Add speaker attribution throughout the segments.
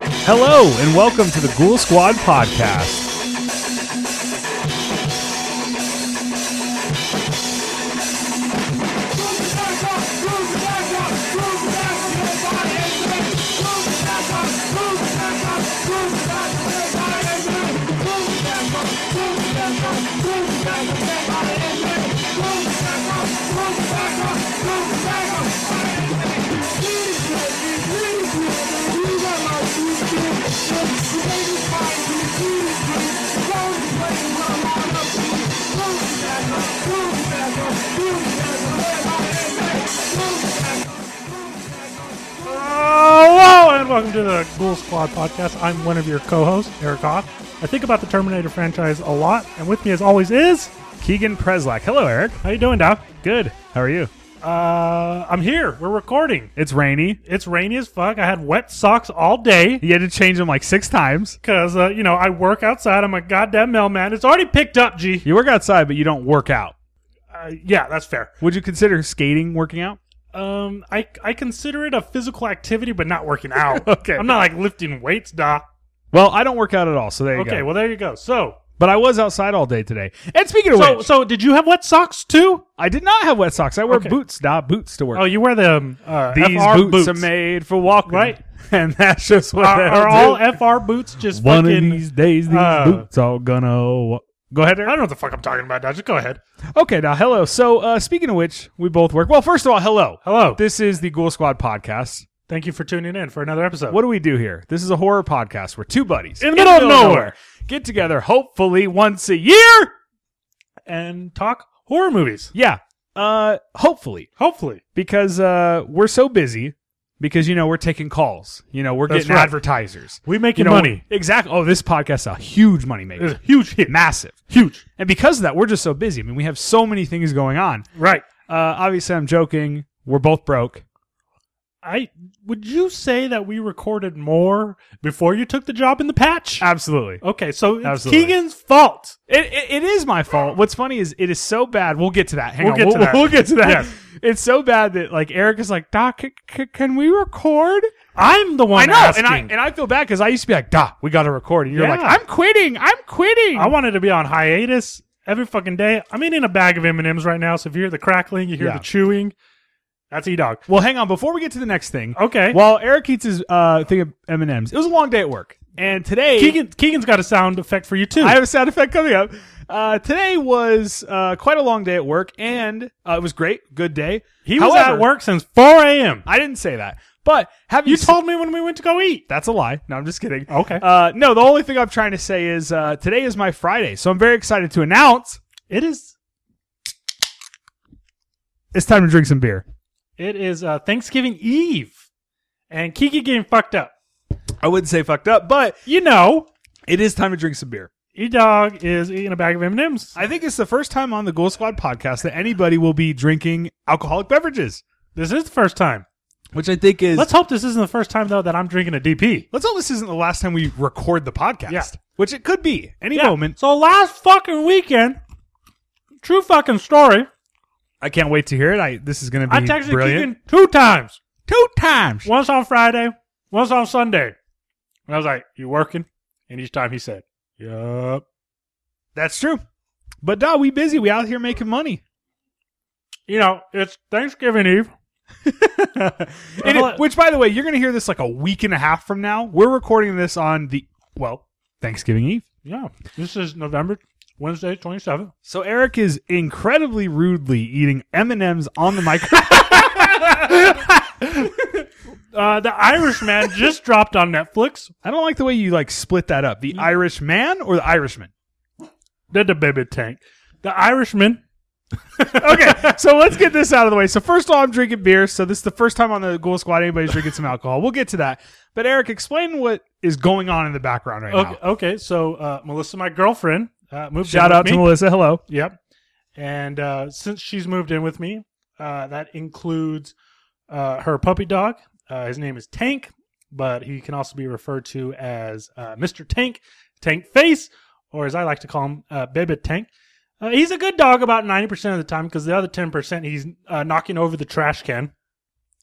Speaker 1: Hello, and welcome to the Ghoul Squad podcast.
Speaker 2: Hello and welcome to the Ghoul Squad podcast. I'm one of your co-hosts, Eric Hoth. I think about the Terminator franchise a lot, and with me, as always, is
Speaker 1: Keegan Preslak. Hello, Eric.
Speaker 2: how you doing, Doc?
Speaker 1: Good. How are you?
Speaker 2: Uh, I'm here. We're recording.
Speaker 1: It's rainy.
Speaker 2: It's rainy as fuck. I had wet socks all day
Speaker 1: You had to change them like six times.
Speaker 2: because uh, you know I work outside. I'm a goddamn mailman. It's already picked up. G.
Speaker 1: You work outside, but you don't work out.
Speaker 2: Uh, yeah, that's fair.
Speaker 1: Would you consider skating working out?
Speaker 2: Um, I I consider it a physical activity, but not working out.
Speaker 1: Okay.
Speaker 2: I'm not like lifting weights, Doc.
Speaker 1: Well, I don't work out at all, so there you
Speaker 2: Okay,
Speaker 1: go.
Speaker 2: well there you go. So.
Speaker 1: but I was outside all day today. And speaking of
Speaker 2: So,
Speaker 1: which,
Speaker 2: so did you have wet socks too?
Speaker 1: I did not have wet socks. I wear
Speaker 2: Okay.
Speaker 1: boots, nah, boots to work.
Speaker 2: Oh, you wear the um, uh,
Speaker 1: These
Speaker 2: FR
Speaker 1: boots,
Speaker 2: boots.
Speaker 1: are made for walking.
Speaker 2: Right.
Speaker 1: And that's just what
Speaker 2: Are,
Speaker 1: they'll
Speaker 2: are
Speaker 1: do.
Speaker 2: all FR boots just
Speaker 1: One
Speaker 2: fucking?
Speaker 1: of these days, these
Speaker 2: uh,
Speaker 1: boots all gonna. wa- Go ahead,
Speaker 2: I
Speaker 1: Eric.
Speaker 2: don't know what the fuck I'm talking about. Now. Just go ahead.
Speaker 1: Okay, now hello. So uh, speaking of which, we both work. Well, first of all, hello.
Speaker 2: Hello.
Speaker 1: This is the Ghoul Squad podcast.
Speaker 2: Thank you for tuning in for another episode.
Speaker 1: What do we do here? This is a horror podcast. We're two buddies
Speaker 2: In the middle of nowhere.
Speaker 1: get together, hopefully once a year.
Speaker 2: And talk horror movies.
Speaker 1: Yeah, uh, hopefully
Speaker 2: Hopefully.
Speaker 1: because uh, we're so busy. Because you know we're taking calls. You know we're
Speaker 2: That's
Speaker 1: getting
Speaker 2: right.
Speaker 1: advertisers.
Speaker 2: We making
Speaker 1: You know,
Speaker 2: money.
Speaker 1: Exactly. Oh, this podcast's a huge
Speaker 2: It's
Speaker 1: moneymaker.
Speaker 2: a huge hit.
Speaker 1: Massive.
Speaker 2: Huge.
Speaker 1: And because of that, we're just so busy. I mean, we have so many things going on.
Speaker 2: Right.
Speaker 1: Uh, obviously, I'm joking. We're both broke.
Speaker 2: I would you say that we recorded more before you took the job in the patch?
Speaker 1: Absolutely.
Speaker 2: okay, so it's
Speaker 1: Uh, Absolutely.
Speaker 2: Keegan's fault.
Speaker 1: It, it, it is my fault. What's funny is it is so bad. We'll get to that. Hang
Speaker 2: We'll
Speaker 1: on.
Speaker 2: get to
Speaker 1: we'll,
Speaker 2: that.
Speaker 1: we'll get to that.
Speaker 2: Yes.
Speaker 1: It's so bad that like Eric is like, Doc, c- c- can we record?
Speaker 2: I'm the one.
Speaker 1: I know,
Speaker 2: asking.
Speaker 1: and I and I feel bad because I used to be like, Doc, we got to record, and you're
Speaker 2: Yeah.
Speaker 1: like, I'm quitting. I'm quitting.
Speaker 2: I wanted to be on hiatus every fucking day. I'm eating a bag of M and M's right now, so if you hear the crackling, you hear
Speaker 1: Yeah.
Speaker 2: the chewing. That's E Dog.
Speaker 1: well, hang on. Before we get to the next thing,
Speaker 2: Okay.
Speaker 1: while Eric eats his uh, thing of M and M's, it was a long day at work, and today
Speaker 2: Keegan Keegan's got a sound effect for you too.
Speaker 1: I have a sound effect coming up. Uh, today was uh, quite a long day at work, and uh, it was great. Good day.
Speaker 2: he was
Speaker 1: However,
Speaker 2: at work since 4 a.m.
Speaker 1: I didn't say that, but have you,
Speaker 2: You
Speaker 1: se-
Speaker 2: told me when we went to go eat.
Speaker 1: That's a lie. No, I'm just kidding.
Speaker 2: Okay.
Speaker 1: Uh, no, the only thing I'm trying to say is uh, today is my Friday, so I'm very excited to announce
Speaker 2: It is
Speaker 1: it's time to drink some beer.
Speaker 2: it is uh, Thanksgiving Eve, and Kiki getting fucked up.
Speaker 1: I wouldn't say fucked up, but
Speaker 2: You know,
Speaker 1: it is time to drink some beer.
Speaker 2: E Dog is eating a bag of M and M's.
Speaker 1: I think it's the first time on the Ghoul Squad podcast that anybody will be drinking alcoholic beverages,
Speaker 2: This is the first time.
Speaker 1: which I think is
Speaker 2: Let's hope this isn't the first time though that I'm drinking a DP.
Speaker 1: let's hope this isn't the last time we record the podcast,
Speaker 2: Yeah.
Speaker 1: which it could be any moment.
Speaker 2: So last fucking weekend, true fucking story.
Speaker 1: I can't wait to hear it. I this is going to be
Speaker 2: I texted
Speaker 1: brilliant.
Speaker 2: Keegan two times.
Speaker 1: Two times.
Speaker 2: Once on Friday, once on Sunday. And I was like, You working? And each time he said, Yup.
Speaker 1: That's true. But nah, we busy. We out here making money.
Speaker 2: You know, it's Thanksgiving Eve.
Speaker 1: And it- which, by the way, you're going to hear this like a week and a half from now. We're recording this on the well Thanksgiving Eve.
Speaker 2: Yeah. This is November Wednesday, twenty seventh.
Speaker 1: So Eric is incredibly rudely eating M and M's on the microphone.
Speaker 2: Uh the Irishman just dropped on Netflix.
Speaker 1: I don't like the way you like split that up. The Irish man or the Irishman.
Speaker 2: Did the baby tank. The Irishman.
Speaker 1: Okay, so let's get this out of the way. So first of all, I'm drinking beer. So this is the first time on the Ghoul Squad anybody's drinking some alcohol. We'll get to that. But Eric, explain what is going on in the background right
Speaker 2: Okay,
Speaker 1: now.
Speaker 2: okay so uh, Melissa, my girlfriend, uh, moved
Speaker 1: Shout
Speaker 2: in
Speaker 1: out
Speaker 2: with
Speaker 1: to
Speaker 2: me.
Speaker 1: Melissa. Hello.
Speaker 2: Yep. And uh, since she's moved in with me, uh, that includes uh, her puppy dog. Uh, his name is Tank, but he can also be referred to as uh, Mr. Tank, Tank Face, or as I like to call him, uh, Baby Tank. Uh, he's a good dog about 90% of the time because the other 10% he's uh, knocking over the trash can.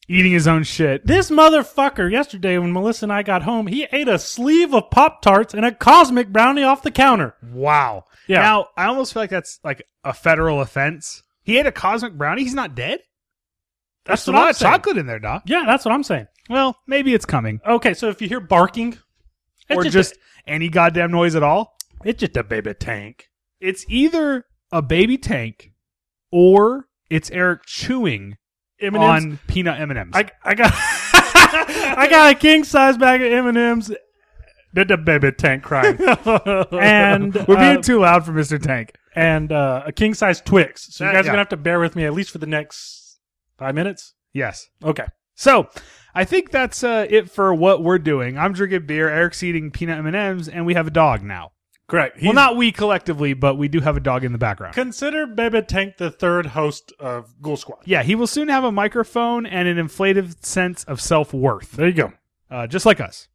Speaker 1: eating his own shit.
Speaker 2: This motherfucker yesterday when Melissa and I got home, he ate a sleeve of Pop Tarts and a cosmic brownie off the counter.
Speaker 1: Wow.
Speaker 2: Yeah.
Speaker 1: Now I almost feel like that's like a federal offense. He ate a cosmic brownie. He's not dead.
Speaker 2: That's
Speaker 1: There's
Speaker 2: what
Speaker 1: a lot
Speaker 2: I'm
Speaker 1: of
Speaker 2: saying.
Speaker 1: chocolate in there, Doc.
Speaker 2: yeah, that's what I'm saying.
Speaker 1: Well, maybe it's coming,
Speaker 2: Okay, so if you hear barking, it's
Speaker 1: or just, any goddamn noise at all.
Speaker 2: a, it's just a baby tank.
Speaker 1: It's either a baby tank, or it's Eric chewing
Speaker 2: M
Speaker 1: on peanut M and M's.
Speaker 2: I I got I got a king size bag of M and M's. Did the baby tank crying? And,
Speaker 1: we're being
Speaker 2: uh,
Speaker 1: too loud for Mister Tank.
Speaker 2: and uh, a king size Twix. So you
Speaker 1: That-
Speaker 2: guys
Speaker 1: yeah.
Speaker 2: are gonna have to bear with me at least for the next five minutes.
Speaker 1: Yes.
Speaker 2: Okay.
Speaker 1: So I think that's uh, it for what we're doing. I'm drinking beer. Eric's eating peanut M and M's, and we have a dog now.
Speaker 2: Correct.
Speaker 1: well, not we collectively, but we do have a dog in the background.
Speaker 2: consider Baby Tank the third host of Ghoul Squad.
Speaker 1: Yeah, he will soon have a microphone and an inflated sense of self worth,
Speaker 2: There you go.
Speaker 1: uh, just like us.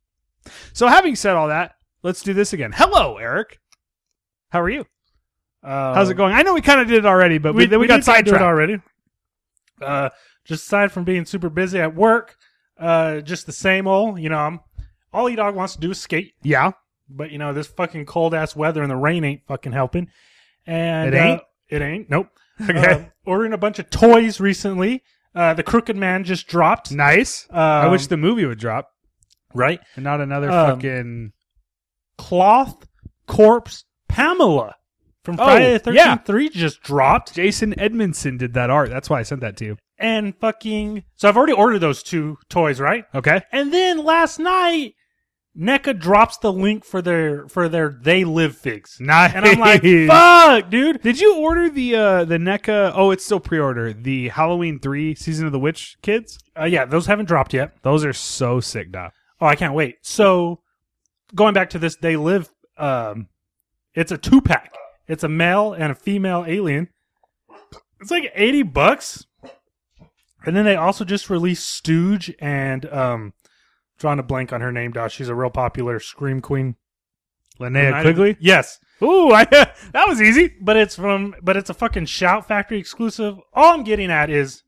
Speaker 1: So, having said all that, let's do this again. Hello, Eric. How are you?
Speaker 2: Uh,
Speaker 1: How's it going? I know we kind of did it already, but we,
Speaker 2: We,
Speaker 1: then we,
Speaker 2: did
Speaker 1: got
Speaker 2: kinda do it
Speaker 1: sidetracked.
Speaker 2: already. Uh, just aside from being super busy at work, uh, just the same old. You know, I'm, all E Dog wants to do is skate,
Speaker 1: Yeah.
Speaker 2: but you know this fucking cold ass weather and the rain ain't fucking helping. And
Speaker 1: It ain't?
Speaker 2: uh, it ain't. Nope.
Speaker 1: Okay.
Speaker 2: Uh, ordering a bunch of toys recently. Uh, the Crooked Man just dropped.
Speaker 1: nice.
Speaker 2: Um,
Speaker 1: I wish the movie would drop
Speaker 2: right
Speaker 1: and not another
Speaker 2: Um,
Speaker 1: fucking.
Speaker 2: cloth corpse Pamela from
Speaker 1: Oh,
Speaker 2: Friday the
Speaker 1: yeah.
Speaker 2: Thirteenth Three just dropped.
Speaker 1: Jason Edmondson did that art. That's why I sent that to you.
Speaker 2: and fucking so I've already ordered those two toys, right?
Speaker 1: Okay.
Speaker 2: And then last night NECA drops the link for their for their they live figs.
Speaker 1: Nice.
Speaker 2: And I'm like, fuck, dude.
Speaker 1: Did you order the uh the NECA? Oh, it's still pre-order. The Halloween three season of the witch kids.
Speaker 2: Uh, yeah, those haven't dropped yet.
Speaker 1: Those are so sick, Doc.
Speaker 2: Oh, I can't wait. So going back to this they live um it's a two pack. It's a male and a female alien. It's like 80 bucks. And then they also just released Stooge and um drawing a blank on her name, Dosh. She's a real popular scream queen.
Speaker 1: Linnea
Speaker 2: United-
Speaker 1: Quigley.
Speaker 2: Yes,
Speaker 1: Ooh, I, that was easy.
Speaker 2: but it's from but it's a fucking Shout Factory exclusive. All I'm getting at is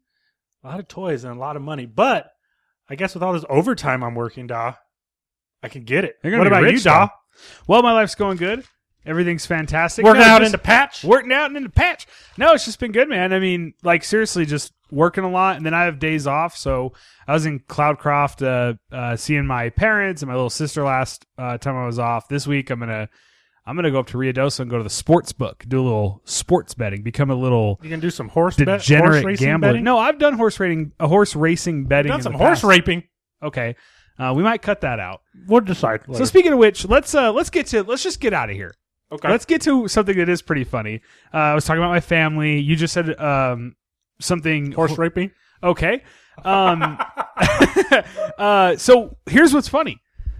Speaker 2: a lot of toys and a lot of money. But I guess with all this overtime I'm working, da, I can get it.
Speaker 1: You're gonna
Speaker 2: What
Speaker 1: be
Speaker 2: about
Speaker 1: rich,
Speaker 2: you, da?
Speaker 1: though. Well, my life's going good. Everything's fantastic.
Speaker 2: Working
Speaker 1: No,
Speaker 2: out
Speaker 1: just-
Speaker 2: in the patch.
Speaker 1: working out and in the patch. No, it's just been good, man. I mean, like seriously, just working a lot, and then I have days off. So I was in Cloudcroft, uh, uh, seeing my parents and my little sister last uh, time I was off. This week, I'm gonna I'm gonna go up to Rio Dosa and go to the sports book, do a little sports betting, become a little
Speaker 2: You can do some horse bet- horse
Speaker 1: degenerate
Speaker 2: racing
Speaker 1: gambler.
Speaker 2: betting.
Speaker 1: No, I've done horse rating, uh, horse racing betting.
Speaker 2: done
Speaker 1: in
Speaker 2: some
Speaker 1: the
Speaker 2: horse
Speaker 1: past.
Speaker 2: raping.
Speaker 1: Okay, uh, we might cut that out.
Speaker 2: We'll decide.
Speaker 1: So
Speaker 2: Later.
Speaker 1: speaking of which, let's uh, let's get to let's just get out of here.
Speaker 2: okay.
Speaker 1: Let's get to something that is pretty funny. Uh, I was talking about my family. You just said um, something.
Speaker 2: horse raping.
Speaker 1: Okay. Um, uh, so here's what's funny.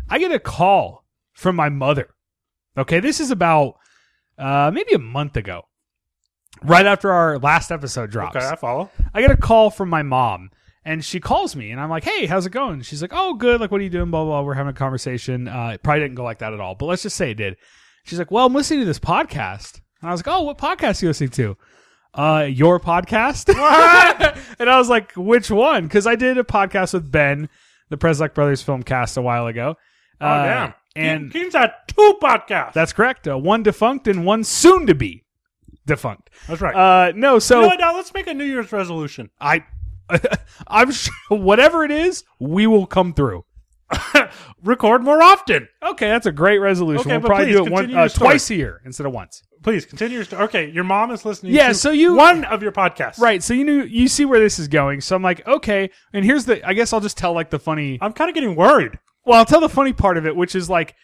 Speaker 1: I get a call from my mother. Okay, this is about uh, maybe a month ago, right after our last episode drops.
Speaker 2: Okay, I follow.
Speaker 1: I get a call from my mom and she calls me and I'm like, Hey, how's it going? She's like, Oh, good. Like, what are you doing? Blah, blah. blah. We're having a conversation. Uh, it probably didn't go like that at all, but let's just say it did. She's like, Well, I'm listening to this podcast. And I was like, Oh, what podcast are you listening to? Uh, your podcast. and I was like, Which one? Cause I did a podcast with Ben, the Preslak Brothers film cast a while ago.
Speaker 2: Oh damn!
Speaker 1: Uh, And
Speaker 2: King's had two podcasts.
Speaker 1: that's correct. Uh, one defunct and one soon to be defunct.
Speaker 2: That's right.
Speaker 1: Uh, no. So
Speaker 2: you know what? Now let's make a New Year's resolution.
Speaker 1: I, I'm sure whatever it is, we will come through.
Speaker 2: Record more often.
Speaker 1: Okay, that's a great resolution.
Speaker 2: Okay,
Speaker 1: we'll
Speaker 2: but
Speaker 1: probably
Speaker 2: please
Speaker 1: do it one,
Speaker 2: continue your
Speaker 1: uh,
Speaker 2: story.
Speaker 1: twice a year instead of once.
Speaker 2: Please continue your story. Okay, your mom is listening.
Speaker 1: Yeah,
Speaker 2: to
Speaker 1: so you-
Speaker 2: one of your podcasts,
Speaker 1: Right. So you knew you see where this is going. So I'm like, okay. And here's the. I guess I'll just tell like the funny.
Speaker 2: I'm kind of getting worried.
Speaker 1: Well, I'll tell the funny part of it, which is like,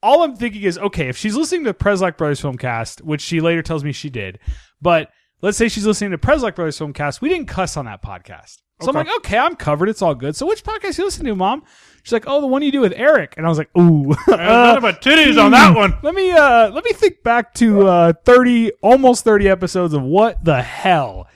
Speaker 1: all I'm thinking is, okay, if she's listening to Preslak Brothers Filmcast, which she later tells me she did, but let's say she's listening to Preslak Brothers Filmcast, we didn't cuss on that podcast. So I'm
Speaker 2: Okay.
Speaker 1: like, okay, I'm covered. It's all good. So which podcast you listen to, Mom? She's like, oh, the one you do with Eric. And I was like, ooh,
Speaker 2: Uh, none of my titties on that one.
Speaker 1: Let me uh let me think back to uh 30 almost 30 episodes of what the hell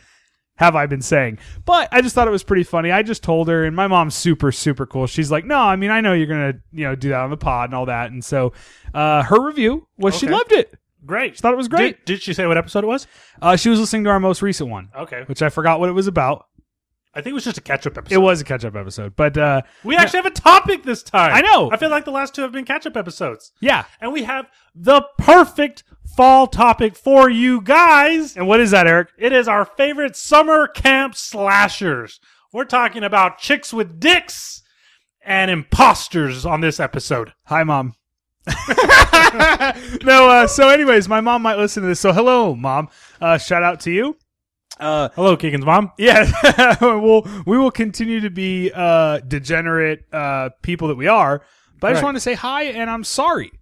Speaker 1: have I been saying? But I just thought it was pretty funny. I just told her and my mom's super super cool. She's like, "No, I mean, I know you're going to, you know, do that on the pod and all that." And so uh her review was she
Speaker 2: Okay.
Speaker 1: loved it.
Speaker 2: Great.
Speaker 1: She thought it was great.
Speaker 2: Did, did she say what episode it was?
Speaker 1: Uh she was listening to our most recent one,
Speaker 2: Okay.
Speaker 1: which I forgot what it was about.
Speaker 2: I think it was just a catch up episode.
Speaker 1: It was a catch up episode, but uh,
Speaker 2: We actually have a topic this time.
Speaker 1: I know.
Speaker 2: I feel like the last two have been catch up episodes.
Speaker 1: yeah.
Speaker 2: And we have the perfect fall topic for you guys.
Speaker 1: And what is that, Eric?
Speaker 2: It is our favorite summer camp slashers. We're talking about chicks with dicks and imposters on this episode.
Speaker 1: Hi, mom. no, uh, so anyways, my mom might listen to this. So hello, mom. Uh, shout out to you. Uh,
Speaker 2: Hello, Keegan's mom.
Speaker 1: yeah, we'll we will continue to be uh, degenerate uh, people that we are. But I just
Speaker 2: Right.
Speaker 1: wanted to say hi, and I'm sorry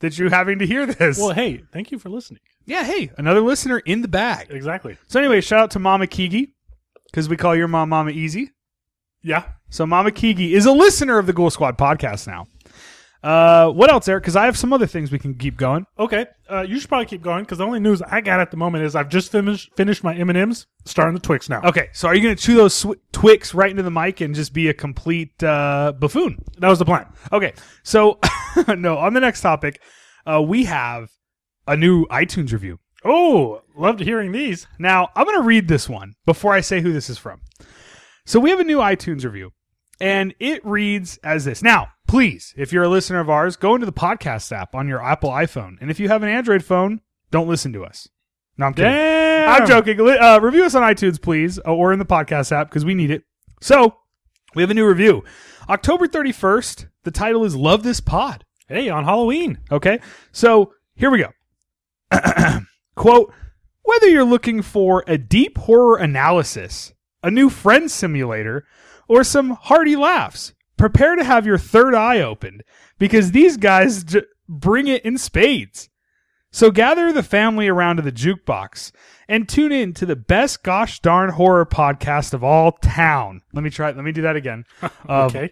Speaker 1: that you're having to hear this.
Speaker 2: Well, hey, thank you for listening.
Speaker 1: yeah, hey, another listener in the bag.
Speaker 2: Exactly.
Speaker 1: So anyway, shout out to Mama Kiki because we call your mom Mama Easy.
Speaker 2: Yeah.
Speaker 1: So Mama Kiki is a listener of the Ghoul Squad podcast now. Uh, what else, Eric? Because I have some other things we can keep going.
Speaker 2: Okay. Uh, you should probably keep going because the only news I got at the moment is I've just finished finished my M and M's, starting the Twix now.
Speaker 1: Okay, so are you going to chew those sw- Twix right into the mic and just be a complete uh, buffoon?
Speaker 2: That was the plan.
Speaker 1: Okay, so no, on the next topic, uh, we have a new iTunes review.
Speaker 2: Oh, loved hearing these.
Speaker 1: Now, I'm going to read this one before I say who this is from. So, we have a new iTunes review, and it reads as this. Now, please, if you're a listener of ours, go into the podcast app on your Apple iPhone. And if you have an Android phone, don't listen to us. No, I'm kidding.
Speaker 2: Damn.
Speaker 1: I'm joking. Li- Uh, review us on iTunes, please, uh, or in the podcast app because we need it. So, we have a new review. October 31st, the title is Love This Pod.
Speaker 2: Hey, on Halloween.
Speaker 1: Okay. So here we go. Quote Whether you're looking for a deep horror analysis, a new friend simulator, or some hearty laughs, prepare to have your third eye opened because these guys j- bring it in spades. So gather the family around to the jukebox and tune in to the best gosh darn horror podcast of all town. Let me try. Let me do that again. Of
Speaker 2: Okay.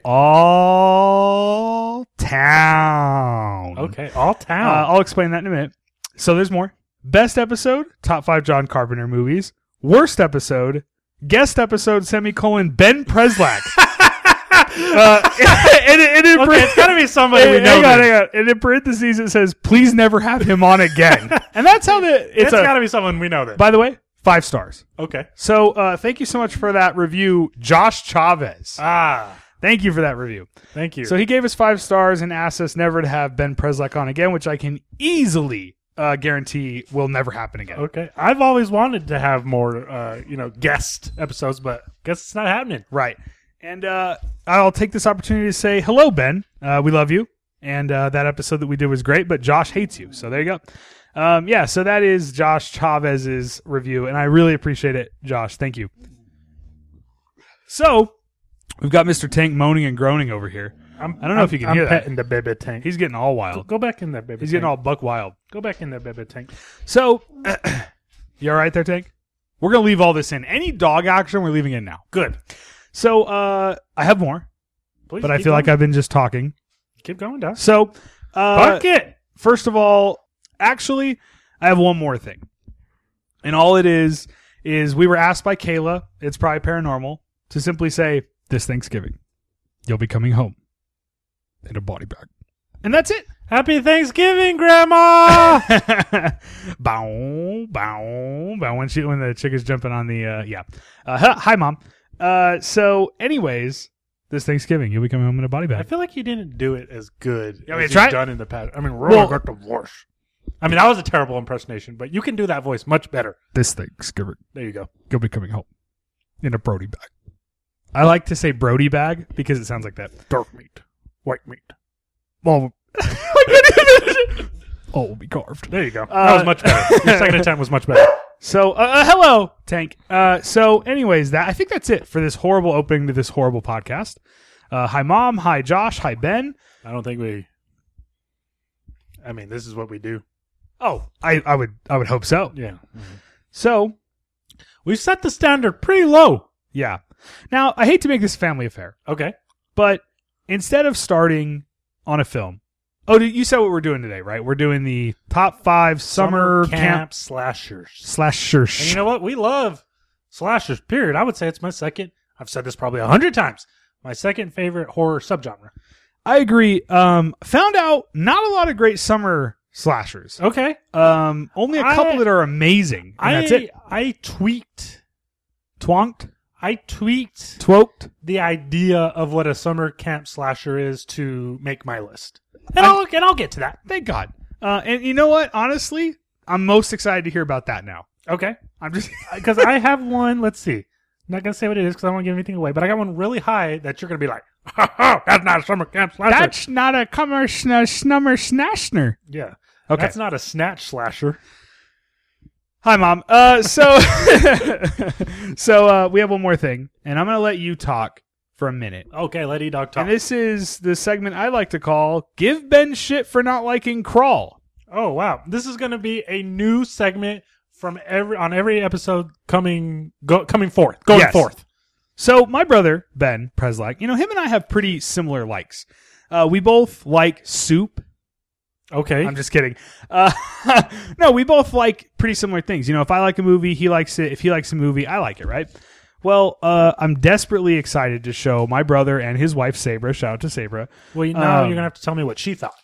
Speaker 1: all town.
Speaker 2: Okay, all
Speaker 1: Uh,
Speaker 2: town.
Speaker 1: I'll explain that in a minute. So there's more. Best episode, top five John Carpenter movies. Worst episode, guest episode, semicolon, Ben Preslack. uh, and, it- and it
Speaker 2: okay, it's got to be somebody we
Speaker 1: and,
Speaker 2: know.
Speaker 1: hang on,
Speaker 2: then.
Speaker 1: hang on. And in parentheses, it says, please never have him on again. and that's how the,
Speaker 2: It's
Speaker 1: it's a,
Speaker 2: got to be someone we know. Then.
Speaker 1: by the way, five stars.
Speaker 2: okay.
Speaker 1: So uh, thank you so much for that review, Josh Chavez.
Speaker 2: Ah,
Speaker 1: thank you for that review.
Speaker 2: thank you.
Speaker 1: So he gave us five stars and asked us never to have Ben Preslak on again, which I can easily uh, guarantee will never happen again.
Speaker 2: okay, I've always wanted to have more, uh, you know, guest episodes, but guess it's not happening.
Speaker 1: Right. And uh, I'll take this opportunity to say hello, Ben. Uh, we love you. And uh, that episode that we did was great, but Josh hates you. So there you go. Um, yeah, so that is Josh Chavez's review, and I really appreciate it, Josh. Thank you. So we've got Mr. Tank moaning and groaning over here.
Speaker 2: I'm,
Speaker 1: I don't know if you can
Speaker 2: I'm
Speaker 1: hear that.
Speaker 2: petting the baby tank.
Speaker 1: He's getting all wild.
Speaker 2: Go back in there, baby.
Speaker 1: He's
Speaker 2: tank.
Speaker 1: getting all buck wild.
Speaker 2: Go back in there, baby tank.
Speaker 1: So, you all right there, Tank? We're gonna leave all this in. Any dog action, we're leaving in now.
Speaker 2: Good.
Speaker 1: So, uh, I have more,
Speaker 2: Please
Speaker 1: but I
Speaker 2: keep
Speaker 1: feel like
Speaker 2: going.
Speaker 1: I've been just talking.
Speaker 2: keep going, Doc.
Speaker 1: So, uh,
Speaker 2: Fuck it.
Speaker 1: first of all, actually, I have one more thing, and all it is is we were asked by Kayla. It's probably paranormal to simply say this Thanksgiving, you'll be coming home in a body bag, and that's it.
Speaker 2: Happy Thanksgiving, Grandma.
Speaker 1: bow, bow, bow. When she, when the chick is jumping on the, uh, yeah. Uh, hi- hi, mom. Uh, so, anyways, this Thanksgiving you'll be coming home in a body
Speaker 2: I
Speaker 1: bag.
Speaker 2: feel like you didn't do it as good
Speaker 1: Yeah, I mean,
Speaker 2: as
Speaker 1: try it.
Speaker 2: you've done in the past. I mean,
Speaker 1: Well-
Speaker 2: Roy got divorced. I mean, that was a terrible impersonation, but you can do that voice much better.
Speaker 1: This Thanksgiving
Speaker 2: There you go.
Speaker 1: you'll be coming home in a Brody bag. I like to say Brody bag because it sounds like that.
Speaker 2: Dark meat, white meat.
Speaker 1: Well, I couldn't even- all will be carved.
Speaker 2: There you go.
Speaker 1: Uh,
Speaker 2: that was much better. Your second attempt was much better.
Speaker 1: So, uh, uh, hello, Tank. Uh, so, anyways, that I think that's it for this horrible opening to this horrible podcast. Uh, hi, mom. Hi, Josh. Hi, Ben.
Speaker 2: I don't think we. I mean, this is what we do.
Speaker 1: Oh, I, I would I would hope so.
Speaker 2: Yeah,
Speaker 1: So,
Speaker 2: we've set the standard pretty low.
Speaker 1: yeah. Now, I hate to make this a family affair,
Speaker 2: Okay.
Speaker 1: but instead of starting on a film, oh, did- you said what we're doing today, right? We're doing the top five summer, camp,
Speaker 2: slashers.
Speaker 1: slasher.
Speaker 2: And you know what? We love slashers. Period. I would say it's my second. I've said this probably a hundred times. My second favorite horror subgenre.
Speaker 1: I agree. Um, found out not a lot of great summer slashers.
Speaker 2: Okay.
Speaker 1: Um, only a couple
Speaker 2: I-
Speaker 1: that are amazing. And
Speaker 2: I
Speaker 1: that's it.
Speaker 2: I tweaked.
Speaker 1: Twonked.
Speaker 2: I tweaked
Speaker 1: Twoked.
Speaker 2: the idea of what a summer camp slasher is to make my list, and
Speaker 1: I-
Speaker 2: I'll and I'll get to that.
Speaker 1: Thank God. Uh, and you know what? Honestly, I'm most excited to hear about that now.
Speaker 2: Okay,
Speaker 1: I'm just
Speaker 2: because I have one. Let's see. I'm not gonna say what it is because I don't want to give anything away. But I got one really high that you're gonna be like, "That's not a summer camp slasher."
Speaker 1: that's not a comer sn- snummer snashner.
Speaker 2: yeah,
Speaker 1: Okay.
Speaker 2: that's not a snatch slasher.
Speaker 1: Hi, mom. Uh, so so uh, we have one more thing, and I'm gonna let you talk for a minute.
Speaker 2: Okay, let E Dog talk.
Speaker 1: And this is the segment I like to call "Give Ben shit for not liking crawl."
Speaker 2: Oh wow! This is going to be a new segment from every on every episode coming go, coming forth going
Speaker 1: Yes.
Speaker 2: forth.
Speaker 1: So my brother Ben Preslak, you know him and I have pretty similar likes. Uh, we both like soup
Speaker 2: Okay.
Speaker 1: I'm just kidding. Uh, no, we both like pretty similar things. You know, if I like a movie, he likes it. If he likes a movie, I like it, right? Well, uh, I'm desperately excited to show my brother and his wife, Sabra. Shout out to Sabra.
Speaker 2: well, you- now
Speaker 1: um,
Speaker 2: you're gonna have to tell me what she thought.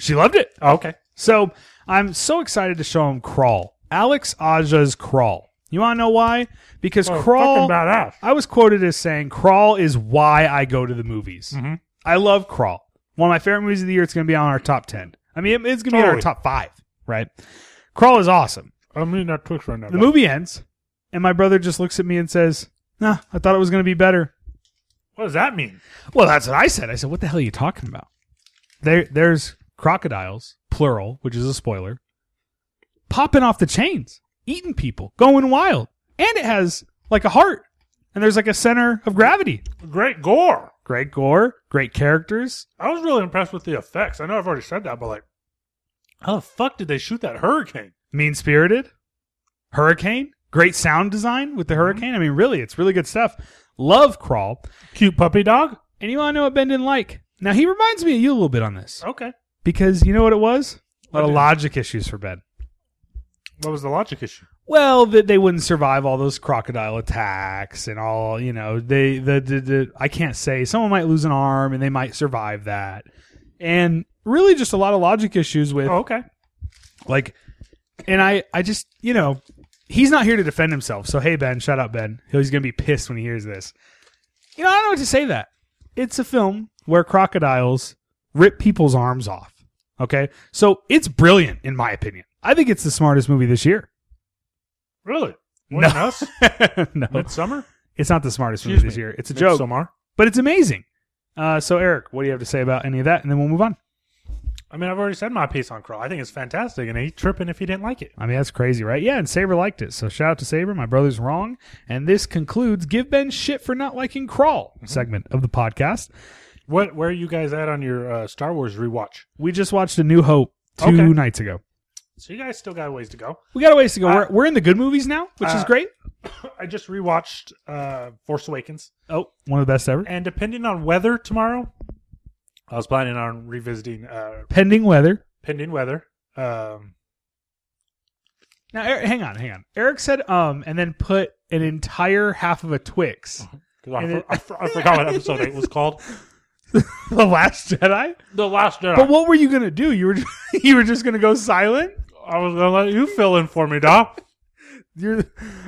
Speaker 1: She loved it.
Speaker 2: Oh, okay.
Speaker 1: So I'm so excited to show him Crawl. Alex Aja's Crawl. You want to know why? Because
Speaker 2: Oh,
Speaker 1: Crawl.
Speaker 2: fucking badass.
Speaker 1: I was quoted as saying, Crawl is why I go to the movies.
Speaker 2: Mhm.
Speaker 1: I love Crawl. One of my favorite movies of the year. It's going to be on our top 10. I mean, it- it's going to be in our
Speaker 2: Totally.
Speaker 1: top five, right? Crawl is awesome.
Speaker 2: I'm eating that Twix right now.
Speaker 1: The movie ends, and my brother just looks at me and says, Nah, I thought it was going to be better.
Speaker 2: What does that mean?
Speaker 1: Well, that's what I said. I said, What the hell are you talking about? There, there's crocodiles, plural, which is a spoiler, popping off the chains, eating people, going wild. And it has like a heart, and there's like a center of gravity.
Speaker 2: Great gore.
Speaker 1: Great gore, great characters.
Speaker 2: I was really impressed with the effects. I know I've already said that, but like, how the fuck did they shoot that hurricane?
Speaker 1: mean spirited hurricane great sound design with the hurricane i mean really it's really good stuff love crawl
Speaker 2: Cute puppy dog.
Speaker 1: and you want to know what ben didn't like now he reminds me of you a little bit on this
Speaker 2: Okay.
Speaker 1: because you know what it was a lot
Speaker 2: What
Speaker 1: of
Speaker 2: is?
Speaker 1: logic issues for ben
Speaker 2: What was the logic issue?
Speaker 1: well that they wouldn't survive all those crocodile attacks and all you know they the, the, the i can't say someone might lose an arm and they might survive that and really just a lot of logic issues with
Speaker 2: Oh, okay.
Speaker 1: Like, and I, I just, you know, he's not here to defend himself. So hey, Ben, shout out Ben. He's gonna be pissed when he hears this. You know, I don't know what to say. to That it's a film where crocodiles rip people's arms off. Okay, so it's brilliant in my opinion. I think it's the smartest movie this year.
Speaker 2: Really?
Speaker 1: No.
Speaker 2: What no. us?
Speaker 1: no,
Speaker 2: Midsummer?
Speaker 1: it's not the smartest movie
Speaker 2: Excuse
Speaker 1: this
Speaker 2: me.
Speaker 1: year. It's a joke,
Speaker 2: Midsommar.
Speaker 1: but it's amazing. Uh, so Eric, what do you have to say about any of that? And then we'll move on.
Speaker 2: I mean, I've already said my piece on Crawl. I think it's fantastic, and he's tripping if he didn't like it.
Speaker 1: I mean, that's crazy, right? Yeah, and Saber liked it. So shout out to Saber. My brother's wrong. And this concludes Give Ben Shit for Not Liking Crawl
Speaker 2: Mm-hmm.
Speaker 1: segment of the podcast.
Speaker 2: What? Where are you guys at on your uh, Star Wars rewatch?
Speaker 1: We just watched A New Hope two
Speaker 2: Okay.
Speaker 1: nights ago.
Speaker 2: So you guys still got a ways to go.
Speaker 1: We got a ways to go.
Speaker 2: Uh,
Speaker 1: we're, we're in the good movies now, which is
Speaker 2: uh,
Speaker 1: great.
Speaker 2: I just rewatched uh, Force Awakens,
Speaker 1: Oh, one of the best ever.
Speaker 2: and depending on weather tomorrow, I was planning on revisiting uh,
Speaker 1: Pending weather.
Speaker 2: pending weather. Um,
Speaker 1: Now, Eric, hang on, hang on. Eric said, um, and then put an entire half of a Twix.
Speaker 2: 'cause I,
Speaker 1: And
Speaker 2: for-
Speaker 1: it-
Speaker 2: I, for- I forgot what episode eight was called.
Speaker 1: the Last Jedi.
Speaker 2: The Last Jedi.
Speaker 1: But what were you gonna do? You were you were just gonna go silent.
Speaker 2: I was gonna let you fill in for me, Doc.
Speaker 1: You're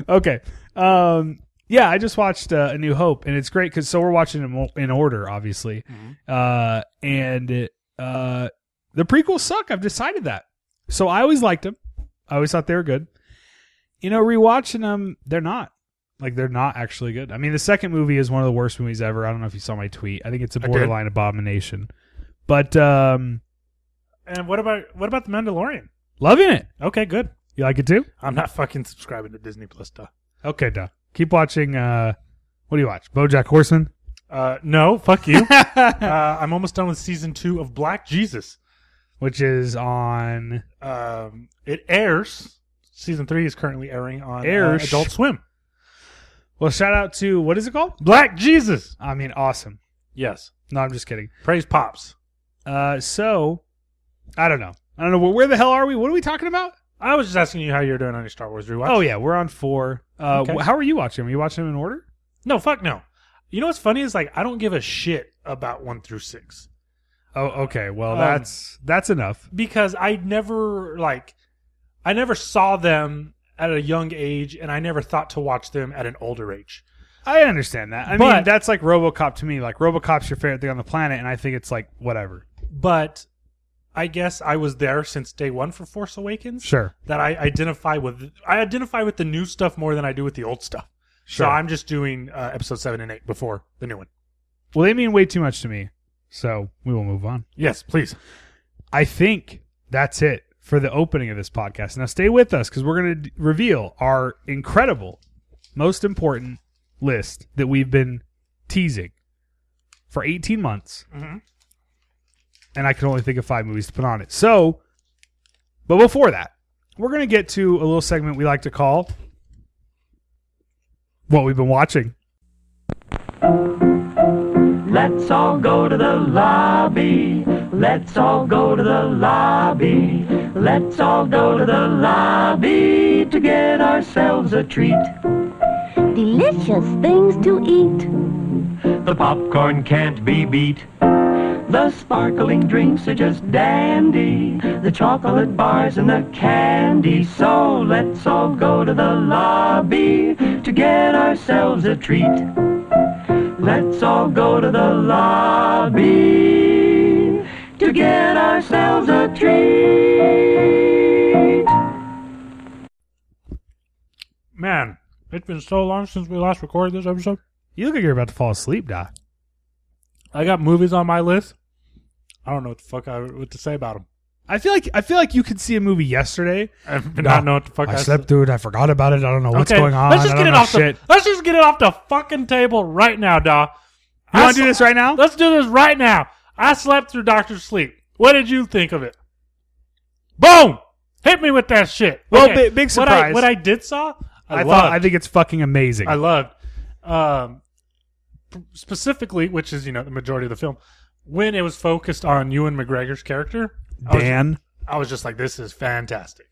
Speaker 1: okay. Um, yeah, I just watched uh, A New Hope, and it's great because so we're watching them in order, obviously.
Speaker 2: Mhm.
Speaker 1: Uh, and uh, the prequels suck. I've decided that. So I always liked them. I always thought they were good. You know, rewatching them, they're not. Like they're not actually good. I mean, the second movie is one of the worst movies ever. I don't know if you saw my tweet. I think it's a
Speaker 2: I did.
Speaker 1: borderline abomination. But um,
Speaker 2: And what about what about the Mandalorian?
Speaker 1: loving it.
Speaker 2: Okay, good.
Speaker 1: You like it too?
Speaker 2: I'm not fucking subscribing to Disney Plus stuff.
Speaker 1: Okay, duh. Keep watching. Uh, what do you watch? BoJack Horseman.
Speaker 2: Uh, no, fuck you. uh, I'm almost done with season two of Black Jesus.
Speaker 1: which is on
Speaker 2: Um, it airs. Season three is currently airing on uh,
Speaker 1: Airs.
Speaker 2: Adult Swim.
Speaker 1: well shout out to what is it called
Speaker 2: Black Jesus.
Speaker 1: i mean awesome
Speaker 2: Yes.
Speaker 1: no i'm just kidding
Speaker 2: Praise pops.
Speaker 1: uh so i don't know i don't know where, where the hell are we what are we talking about
Speaker 2: I was just asking you how you're doing on your Star Wars rewatch.
Speaker 1: oh yeah we're on four uh
Speaker 2: Okay.
Speaker 1: wh- how are you watching them are you watching them in order
Speaker 2: no, fuck no. You know what's funny is like I don't give a shit about one through six
Speaker 1: oh okay well
Speaker 2: Um,
Speaker 1: that's that's enough
Speaker 2: because I never like I never saw them at a young age and I never thought to watch them at an older age.
Speaker 1: I understand that. I mean,
Speaker 2: But-
Speaker 1: that's like RoboCop to me. Like RoboCop's your favorite thing on the planet, and I think it's like whatever.
Speaker 2: But I guess I was there since day one for Force Awakens.
Speaker 1: Sure,
Speaker 2: That I identify with. I identify with the new stuff more than I do with the old stuff.
Speaker 1: sure.
Speaker 2: So I'm just doing uh, episode seven and eight before the new one.
Speaker 1: well, they mean way too much to me, so we will move on.
Speaker 2: Yes, please.
Speaker 1: I think that's it for the opening of this podcast. Now, stay with us because we're going to reveal our incredible, most important list that we've been teasing for 18 months.
Speaker 2: Mhm.
Speaker 1: And I can only think of five movies to put on it. So, but before that, we're going to get to a little segment we like to call What We've Been Watching.
Speaker 3: Let's all go to the lobby. Let's all go to the lobby. Let's all go to the lobby to get ourselves a treat.
Speaker 4: delicious things to eat.
Speaker 3: The popcorn can't be beat. The sparkling drinks are just dandy. The chocolate bars and the candy. So let's all go to the lobby to get ourselves a treat. Let's all go to the lobby to get ourselves a treat.
Speaker 2: Man, it's been so long since we last recorded this episode.
Speaker 1: You look like you're about to fall asleep, Doc.
Speaker 2: I got movies on my list. I don't know what the fuck I what to say about them.
Speaker 1: I feel like I feel like you could see a movie yesterday.
Speaker 2: I've been not know what the fuck
Speaker 1: I slept through it. I forgot about it. I don't know what's going on.
Speaker 2: Let's just
Speaker 1: I
Speaker 2: get
Speaker 1: don't
Speaker 2: it
Speaker 1: know
Speaker 2: off
Speaker 1: shit.
Speaker 2: the. Let's just get it off the fucking table right now, Da.
Speaker 1: You want to do this right now?
Speaker 2: Let's do this right now. I slept through Doctor Sleep. What did you think of it? Boom! Hit me with that shit.
Speaker 1: Well, big- big
Speaker 2: What I-
Speaker 1: surprise.
Speaker 2: What I, did saw, I,
Speaker 1: I,
Speaker 2: loved.
Speaker 1: thought I think it's fucking amazing.
Speaker 2: I loved. Um, p- specifically, which is you know the majority of the film, when it was focused on Ewan McGregor's character, I was-
Speaker 1: Dan,
Speaker 2: I was just like, this is fantastic.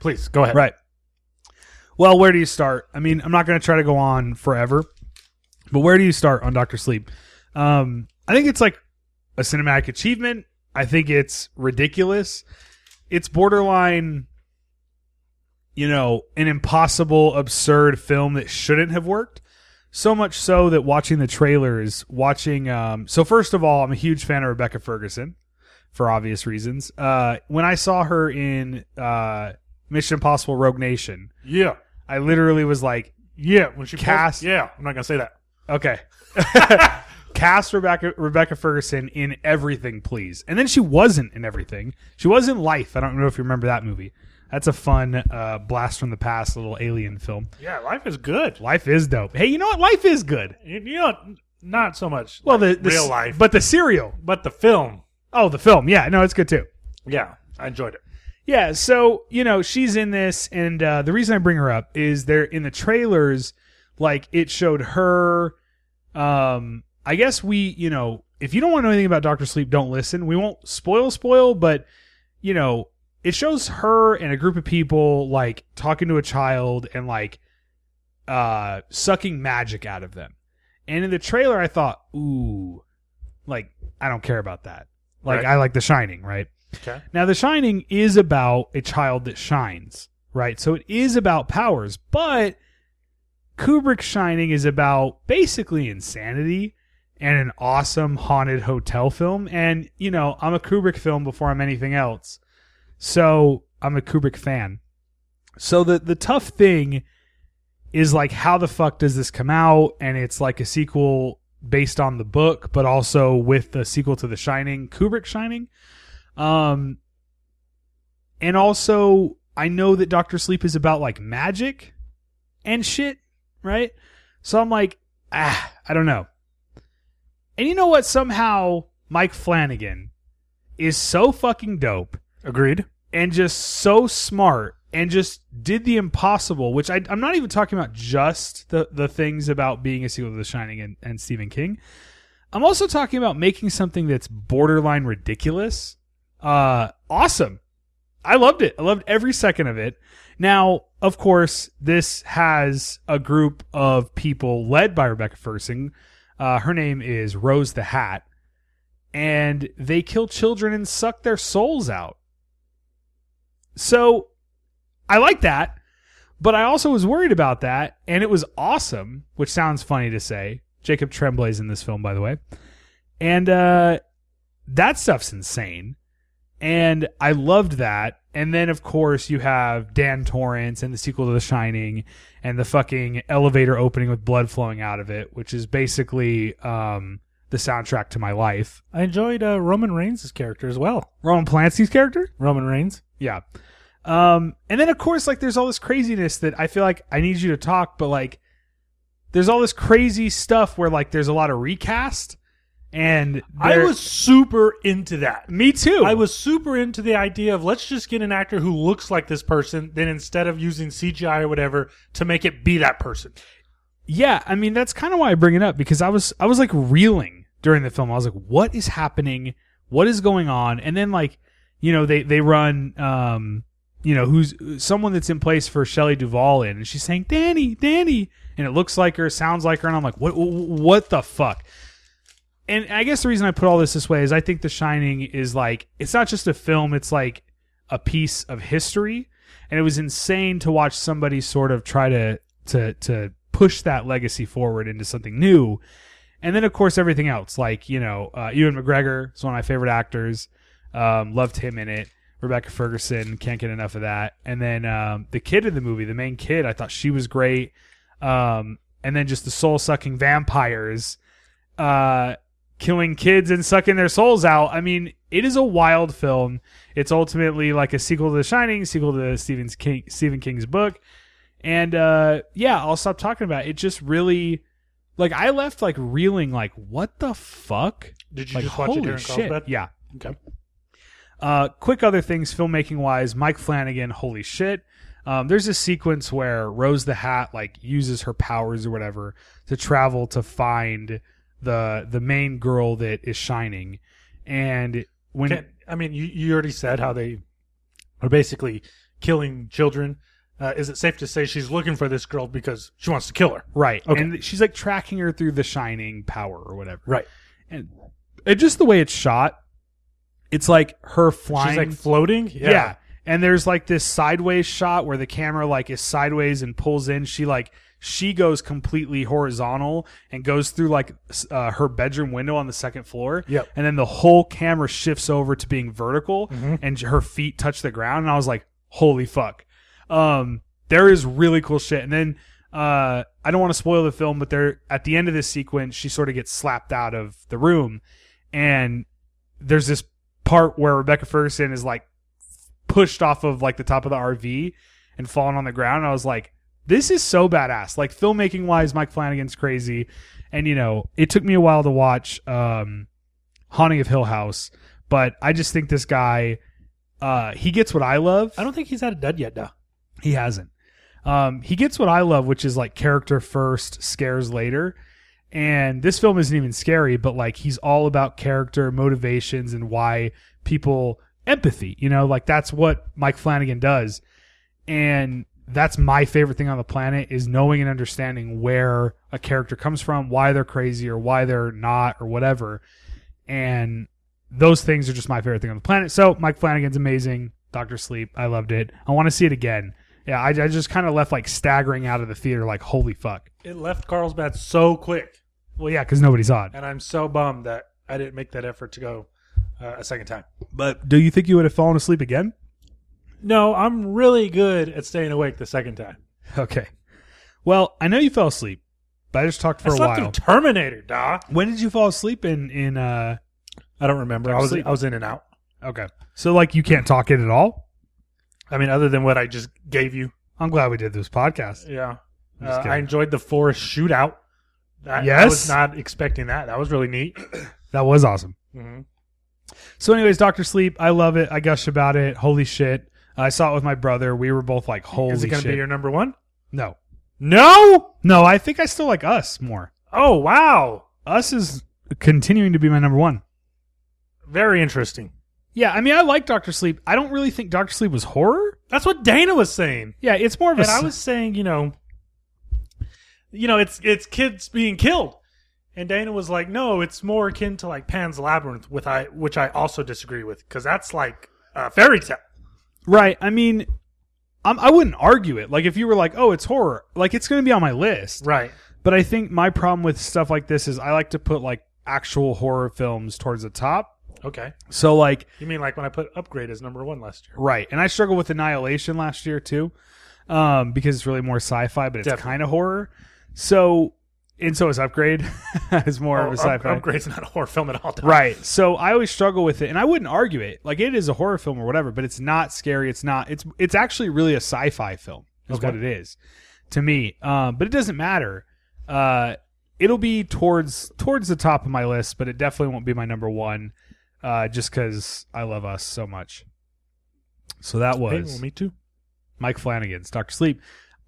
Speaker 2: Please go ahead.
Speaker 1: right? Well, where do you start? I mean, I'm not going to try to go on forever, but where do you start on Doctor Sleep? Um, I think it's like a cinematic achievement. I think it's ridiculous. It's borderline, you know, an impossible, absurd film that shouldn't have worked. So much so that watching the trailers, watching. Um, so first of all, I'm a huge fan of Rebecca Ferguson, for obvious reasons. Uh, when I saw her in uh, Mission Impossible: Rogue Nation,
Speaker 2: Yeah.
Speaker 1: I literally was like,
Speaker 2: Yeah. When she
Speaker 1: Cast-
Speaker 2: Pulls, yeah. I'm not gonna say that.
Speaker 1: Okay. Cast Rebecca Rebecca Ferguson in everything, please. And then she wasn't in everything. She was in Life. I don't know if you remember that movie. That's a fun uh, blast from the past little alien film.
Speaker 2: Yeah. Life is good.
Speaker 1: Life is dope. Hey, you know what? Life is good.
Speaker 2: You you know, not so much.
Speaker 1: Well, the,
Speaker 2: like,
Speaker 1: the
Speaker 2: real
Speaker 1: s-
Speaker 2: life, but
Speaker 1: but the serial.
Speaker 2: but the film.
Speaker 1: Oh, the film. Yeah, no, it's good too.
Speaker 2: Yeah, I enjoyed it.
Speaker 1: Yeah, so you know she's in this, and uh, the reason I bring her up is there in the trailers, like it showed her. Um, I guess we, you know, if you don't want to know anything about Doctor Sleep, don't listen. We won't spoil, spoil, but you know, it shows her and a group of people like talking to a child and like uh sucking magic out of them. And in the trailer, I thought, ooh, like I don't care about that. Like
Speaker 2: Right.
Speaker 1: I like The Shining, right?
Speaker 2: Okay.
Speaker 1: Now, The Shining is about a child that shines, right? So it is about powers, but Kubrick's Shining is about basically insanity and an awesome haunted hotel film. And, you know, I'm a Kubrick film before I'm anything else. So I'm a Kubrick fan. So the, the tough thing is like, how the fuck does this come out? And it's like a sequel based on the book, but also with the sequel to The Shining, Kubrick Shining. Um, and also, I know that Doctor Sleep is about like magic and shit, right? So I'm like, ah, I don't know. And you know what? Somehow Mike Flanagan is so fucking dope
Speaker 2: Agreed.
Speaker 1: and just so smart and just did the impossible, which I, I'm not even talking about just the, the things about being a sequel to The Shining and, and Stephen King. I'm also talking about making something that's borderline ridiculous. Uh, awesome. I loved it. I loved every second of it. Now, of course, this has a group of people led by Rebecca Ferguson. Uh, her name is Rose the Hat. And they kill children and suck their souls out. So I like that. But I also was worried about that, and it was awesome, which sounds funny to say. Jacob Tremblay's in this film, by the way. And uh, that stuff's insane. And I loved that. And then, of course, you have Dan Torrance and the sequel to The Shining and the fucking elevator opening with blood flowing out of it, which is basically um, the soundtrack to my life.
Speaker 2: I enjoyed uh, Roman Reigns' character as well.
Speaker 1: Roman Polanski's character?
Speaker 2: Roman Reigns.
Speaker 1: Yeah. Um, and then of course, like there's all this craziness that I feel like I need you to talk, but like there's all this crazy stuff where like there's a lot of recast and
Speaker 2: I
Speaker 1: there-
Speaker 2: was super into that.
Speaker 1: me too.
Speaker 2: I was super into the idea of let's just get an actor who looks like this person, then instead of using CGI or whatever to make it be that person.
Speaker 1: yeah. I mean, that's kind of why I bring it up because I was I was like reeling during the film. I was like, what is happening? What is going on? And then like you know they they run um you know who's someone that's in place for Shelley Duvall in, and she's saying Danny, Danny, and it looks like her, sounds like her, and I'm like, what what the fuck? and I guess the reason I put all this this way is I think The Shining is like it's not just a film; it's like a piece of history, and it was insane to watch somebody sort of try to to to push that legacy forward into something new, and then of course everything else, like you know, uh, Ewan McGregor is one of my favorite actors, um, loved him in it. Rebecca Ferguson can't get enough of that, and then um, the kid in the movie, the main kid, I thought she was great, um, and then just the soul sucking vampires. Uh, killing kids and sucking their souls out. I mean, it is a wild film. It's ultimately like a sequel to The Shining, sequel to Stephen King, Stephen King's book. And uh, yeah, I'll stop talking about it. It just really, like, I left like reeling, like, what the fuck?
Speaker 2: Did you
Speaker 1: Like,
Speaker 2: just watch it
Speaker 1: holy
Speaker 2: during
Speaker 1: shit!
Speaker 2: Carlsbad?
Speaker 1: Yeah.
Speaker 2: Okay.
Speaker 1: Uh, quick other things filmmaking wise, Mike Flanagan, holy shit. Um, there's a sequence where Rose the Hat like uses her powers or whatever to travel to find the the main girl that is shining, and when
Speaker 2: Can't- I mean, you, you already said how they are basically killing children. Uh, is it safe to say she's looking for this girl because she wants to kill her?
Speaker 1: right,
Speaker 2: Okay.
Speaker 1: and she's like tracking her through the shining power or whatever,
Speaker 2: Right.
Speaker 1: and, and just the way it's shot, it's like her flying,
Speaker 2: She's like floating.
Speaker 1: Yeah. And there's like this sideways shot where the camera like is sideways and pulls in. She like she goes completely horizontal and goes through like s- uh, her bedroom window on the second floor.
Speaker 2: Yep.
Speaker 1: And then the whole camera shifts over to being vertical and her feet touch the ground and I was like, "Holy fuck." Um there is really cool shit. And then uh I don't want to spoil the film, but there at the end of this sequence she sort of gets slapped out of the room and there's this part where Rebecca Ferguson is like pushed off of like the top of the RV and falling on the ground. And I was like, this is so badass. Like filmmaking wise, Mike Flanagan's crazy. And you know, it took me a while to watch um Haunting of Hill House, but I just think this guy uh he gets what I love.
Speaker 2: I don't think he's had it done yet, though.
Speaker 1: He hasn't. Um, he gets what I love, which is like character first, scares later. And this film isn't even scary, but like he's all about character, motivations, and why people empathy. You know, like that's what Mike Flanagan does. And that's my favorite thing on the planet is knowing and understanding where a character comes from, why they're crazy or why they're not or whatever. And those things are just my favorite thing on the planet. So Mike Flanagan's amazing. Doctor Sleep, I loved it. I want to see it again. Yeah, I, I just kind of left like staggering out of the theater, like holy fuck.
Speaker 2: It left Carlsbad so quick.
Speaker 1: Well, yeah, because nobody saw it.
Speaker 2: And I'm so bummed that I didn't make that effort to go uh, a second time.
Speaker 1: But do you think you would have fallen asleep again?
Speaker 2: No, I'm really good at staying awake the second time.
Speaker 1: Okay. Well, I know you fell asleep, but I just talked for
Speaker 2: I
Speaker 1: a
Speaker 2: slept
Speaker 1: while.
Speaker 2: through Terminator, da.
Speaker 1: when did you fall asleep in in uh?
Speaker 2: I don't remember. I was I was in and out.
Speaker 1: Okay, so like you can't talk it at all.
Speaker 2: I mean, other than what I just gave you.
Speaker 1: I'm glad we did this podcast.
Speaker 2: Yeah,
Speaker 1: I'm just
Speaker 2: Uh,
Speaker 1: kidding.
Speaker 2: I enjoyed the forest shootout. I, I
Speaker 1: Yes.
Speaker 2: was not expecting that. That was really neat.
Speaker 1: That was awesome.
Speaker 2: Mhm.
Speaker 1: So, anyways, Doctor Sleep, I love it. I gush about it. Holy shit! I saw it with my brother. We were both like, "Holy
Speaker 2: Is it going
Speaker 1: shit!"
Speaker 2: to be your number one?
Speaker 1: no,
Speaker 2: No.
Speaker 1: no. I think I still like Us more.
Speaker 2: Oh wow,
Speaker 1: Us is continuing to be my number one.
Speaker 2: very interesting.
Speaker 1: Yeah, I mean, I like Doctor Sleep. I don't really think Doctor Sleep was horror.
Speaker 2: That's what Dana was saying,
Speaker 1: Yeah, it's more of a.
Speaker 2: and I
Speaker 1: s-
Speaker 2: was saying, you know, you know, it's it's kids being killed, and Dana was like, no, it's more akin to like Pan's Labyrinth, with I which I also disagree with because that's like a fairy tale.
Speaker 1: right. I mean, I'm, I wouldn't argue it. Like if you were like, oh, it's horror, like it's going to be on my list.
Speaker 2: Right.
Speaker 1: But I think my problem with stuff like this is I like to put like actual horror films towards the top.
Speaker 2: Okay.
Speaker 1: So like
Speaker 2: You mean like when I put Upgrade as number one last year?
Speaker 1: right, and I struggled with Annihilation last year too, um, because it's really more sci-fi, but it's
Speaker 2: Definitely.
Speaker 1: kind of horror. So and so is Upgrade is more of a
Speaker 2: Oh, Up-
Speaker 1: sci-fi.
Speaker 2: Upgrade's not a horror film at all. Tom.
Speaker 1: Right. So I always struggle with it, and I wouldn't argue it. Like it is a horror film or whatever, but it's not scary. It's not. It's it's actually really a sci-fi film. Is
Speaker 2: Okay.
Speaker 1: what it is to me. Um, but it doesn't matter. Uh, it'll be towards towards the top of my list, but it definitely won't be my number one. Uh, just because I love us so much. So that
Speaker 2: Hey,
Speaker 1: was
Speaker 2: well, me too.
Speaker 1: Mike Flanagan's Doctor Sleep.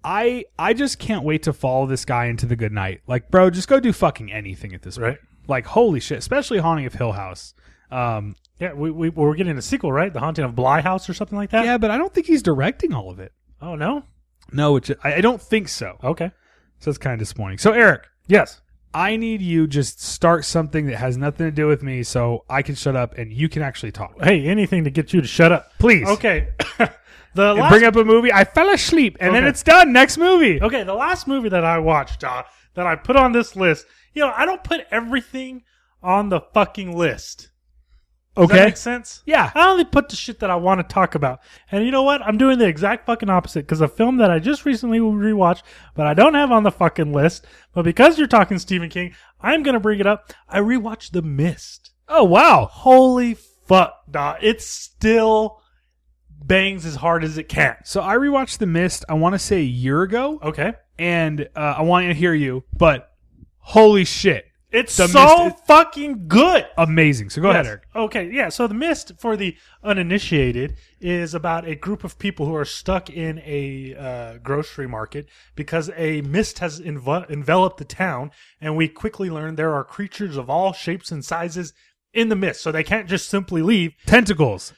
Speaker 1: I I just can't wait to follow this guy into the good night. Like, bro, just go do fucking anything at this point.
Speaker 2: Right.
Speaker 1: Like, holy shit, especially Haunting of Hill House. Um,
Speaker 2: Yeah, we, we we're getting a sequel, right? The Haunting of Bly House or something like that.
Speaker 1: yeah, but I don't think he's directing all of it.
Speaker 2: Oh no.
Speaker 1: No, which I, I don't think so. Oh,
Speaker 2: Okay.
Speaker 1: So that's kind of disappointing. So Eric,
Speaker 2: Yes.
Speaker 1: I need you just start something that has nothing to do with me, so I can shut up and you can actually talk.
Speaker 2: Hey, anything to get you to shut up,
Speaker 1: Please.
Speaker 2: Okay. the
Speaker 1: And
Speaker 2: last
Speaker 1: bring up a movie. I fell asleep, and then
Speaker 2: Okay.
Speaker 1: it's done. Next movie.
Speaker 2: Okay, the last movie that I watched uh, that I put on this list, you know, I don't put everything on the fucking list. Does that make sense?
Speaker 1: Yeah.
Speaker 2: I only put the shit that I want to talk about. And you know what? I'm doing the exact fucking opposite because a film that I just recently rewatched, but I don't have on the fucking list, but because you're talking Stephen King, I'm going to bring it up. I rewatched The Mist.
Speaker 1: Oh wow.
Speaker 2: Holy fuck, dog. It still bangs as hard as it can.
Speaker 1: So I rewatched The Mist. I want to say a year ago.
Speaker 2: Okay.
Speaker 1: and uh, I want to hear you, but holy shit,
Speaker 2: It's
Speaker 1: The
Speaker 2: so
Speaker 1: Mist
Speaker 2: fucking good.
Speaker 1: amazing. So go ahead,
Speaker 2: Yes.
Speaker 1: Eric.
Speaker 2: Okay, yeah. So the mist for the uninitiated is about a group of people who are stuck in a uh, grocery market because a mist has env- enveloped the town, and we quickly learn there are creatures of all shapes and sizes in the mist, so they can't just simply leave.
Speaker 1: Tentacles.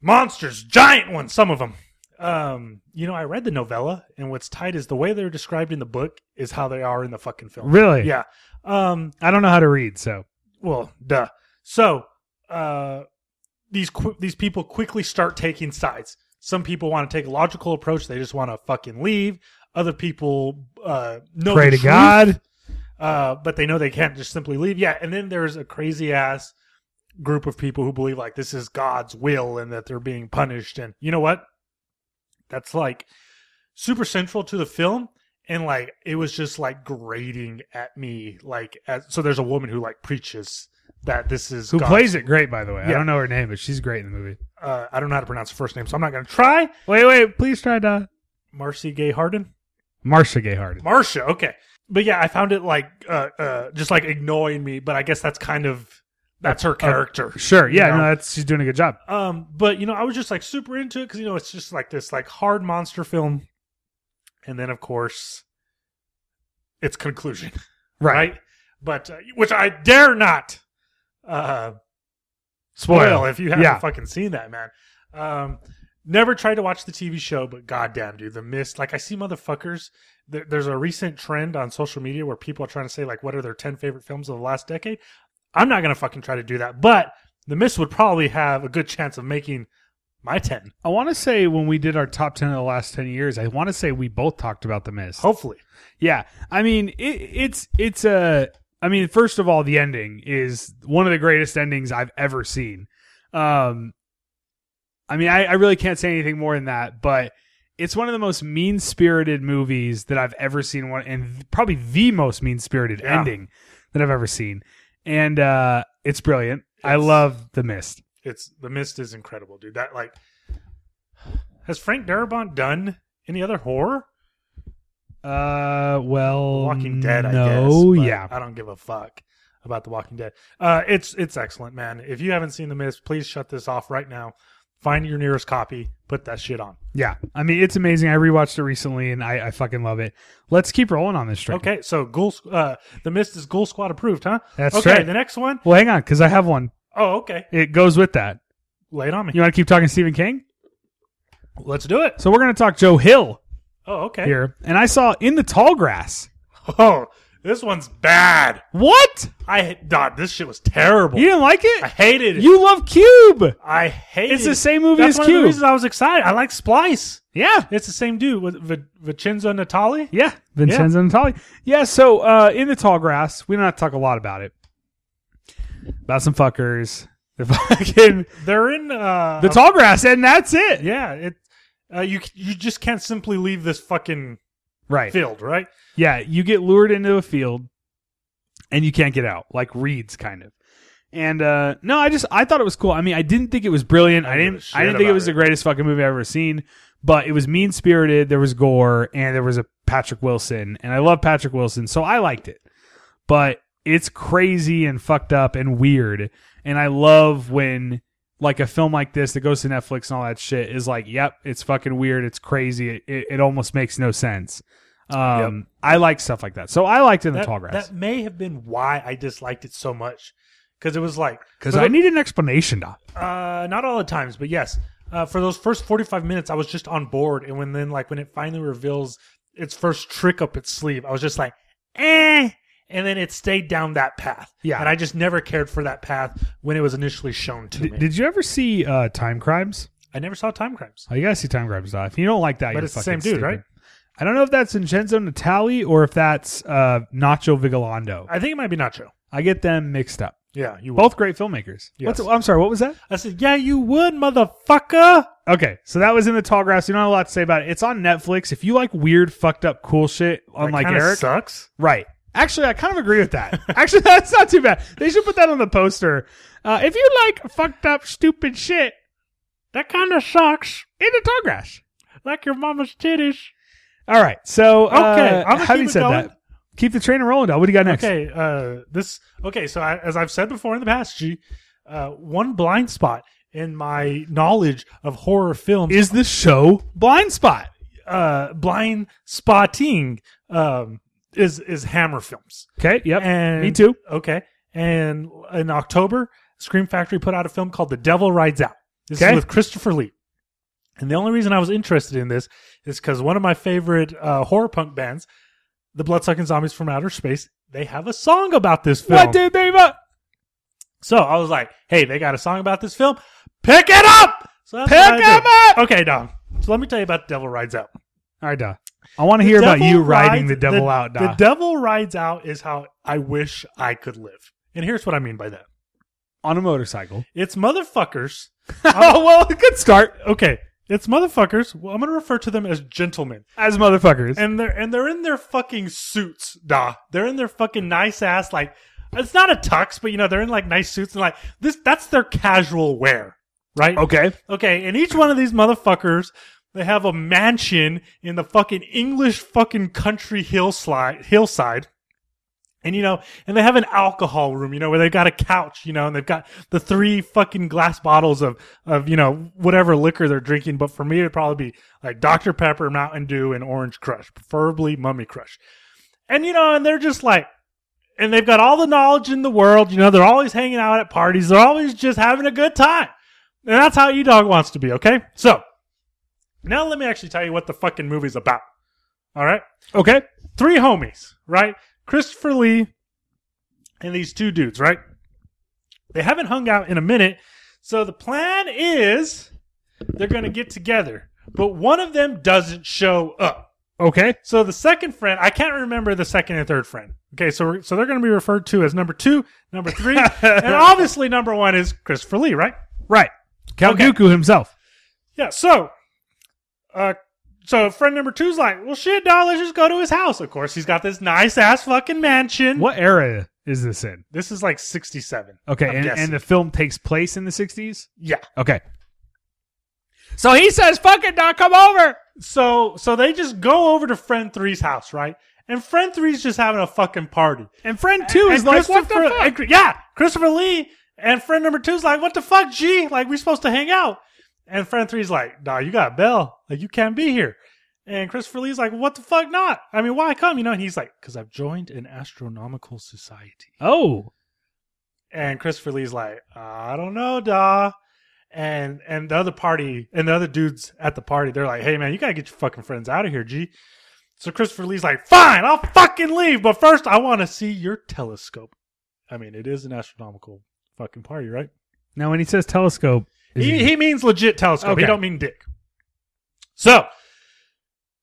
Speaker 2: Monsters, giant ones, some of them. Um, you know, I read the novella, and what's tight is the way they're described in the book is how they are in the fucking film.
Speaker 1: Really?
Speaker 2: Yeah. Um,
Speaker 1: I don't know how to read, so
Speaker 2: well, duh. So, uh, these qu- these people quickly start taking sides. Some people want to take a logical approach; they just want to fucking leave. Other people uh, know
Speaker 1: pray to
Speaker 2: the truth,
Speaker 1: God.
Speaker 2: uh, but they know they can't just simply leave. Yeah, and then there's a crazy ass group of people who believe like this is God's will and that they're being punished. And you know what? That's like super central to the film. And like it was just like grating at me. Like as, so, there's a woman who like preaches that this is
Speaker 1: Who
Speaker 2: God's-
Speaker 1: plays it great, by the way? I
Speaker 2: Yeah.
Speaker 1: don't know her name, but she's great in the movie.
Speaker 2: Uh, I don't know how to pronounce her first name, so I'm not going to try.
Speaker 1: Wait, wait, please try to
Speaker 2: Marcy Gay Harden.
Speaker 1: Marsha Gay Harden.
Speaker 2: Marcia, okay. But yeah, I found it like uh, uh, just like annoying me. But I guess that's kind of that's her character.
Speaker 1: Uh, Sure, yeah,
Speaker 2: You know?
Speaker 1: no, that's she's doing a good job.
Speaker 2: um, but you know, I was just like super into it because you know it's just like this like hard monster film, and then of course, its conclusion, right? But uh, which I dare not uh, spoil if you haven't
Speaker 1: Yeah.
Speaker 2: fucking seen that, man. Um, never tried to watch the TV show, but goddamn, dude, the mist. Like I see motherfuckers. There, there's a recent trend on social media where people are trying to say like, what are their ten favorite films of the last decade? I'm not gonna fucking try to do that, but the mist would probably have a good chance of making my ten.
Speaker 1: I want to say when we did our top ten of the last ten years, I want to say we both talked about the mist.
Speaker 2: Hopefully,
Speaker 1: Yeah, I mean it, it's it's a. I mean, first of all, the ending is one of the greatest endings I've ever seen. Um, I mean, I, I really can't say anything more than that, but it's one of the most mean spirited movies that I've ever seen. One and probably the most mean spirited
Speaker 2: Yeah.
Speaker 1: ending that I've ever seen, and uh, it's brilliant. I
Speaker 2: It's-
Speaker 1: love The Mist.
Speaker 2: it's the mist is incredible, dude. That like, has Frank Darabont done any other horror?
Speaker 1: Uh, well,
Speaker 2: Walking Dead. I
Speaker 1: No,
Speaker 2: guess, but
Speaker 1: yeah,
Speaker 2: I don't give a fuck about The Walking Dead. Uh, it's it's excellent, man. If you haven't seen The Mist, please shut this off right now. Find your nearest copy. Put that shit on.
Speaker 1: yeah. I mean, it's amazing. I rewatched it recently, and I, I fucking love it. Let's keep rolling on this train.
Speaker 2: Okay, so Ghoul, Squ- uh, The Mist is Ghoul Squad approved, huh?
Speaker 1: That's
Speaker 2: okay,
Speaker 1: right.
Speaker 2: the next one.
Speaker 1: Well, hang on, because I have one.
Speaker 2: Oh, okay.
Speaker 1: It goes with that.
Speaker 2: Lay it on me.
Speaker 1: You want to keep talking Stephen King?
Speaker 2: Let's do it.
Speaker 1: So we're going to talk Joe Hill
Speaker 2: Oh, okay.
Speaker 1: here, and I saw In the Tall Grass.
Speaker 2: Oh, This one's bad.
Speaker 1: What?
Speaker 2: I God, this shit was terrible.
Speaker 1: You didn't like
Speaker 2: I
Speaker 1: it?
Speaker 2: hated it.
Speaker 1: You love Cube.
Speaker 2: I hated.
Speaker 1: It's the same movie
Speaker 2: That's
Speaker 1: as
Speaker 2: one of
Speaker 1: Cube.
Speaker 2: the reasons I was excited. I like Splice.
Speaker 1: Yeah.
Speaker 2: It's the same dude with v- Vincenzo Natali.
Speaker 1: Yeah. Vincenzo Natali. Yeah. So uh, in the tall grass, we don't have to talk a lot about it. About some fuckers. The fucking
Speaker 2: They're in uh,
Speaker 1: the tall grass, and that's it.
Speaker 2: Uh-huh. Yeah, it. Uh, you you just can't simply leave this fucking
Speaker 1: Right.
Speaker 2: field, right?
Speaker 1: Yeah, you get lured into a field and you can't get out, like reeds kind of. And uh no, I just I thought it was cool. I mean, I didn't think it was brilliant. I,
Speaker 2: I didn't give
Speaker 1: didn't
Speaker 2: a
Speaker 1: I didn't
Speaker 2: shit
Speaker 1: think it
Speaker 2: about
Speaker 1: was the
Speaker 2: it.
Speaker 1: greatest fucking movie I've ever seen, but it was mean spirited, there was gore, and there was a Patrick Wilson, and I love Patrick Wilson, so I liked it. But it's crazy and fucked up and weird. And I love when like a film like this that goes to Netflix and all that shit is like, yep, it's fucking weird, it's crazy, it, it, it almost makes no sense. Um, I like stuff like that. So I liked it in the
Speaker 2: That,
Speaker 1: tall grass
Speaker 2: that may have been why I disliked it so much, because it was like
Speaker 1: because
Speaker 2: for
Speaker 1: I
Speaker 2: the-
Speaker 1: need an explanation. Doc.
Speaker 2: uh, not all the times, but yes, uh, for those first forty five minutes, I was just on board, and when then like when it finally reveals its first trick up its sleeve, I was just like, eh. And then it stayed down that path.
Speaker 1: Yeah.
Speaker 2: And I just never cared for that path when it was initially shown to
Speaker 1: D-
Speaker 2: me.
Speaker 1: did you ever see uh, Time Crimes?
Speaker 2: I never saw Time Crimes.
Speaker 1: Oh, you gotta see Time Crimes, Doc. If you don't like that,
Speaker 2: But
Speaker 1: you're
Speaker 2: it's the
Speaker 1: fucking
Speaker 2: same dude,
Speaker 1: stupid.
Speaker 2: right?
Speaker 1: I don't know if that's Vincenzo Natali or if that's uh, Nacho Vigalondo.
Speaker 2: I think it might be Nacho.
Speaker 1: I get them mixed up.
Speaker 2: Yeah, you will.
Speaker 1: Both great filmmakers.
Speaker 2: Yes.
Speaker 1: What's, I'm sorry, what was that?
Speaker 2: I said, yeah, you would, motherfucker.
Speaker 1: Okay, so that was in the tall grass. You don't have a lot to say about it. It's on Netflix. If you like weird, fucked up, cool shit, unlike
Speaker 2: kinda
Speaker 1: Eric,
Speaker 2: sucks.
Speaker 1: Right. Actually, I kind of agree with that. Actually, that's not too bad. They should put that on the poster. Uh, if you like fucked up, stupid shit
Speaker 2: That kind of sucks.
Speaker 1: in the tall grass.
Speaker 2: Like your mama's titties.
Speaker 1: All right. So, uh,
Speaker 2: Okay, I'm gonna
Speaker 1: having
Speaker 2: keep it
Speaker 1: said
Speaker 2: going.
Speaker 1: that, keep the train rolling. Dog. What do you got next?
Speaker 2: Okay, uh, this okay. So I, as I've said before in the past, G, uh, one blind spot in my knowledge of horror films,
Speaker 1: Is the show Blind Spot?
Speaker 2: uh, blind spotting, um, is is Hammer films.
Speaker 1: Okay. Yep.
Speaker 2: And
Speaker 1: me too.
Speaker 2: Okay, and in October, Scream Factory put out a film called The Devil Rides Out. This
Speaker 1: Okay.
Speaker 2: is with Christopher Lee. And the only reason I was interested in this is because one of my favorite uh, horror punk bands, the Bloodsucking Zombies from Outer Space, they have a song about this film.
Speaker 1: What did they? bu-
Speaker 2: So I was like, hey, they got a song about this film. Pick it up! So that's
Speaker 1: Pick
Speaker 2: what I did.
Speaker 1: him up.
Speaker 2: Okay, Dom. So let me tell you about Devil Rides Out.
Speaker 1: All right, Doc. I want to hear about
Speaker 2: Devil
Speaker 1: you riding
Speaker 2: Rides-
Speaker 1: the devil out,
Speaker 2: The
Speaker 1: Doc.
Speaker 2: Devil Rides Out is how I wish I could live. And here's what I mean by that
Speaker 1: on a motorcycle.
Speaker 2: it's motherfuckers.
Speaker 1: oh well, good start
Speaker 2: Okay, it's motherfuckers. Well, I'm going to refer to them as gentlemen.
Speaker 1: as motherfuckers.
Speaker 2: And they're and they're in their fucking suits, da. They're in their fucking nice ass like it's not a tux, but you know, they're in like nice suits and like this that's their casual wear, right?
Speaker 1: okay.
Speaker 2: Okay, and each one of these motherfuckers, they have a mansion in the fucking English fucking country hillside, hillside. And you know, and they have an alcohol room, you know, where they've got a couch, you know, and they've got the three fucking glass bottles of, of, you know, whatever liquor they're drinking. But for me, it'd probably be like Dr. Pepper, Mountain Dew, and Orange Crush, preferably Mummy Crush. And you know, and they're just like, and they've got all the knowledge in the world. You know, they're always hanging out at parties. They're always just having a good time. And that's how E Dog wants to be, okay? So, now let me actually tell you what the fucking movie's about. All right?
Speaker 1: Okay.
Speaker 2: Three homies, right? Christopher Lee and these two dudes, right? They haven't hung out in a minute. So, the plan is they're going to get together, but one of them doesn't show up.
Speaker 1: Okay.
Speaker 2: So the second friend, I can't remember the second and third friend. Okay, so we're, so they're going to be referred to as number two, number three, and obviously number one is Christopher Lee, right?
Speaker 1: Right. Count
Speaker 2: Okay.
Speaker 1: Dooku himself.
Speaker 2: Yeah. So, uh, so friend number two's like, well, shit, dog, let's just go to his house. Of course, he's got this nice ass fucking mansion.
Speaker 1: What era is this in?
Speaker 2: This is like sixty-seven.
Speaker 1: Okay,
Speaker 2: I'm
Speaker 1: and,
Speaker 2: guessing.
Speaker 1: and the film takes place in the 60s?
Speaker 2: Yeah.
Speaker 1: Okay. So he says, fuck it, Doc, come over.
Speaker 2: So so they just go over to friend three's house, right? And friend three's just having a fucking party.
Speaker 1: And friend two is
Speaker 2: And
Speaker 1: like, what the
Speaker 2: Christopher-
Speaker 1: fuck?
Speaker 2: and Cr- yeah, Christopher Lee and friend number two's like, what the fuck, G? Like, we supposed to hang out. And friend three's like, nah, you got a bell. Like, you can't be here. And Christopher Lee's like, what the fuck not? I mean, why come? You know, and he's like, because I've joined an astronomical society.
Speaker 1: oh,
Speaker 2: And Christopher Lee's like, I don't know, da. And and the other party and the other dudes at the party, they're like, hey man, you gotta get your fucking friends out of here, G. So Christopher Lee's like, fine, I'll fucking leave, but first I want to see your telescope. I mean, it is an astronomical fucking party, right?
Speaker 1: Now, when he says telescope, is
Speaker 2: He,
Speaker 1: he-
Speaker 2: he means legit telescope. He
Speaker 1: Okay.
Speaker 2: don't mean dick. So,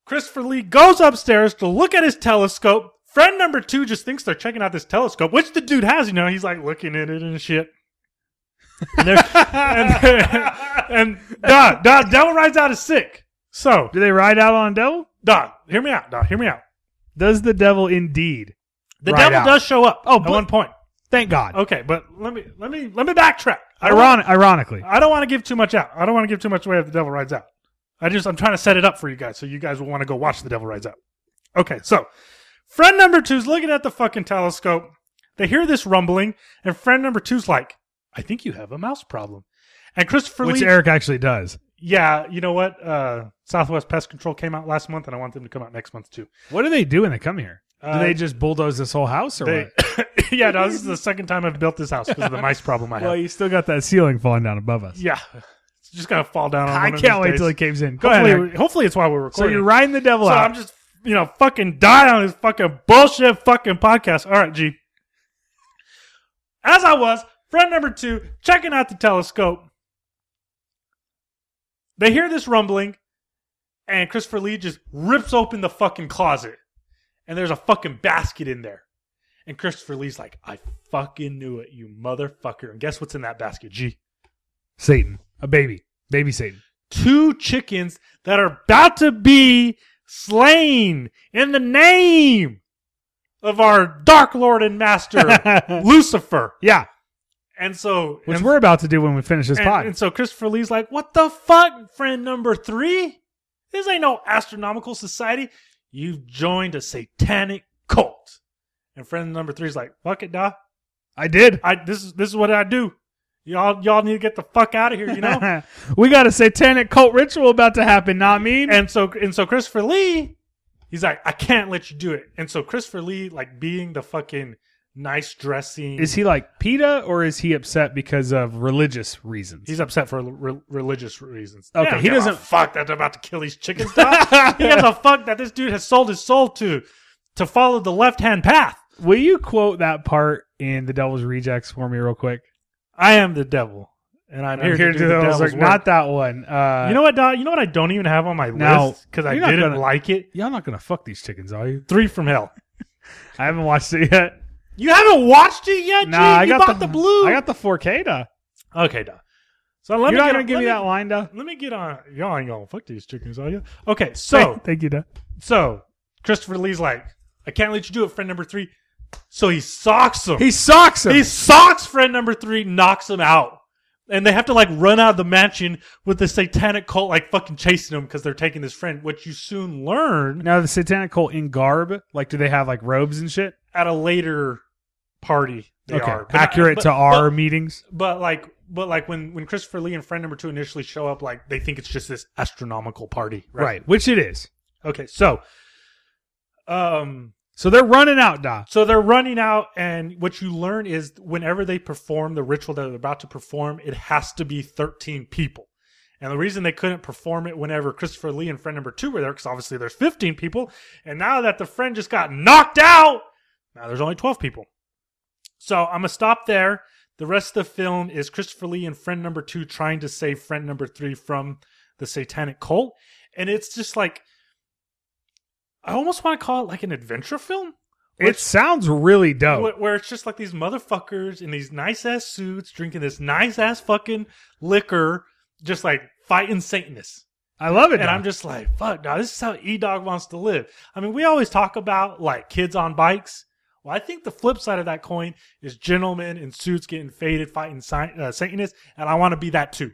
Speaker 2: Christopher Lee goes upstairs to look at his telescope. Friend number two just thinks they're checking out this telescope, which the dude has. You know, he's like looking at it and shit. And they're, and, they're- and Don, Don, Devil Rides Out is sick. So,
Speaker 1: do they ride out on a devil?
Speaker 2: Don, hear me out. Don, hear me out.
Speaker 1: Does the devil indeed?
Speaker 2: The
Speaker 1: Ride
Speaker 2: devil
Speaker 1: out.
Speaker 2: does show up.
Speaker 1: Oh,
Speaker 2: at
Speaker 1: but-
Speaker 2: one point.
Speaker 1: Thank God.
Speaker 2: Okay, but let me let me let me backtrack. I don't
Speaker 1: Ironic, ironically,
Speaker 2: I don't want to give too much out. I don't want to give too much away if The Devil Rides Out. I just I'm trying to set it up for you guys so you guys will want to go watch The Devil Rides Out. Okay, so friend number two's looking at the fucking telescope. They hear this rumbling, and friend number two's like, "I think you have a mouse problem." And Christopher
Speaker 1: which
Speaker 2: Lee,
Speaker 1: Eric actually does.
Speaker 2: yeah, you know what? Uh, Southwest Pest Control came out last month, and I want them to come out next month too.
Speaker 1: What do they do when they come here? Do
Speaker 2: Uh,
Speaker 1: they just bulldoze this whole house or
Speaker 2: They,
Speaker 1: what?
Speaker 2: yeah, no, this is the second time I've built this house because of the mice problem I have.
Speaker 1: Well, you still got that ceiling falling down above us.
Speaker 2: yeah, it's just gonna fall down. On
Speaker 1: I
Speaker 2: one of
Speaker 1: can't
Speaker 2: these
Speaker 1: wait
Speaker 2: days.
Speaker 1: till it caves in. Go
Speaker 2: Hopefully,
Speaker 1: ahead. Eric.
Speaker 2: hopefully it's why we're
Speaker 1: So
Speaker 2: recording.
Speaker 1: you're riding the devil
Speaker 2: So
Speaker 1: out.
Speaker 2: I'm just, you know, fucking dying on this fucking bullshit fucking podcast. All right, G. As I was, friend number two, checking out the telescope. They hear this rumbling, and Christopher Lee just rips open the fucking closet. And there's a fucking basket in there. And Christopher Lee's like, I fucking knew it, you motherfucker. And guess what's in that basket, G?
Speaker 1: Satan, a baby, baby Satan.
Speaker 2: two chickens that are about to be slain in the name of our dark lord and master Lucifer.
Speaker 1: yeah,
Speaker 2: And so
Speaker 1: which
Speaker 2: and,
Speaker 1: we're about to do when we finish this
Speaker 2: and,
Speaker 1: pod.
Speaker 2: and so Christopher Lee's like, "What the fuck, friend number 3? This ain't no astronomical society. You've joined a satanic cult." And friend number 3's like, "Fuck it, da.
Speaker 1: I did.
Speaker 2: I this is this is what I do. Y'all y'all need to get the fuck out of here, you know?"
Speaker 1: we got a satanic cult ritual about to happen. Not me.
Speaker 2: and so and so Christopher Lee, he's like, I can't let you do it. And so Christopher Lee, like being the fucking nice dressing,
Speaker 1: is he like PETA or is he upset because of religious reasons?
Speaker 2: he's upset for re- religious reasons.
Speaker 1: Okay,
Speaker 2: don't
Speaker 1: he
Speaker 2: give a
Speaker 1: doesn't-
Speaker 2: fuck that they're about to kill these chickens. dog. he gives a fuck that this dude has sold his soul to to follow the left hand path.
Speaker 1: Will you quote that part in The Devil's Rejects for me, real quick?
Speaker 2: I am the devil, and I'm,
Speaker 1: I'm,
Speaker 2: here, to do the
Speaker 1: that. I was
Speaker 2: devil's
Speaker 1: like,
Speaker 2: work.
Speaker 1: not that one. Uh,
Speaker 2: you know what, dog? You know what? I don't even have on my
Speaker 1: Now,
Speaker 2: list because I
Speaker 1: you're not
Speaker 2: didn't
Speaker 1: gonna-
Speaker 2: like it.
Speaker 1: y'all not gonna fuck these chickens, are you?
Speaker 2: Three from hell.
Speaker 1: I haven't watched it yet.
Speaker 2: You haven't watched it yet,
Speaker 1: Nah,
Speaker 2: Gene?
Speaker 1: I
Speaker 2: you
Speaker 1: got
Speaker 2: bought the, blue.
Speaker 1: I got the 4K. Da.
Speaker 2: Okay, duh. So
Speaker 1: You're
Speaker 2: let me
Speaker 1: not
Speaker 2: get
Speaker 1: gonna
Speaker 2: on-
Speaker 1: give
Speaker 2: let
Speaker 1: me
Speaker 2: me-
Speaker 1: that line, da.
Speaker 2: Let me get on. Y'all ain't gonna fuck these chickens, are you? Okay, so
Speaker 1: thank you, da.
Speaker 2: so Christopher Lee's like, I can't let you do it, friend number three. So he socks him.
Speaker 1: He socks him.
Speaker 2: he socks friend number three, knocks him out, and they have to like run out of the mansion with the satanic cult like fucking chasing them because they're taking this friend. Which you soon learn
Speaker 1: now the satanic cult in garb. Like, do they have like robes and shit?
Speaker 2: at a later party. They are But-
Speaker 1: accurate
Speaker 2: but-
Speaker 1: to our
Speaker 2: but-
Speaker 1: meetings.
Speaker 2: but like but like when when christopher lee and friend number two initially show up like they think it's just this astronomical party
Speaker 1: Right.
Speaker 2: right,
Speaker 1: which it is.
Speaker 2: okay so um
Speaker 1: So they're running out, da.
Speaker 2: so they're running out and what you learn is whenever they perform the ritual that they're about to perform it has to be 13 people and the reason they couldn't perform it whenever christopher lee and friend number two were there because obviously there's 15 people and now that the friend just got knocked out now there's only 12 people so i'm gonna stop there the rest of the film is christopher lee and friend number two trying to save friend number three from the satanic cult and it's just like i almost want to call it like an adventure film
Speaker 1: It sounds really dope.
Speaker 2: where, where it's just like these motherfuckers in these nice ass suits drinking this nice ass fucking liquor, just like fighting Satanists.
Speaker 1: I love it.
Speaker 2: And I'm just like, fuck, now this is how E Dog wants to live. I mean, we always talk about like kids on bikes. Well, I think the flip side of that coin is gentlemen in suits getting faded fighting si- uh, Satanists, and I want to be that too.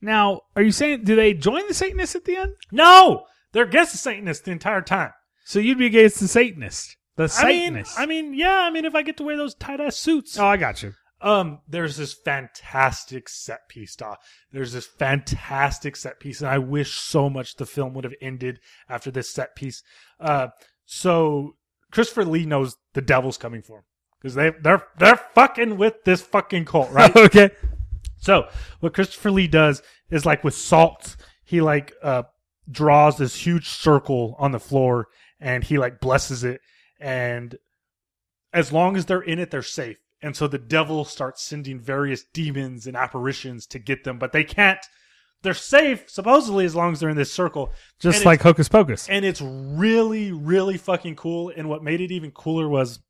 Speaker 1: now, are you saying do they join the Satanists at the end?
Speaker 2: No, they're against the Satanists the entire time.
Speaker 1: So you'd be against the Satanist, the
Speaker 2: I mean,
Speaker 1: Satanist.
Speaker 2: I mean, yeah, I mean, if I get to wear those tight ass suits,
Speaker 1: oh, I got you.
Speaker 2: Um, there's this fantastic set piece, Da. There's this fantastic set piece, and I wish so much the film would have ended after this set piece. Uh, so Christopher Lee knows the devil's coming for him because they they're they're fucking with this fucking cult, right?
Speaker 1: okay.
Speaker 2: so what Christopher Lee does is like with salt, he like uh draws this huge circle on the floor and he like blesses it and as long as they're in it they're safe and so the devil starts sending various demons and apparitions to get them but they can't they're safe supposedly as long as they're in this circle
Speaker 1: Just
Speaker 2: And it's-
Speaker 1: like Hocus Pocus.
Speaker 2: and it's really really fucking cool and what made it even cooler was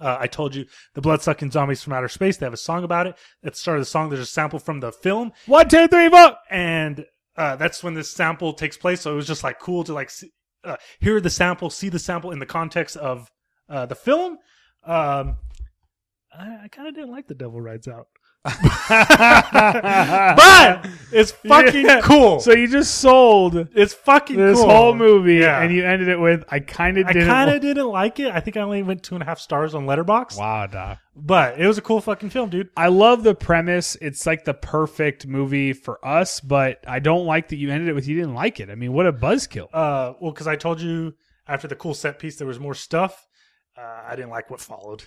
Speaker 2: uh, I told you the bloodsucking zombies from outer space. They have a song about it. At the start of the song, there's a sample from the film,
Speaker 1: One, two, three, four.
Speaker 2: and uh, that's when this sample takes place. So it was just like cool to like see, uh, hear the sample, see the sample in the context of uh, the film. Um, I, I kind of didn't like the Devil Rides Out, but it's fucking
Speaker 1: Yeah.
Speaker 2: cool.
Speaker 1: So you just sold
Speaker 2: it's fucking
Speaker 1: this
Speaker 2: cool.
Speaker 1: whole movie,
Speaker 2: Yeah.
Speaker 1: and you ended it with, "I kind of
Speaker 2: I
Speaker 1: didn't."
Speaker 2: kind
Speaker 1: wa-
Speaker 2: of didn't like it. I think I only went two and a half stars on Letterbox,
Speaker 1: Wow, doc.
Speaker 2: but it was a cool fucking film, dude.
Speaker 1: I love the premise. It's like the perfect movie for us, but I don't like that you ended it with you didn't like it. I mean, what a buzzkill.
Speaker 2: Uh, well, because I told you after the cool set piece there was more stuff. Uh, I didn't like what followed.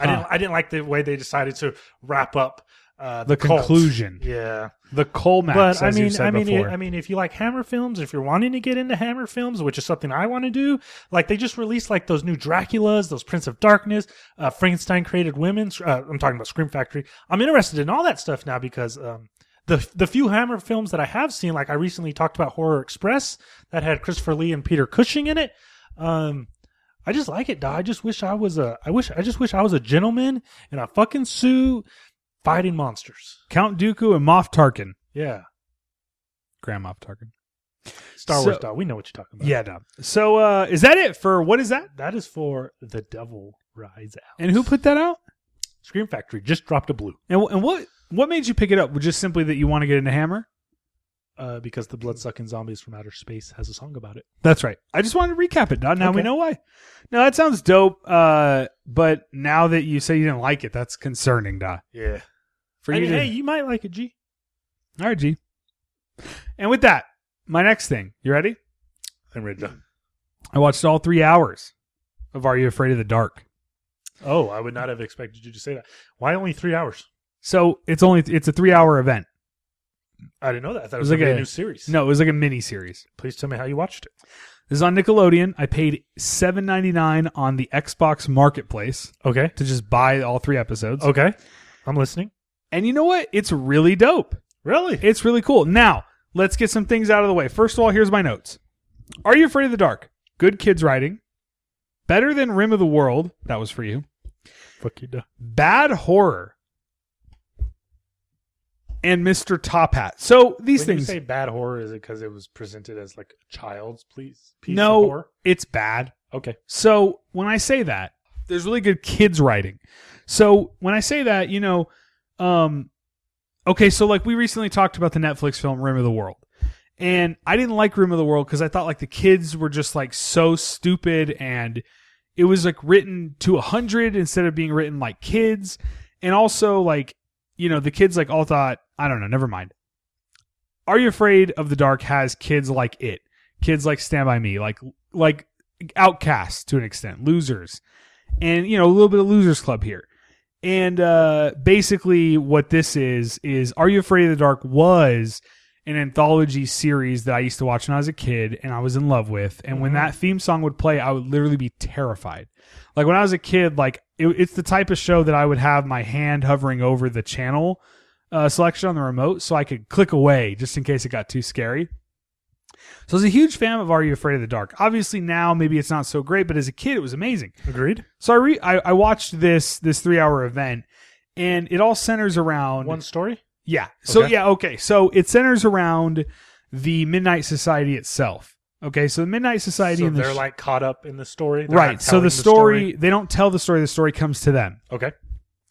Speaker 2: I
Speaker 1: Huh.
Speaker 2: didn't. I didn't like the way they decided to wrap up uh,
Speaker 1: The
Speaker 2: cult.
Speaker 1: conclusion.
Speaker 2: Yeah,
Speaker 1: The Colmax,
Speaker 2: but I
Speaker 1: as you
Speaker 2: mean,
Speaker 1: said
Speaker 2: I mean,
Speaker 1: before.
Speaker 2: I mean, if you like Hammer films, if you're wanting to get into Hammer films, which is something I want to do, like they just released like those new Draculas, those Prince of Darkness, uh, Frankenstein created women. Uh, I'm talking about Scream Factory. I'm interested in all that stuff now because um, the the few Hammer films that I have seen, like I recently talked about Horror Express, that had Christopher Lee and Peter Cushing in it. Um, I just like it, dog. I just wish I was a. I wish I just wish I was a gentleman in a fucking suit fighting monsters.
Speaker 1: Count Dooku and Moff Tarkin.
Speaker 2: Yeah,
Speaker 1: Grand Moff Tarkin.
Speaker 2: Star Wars,
Speaker 1: So-
Speaker 2: dog. We know what you're talking about.
Speaker 1: Yeah, no. So uh, is that it for what is that?
Speaker 2: That is for The Devil Rides Out.
Speaker 1: And who put that out?
Speaker 2: Scream Factory just dropped a blue
Speaker 1: And, wh- and what what made you pick it up? Just simply that you want to get into Hammer?
Speaker 2: uh, because the bloodsucking zombies from outer space has a song about it.
Speaker 1: That's right. I just wanted to recap it. Now, now we
Speaker 2: Okay.
Speaker 1: know why. Now that sounds dope. Uh, but now that you say you didn't like it, that's concerning, Da.
Speaker 2: Yeah.
Speaker 1: For
Speaker 2: I
Speaker 1: you,
Speaker 2: mean,
Speaker 1: to-
Speaker 2: hey, you might like it, G.
Speaker 1: all right, G. And with that, my next thing. You ready?
Speaker 2: I'm ready.
Speaker 1: I watched all three hours of Are You Afraid of the Dark.
Speaker 2: Oh, I would not have expected you to say that. Why only three hours?
Speaker 1: So it's only it's a three hour event.
Speaker 2: I didn't know that. I thought it
Speaker 1: was
Speaker 2: was,
Speaker 1: like
Speaker 2: gonna be a,
Speaker 1: a-
Speaker 2: new series.
Speaker 1: No, it was like a mini series.
Speaker 2: Please tell me how you watched it.
Speaker 1: This is on Nickelodeon. I paid seven ninety nine on the Xbox Marketplace
Speaker 2: Okay.
Speaker 1: to just buy all three episodes.
Speaker 2: Okay. I'm listening.
Speaker 1: And you know what? It's really dope.
Speaker 2: Really?
Speaker 1: It's really cool. Now, let's get some things out of the way. First of all, here's my notes. Are You Afraid of the Dark? Good kids writing. Better than Rim of the World. That was for you.
Speaker 2: Fuck you, duh.
Speaker 1: Bad horror. And Mr. Top Hat. So these
Speaker 2: when
Speaker 1: things.
Speaker 2: you say bad horror, is it because it was presented as like a child's please piece of
Speaker 1: no,
Speaker 2: horror?
Speaker 1: it's bad.
Speaker 2: Okay.
Speaker 1: So when I say that, there's really good kids writing. So when I say that, you know, um, okay, so like we recently talked about the Netflix film Rim of the World. And I didn't like Rim of the World because I thought like the kids were just like so stupid and it was like written to a hundred instead of being written like kids. And also like, you know, the kids like all thought, I don't know, never mind. Are You Afraid of the Dark has kids like it. Kids like Stand By Me, like like outcasts to an extent, losers, and you know a little bit of losers club here. And uh, basically, what this is is Are You Afraid of the Dark was an anthology series that I used to watch when I was a kid and I was in love with. And when
Speaker 2: Mhm.
Speaker 1: that theme song would play, I would literally be terrified. Like when I was a kid, like it, it's the type of show that I would have my hand hovering over the channel uh, selection on the remote so I could click away just in case it got too scary. So I was a huge fan of Are You Afraid of the Dark. Obviously now maybe it's not so great, but as a kid it was amazing.
Speaker 2: Agreed.
Speaker 1: So I re- I, I watched this this three hour event, and it all centers around
Speaker 2: One story?
Speaker 1: yeah. So
Speaker 2: Okay.
Speaker 1: yeah, okay. So it centers around the Midnight Society itself. Okay, so the Midnight Society
Speaker 2: So
Speaker 1: and the
Speaker 2: they're
Speaker 1: sh-
Speaker 2: like caught up in the story. They're
Speaker 1: right.
Speaker 2: not
Speaker 1: So
Speaker 2: telling
Speaker 1: the story, they don't tell the story. The story comes to them.
Speaker 2: Okay.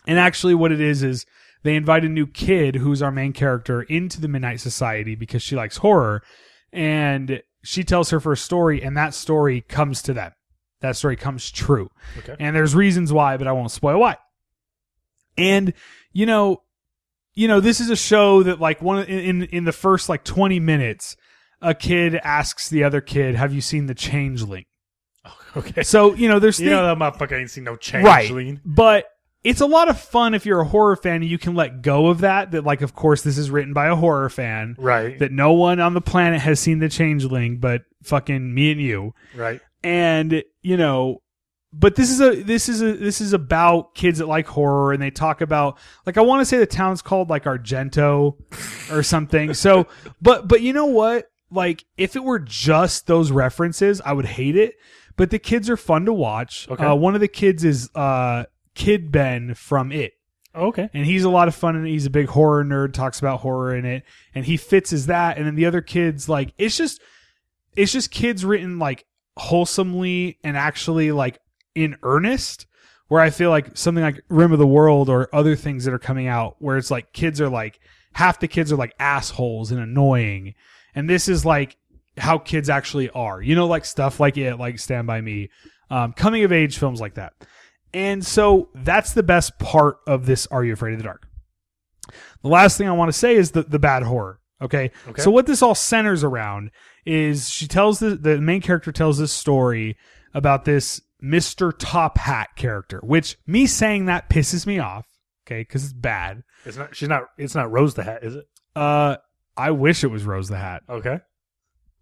Speaker 1: And actually, what it is is they invite a new kid who's our main character into the Midnight Society because she likes horror. And she tells her first story, and that story comes to them. That story comes true.
Speaker 2: Okay.
Speaker 1: And there's reasons why, but I won't spoil why. And, you know, you know, this is a show that like one in in, in the first like 20 minutes, a kid asks the other kid, "Have you seen the changeling?"
Speaker 2: Okay.
Speaker 1: So, you know, there's
Speaker 2: You
Speaker 1: thi-
Speaker 2: know that motherfucker ain't seen no
Speaker 1: right
Speaker 2: changeling.
Speaker 1: but it's a lot of fun if you're a horror fan and you can let go of that that like of course this is written by a horror fan
Speaker 2: Right.
Speaker 1: that no one on the planet has seen the changeling but fucking me and you
Speaker 2: right.
Speaker 1: and you know but this is a this is a this is about kids that like horror and they talk about like I want to say the town's called like Argento or something. So but but you know what? Like if it were just those references, I would hate it. But the kids are fun to watch.
Speaker 2: Okay.
Speaker 1: Uh, one of the kids is uh Kid Ben from It
Speaker 2: Okay.
Speaker 1: and he's a lot of fun and he's a big horror nerd talks about horror in it and he fits as that and then the other kids like it's just it's just kids written like wholesomely and actually like in earnest where i feel like something like rim of the world or other things that are coming out where it's like kids are like half the kids are like assholes and annoying and this is like how kids actually are you know like stuff like it like stand by me um, coming of age films like that and so that's the best part of this Are You Afraid of the Dark? The last thing I want to say is the, the bad horror. Okay?
Speaker 2: Okay.
Speaker 1: So what this all centers around is she tells the, the main character tells this story about this Mr. Top Hat character, which me saying that pisses me off. Okay, because it's bad.
Speaker 2: It's not. She's not. It's not Rose the Hat, is it?
Speaker 1: Uh I wish it was Rose the Hat.
Speaker 2: Okay.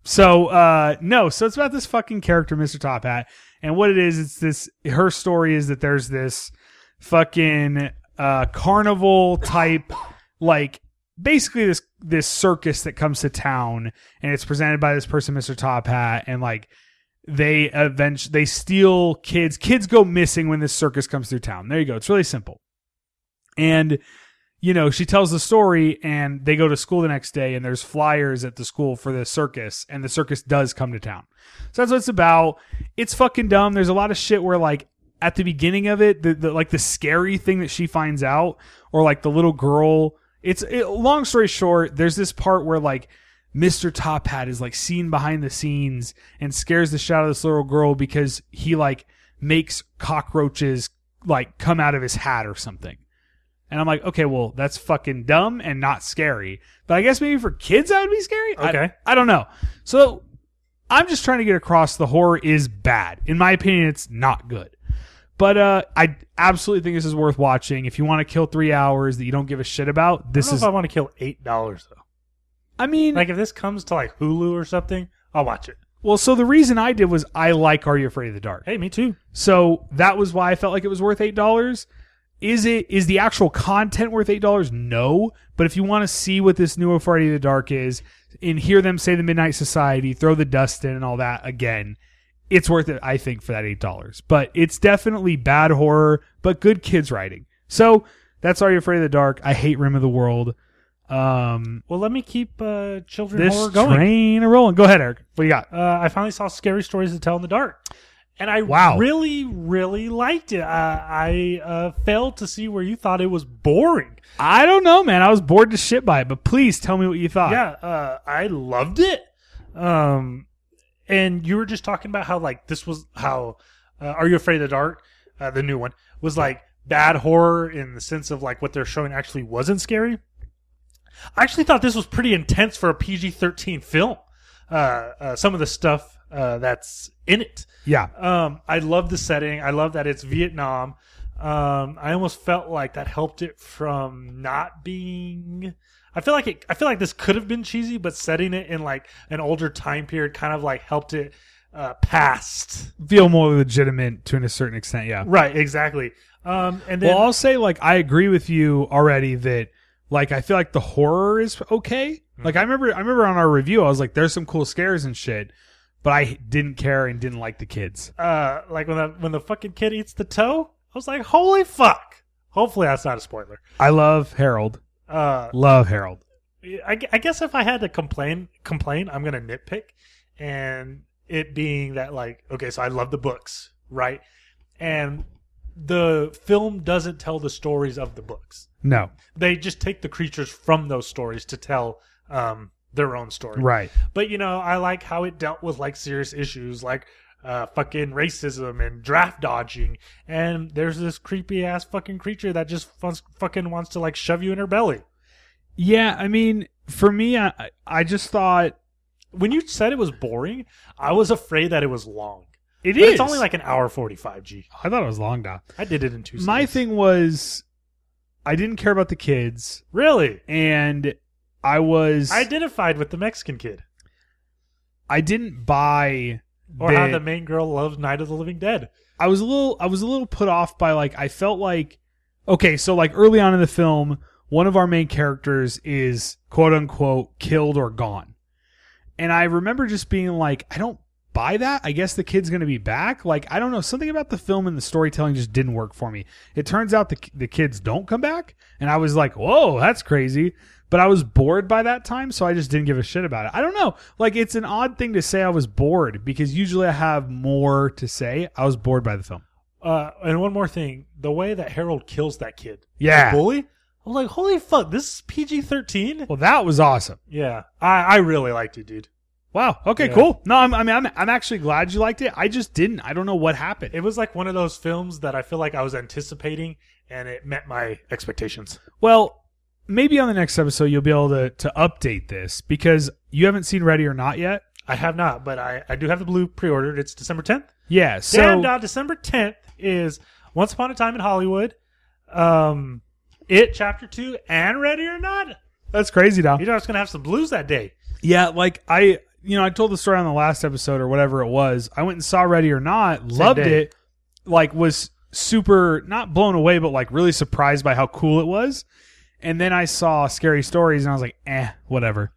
Speaker 1: So uh no, so it's about this fucking character, Mr. Top Hat, and what it is, it's this her story is that there's this fucking uh carnival type like basically this this circus that comes to town and it's presented by this person, Mr. Top Hat, and like they eventually they steal kids. Kids go missing when this circus comes through town. There you go. It's really simple. And you know, she tells the story and they go to school the next day and there's flyers at the school for the circus and the circus does come to town. So that's what it's about. It's fucking dumb. There's a lot of shit where like at the beginning of it, the, the like the scary thing that she finds out or like the little girl, it's it, long story short, there's this part where like Mr. Top Hat is like seen behind the scenes and scares the shit out of this little girl because he like makes cockroaches like come out of his hat or something. And I'm like, okay, well, that's fucking dumb and not scary. But I guess maybe for kids that would be scary. I-
Speaker 2: Okay.
Speaker 1: I, don't know. So I'm just trying to get across the horror is bad. In my opinion, it's not good. But uh, I absolutely think this is worth watching. If you want to kill three hours that you don't give a shit about,
Speaker 2: This
Speaker 1: this
Speaker 2: is.
Speaker 1: is.
Speaker 2: If I want to kill eight dollars though,
Speaker 1: I mean,
Speaker 2: like if this comes to like Hulu or something, I'll watch it.
Speaker 1: well, so the reason I did was I like Are You Afraid of the Dark.
Speaker 2: Hey, me too.
Speaker 1: So that was why I felt like it was worth eight dollars. Is it is the actual content worth eight dollars? No. But if you want to see what this new Friday of the Dark is and hear them say the Midnight Society, throw the dust in and all that again, it's worth it, I think, for that eight dollars. But it's definitely bad horror, but good kids writing. So that's Are You Afraid of the Dark? I hate Rim of the World. Um
Speaker 2: Well, let me keep uh, children
Speaker 1: this
Speaker 2: horror going.
Speaker 1: train a rolling. Go ahead, Eric. What do you got?
Speaker 2: uh, I finally saw Scary Stories to Tell in the Dark. And I
Speaker 1: Wow.
Speaker 2: really, really liked it. I, I uh, failed to see where you thought it was boring.
Speaker 1: I don't know, man. I was bored to shit by it, but please tell me what you thought.
Speaker 2: yeah, uh, I loved it. Um, and you were just talking about how, like, this was how uh, Are You Afraid of the Dark, uh, the new one, was like bad horror in the sense of like what they're showing actually wasn't scary. I actually thought this was pretty intense for a PG 13 film. Uh, uh, some of the stuff uh, that's in it.
Speaker 1: Yeah.
Speaker 2: Um, I love the setting. I love that it's Vietnam. Um, I almost felt like that helped it from not being. I feel like it. I feel like this could have been cheesy, but setting it in like an older time period kind of like helped it uh, past.
Speaker 1: feel more legitimate to a certain extent. Yeah.
Speaker 2: Right. Exactly. Um, and then
Speaker 1: Well, I'll say like I agree with you already that like I feel like the horror is okay. Like I remember, I remember on our review, I was like, "There's some cool scares and shit," but I didn't care and didn't like the kids.
Speaker 2: uh, like when the when the fucking kid eats the toe, I was like, holy fuck. Hopefully that's not a spoiler.
Speaker 1: I love Harold.
Speaker 2: Uh,
Speaker 1: Love Harold.
Speaker 2: I, gu- I guess if I had to complain, complain, I'm gonna nitpick, and it being that like, okay, so I love the books, right? And the film doesn't tell the stories of the books.
Speaker 1: No,
Speaker 2: They just take the creatures from those stories to tell um, their own story.
Speaker 1: right?
Speaker 2: But you know, I like how it dealt with like serious issues like uh, fucking racism and draft dodging. And there's this creepy ass fucking creature that just fun- fucking wants to like shove you in her belly.
Speaker 1: Yeah, I mean, for me, I I- I just thought
Speaker 2: when you said it was boring, I was afraid that it was long.
Speaker 1: it
Speaker 2: But
Speaker 1: is.
Speaker 2: It's only like an hour forty-five. G.
Speaker 1: I thought it was long. Doc.
Speaker 2: I did it in two.
Speaker 1: My
Speaker 2: sittings.
Speaker 1: thing was, I didn't care about the kids,
Speaker 2: really,
Speaker 1: and I was
Speaker 2: I identified with the Mexican kid.
Speaker 1: I didn't buy
Speaker 2: or how
Speaker 1: that-
Speaker 2: the main girl loves Night of the Living Dead.
Speaker 1: I was a little I was a little put off by like I felt like okay, so like early on in the film, one of our main characters is quote unquote killed or gone. And I remember just being like, I don't buy that. I guess the kid's going to be back. Like I don't know, something about the film and the storytelling just didn't work for me. It turns out the the kids don't come back, and I was like, "Whoa, that's crazy." But I was bored by that time, so I just didn't give a shit about it. I don't know. Like it's an odd thing to say I was bored because usually I have more to say. I was bored by the film.
Speaker 2: Uh, and one more thing, the way that Harold kills that kid, the
Speaker 1: Yeah.
Speaker 2: bully. I was like, holy fuck, this is PG thirteen.
Speaker 1: Well, that was awesome.
Speaker 2: Yeah, I, I really liked it, dude.
Speaker 1: Wow. Okay,
Speaker 2: Yeah.
Speaker 1: cool. No, I'm, I mean, I'm, I'm actually glad you liked it. I just didn't. I don't know what happened.
Speaker 2: It was like one of those films that I feel like I was anticipating, and it met my expectations.
Speaker 1: Well, maybe on the next episode you'll be able to to update this because you haven't seen Ready or Not yet.
Speaker 2: I have not, but I, I do have the blue pre-ordered. It's December tenth.
Speaker 1: Yeah. So
Speaker 2: and uh, December 10th is Once Upon a Time in Hollywood, um, It Chapter 2, and Ready or Not.
Speaker 1: that's crazy, now.
Speaker 2: You know, it's going to have some blues that day.
Speaker 1: Yeah, like I, you know, I told the story on the last episode or whatever it was. I went and saw Ready or Not, loved
Speaker 2: day.
Speaker 1: it, like was super not blown away, but like really surprised by how cool it was. And then I saw Scary Stories, and I was like, eh, whatever.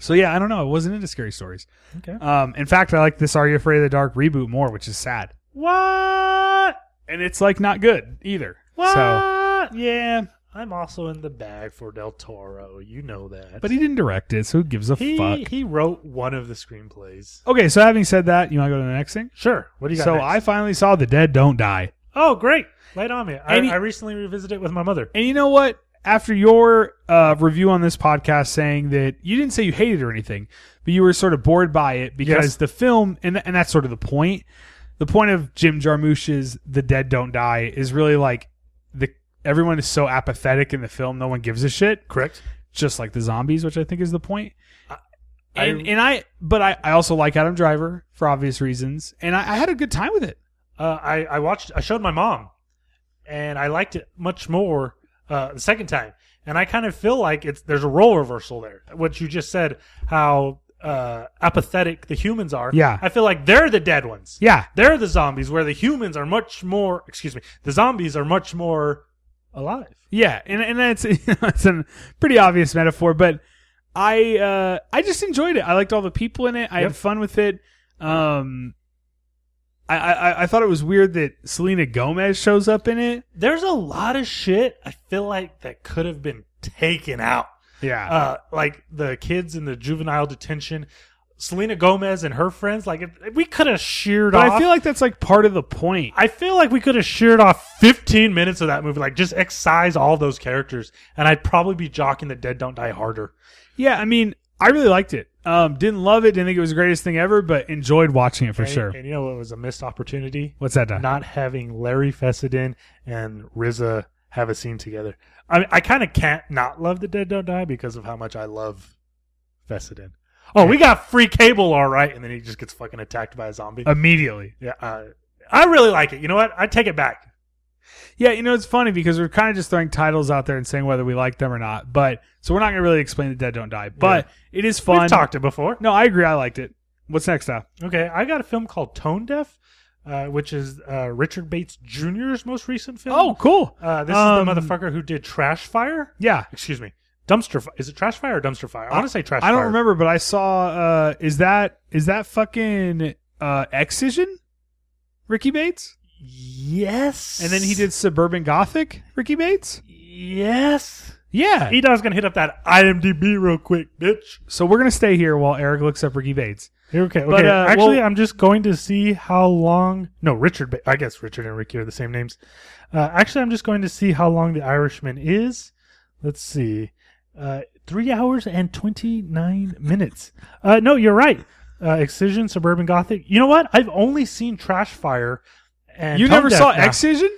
Speaker 1: So yeah, I don't know. I wasn't into Scary Stories.
Speaker 2: Okay.
Speaker 1: Um, in fact, I like this Are You Afraid of the Dark reboot more, which is sad,
Speaker 2: What?
Speaker 1: and it's like not good either.
Speaker 2: What?
Speaker 1: So yeah,
Speaker 2: I'm also in the bag for Del Toro. You know that.
Speaker 1: but he didn't direct it, so who gives a
Speaker 2: he,
Speaker 1: fuck?
Speaker 2: he wrote one of the screenplays.
Speaker 1: Okay, so having said that, you want to go to the next thing?
Speaker 2: Sure. What do you got?
Speaker 1: So I finally saw The Dead Don't Die.
Speaker 2: Oh, great. Light on me. I,
Speaker 1: Any-
Speaker 2: I recently revisited it with my mother.
Speaker 1: And you know what? After your uh, review on this podcast saying that you didn't say you hated it or anything, but you were sort of bored by it because
Speaker 2: Yes.
Speaker 1: the film, and, th- and that's sort of the point. The point of Jim Jarmusch's The Dead Don't Die is really like the everyone is so apathetic in the film, no one gives a shit.
Speaker 2: Correct.
Speaker 1: Just like the zombies, which I think is the point.
Speaker 2: I-
Speaker 1: and, and I, but I, I also like Adam Driver for obvious reasons, and I, I had a good time with it.
Speaker 2: uh, I, I watched I showed my mom and I liked it much more uh, the second time and I kind of feel like it's there's a role reversal there what you just said how uh, apathetic the humans are
Speaker 1: Yeah.
Speaker 2: I feel like they're the dead ones
Speaker 1: Yeah,
Speaker 2: they're the zombies where the humans are much more excuse me the zombies are much more alive
Speaker 1: Yeah, and and that's it's a pretty obvious metaphor, but I uh, I just enjoyed it. I liked all the people in it. I
Speaker 2: Yep.
Speaker 1: had fun with it. Um, I, I I- I thought it was weird that Selena Gomez shows up in it.
Speaker 2: there's a lot of shit I feel like that could have been taken out
Speaker 1: Yeah,
Speaker 2: uh, like the kids in the juvenile detention Selena Gomez and her friends like if, if we could have sheared
Speaker 1: but
Speaker 2: off
Speaker 1: I feel like that's like part of the point.
Speaker 2: I feel like we could have sheared off 15 minutes of that movie, like just excise all those characters, and I'd probably be jocking the Dead Don't Die harder.
Speaker 1: yeah, I mean, I really liked it. Um, didn't love it. Didn't think it was the greatest thing ever, but enjoyed watching it for
Speaker 2: And-
Speaker 1: sure.
Speaker 2: And you know what was a missed opportunity?
Speaker 1: What's that done?
Speaker 2: Not having Larry Fessenden and RZA have a scene together. I mean, I kind of can't not love the Dead Don't Die because of how much I love Fessenden. Oh, we got free cable, all right, and then he just gets fucking attacked by a zombie.
Speaker 1: Immediately.
Speaker 2: yeah, uh, I really like it. You know what? I take it back.
Speaker 1: Yeah, you know it's funny because we're kind of just throwing titles out there and saying whether we like them or not. But so we're not going to really explain the dead don't die, but it is fun.
Speaker 2: We've talked it before.
Speaker 1: No, I agree. I liked it. What's next up?
Speaker 2: Okay, I got a film called Tone Deaf, uh, which is uh, Richard Bates Jr.'s most recent film.
Speaker 1: Oh, cool.
Speaker 2: uh, this
Speaker 1: um,
Speaker 2: is the motherfucker who did Trash Fire.
Speaker 1: Yeah,
Speaker 2: Excuse me, Dumpster. Fi- Is it Trash Fire or Dumpster Fire? I want to say Trash.
Speaker 1: I don't
Speaker 2: Fire.
Speaker 1: remember, but I saw. uh Is that is that fucking uh Excision? Ricky Bates,
Speaker 2: Yes.
Speaker 1: and then he did Suburban Gothic. Ricky Bates.
Speaker 2: Yes.
Speaker 1: Yeah.
Speaker 2: Edom's gonna hit up that IMDb real quick, bitch.
Speaker 1: So we're gonna stay here while Eric looks up Ricky Bates.
Speaker 2: Here, okay, okay.
Speaker 1: But, uh,
Speaker 2: Actually,
Speaker 1: well-
Speaker 2: I'm just going to see how long. No, Richard. Ba- I guess Richard and Ricky are the same names. Uh, actually, I'm just going to see how long The Irishman is. Let's see, uh, three hours and twenty nine minutes. Uh, no, you're right. Uh, Excision, Suburban Gothic. You know what? I've only seen Trash Fire. And
Speaker 1: You
Speaker 2: Tone
Speaker 1: never
Speaker 2: Deaf
Speaker 1: saw
Speaker 2: now.
Speaker 1: Excision?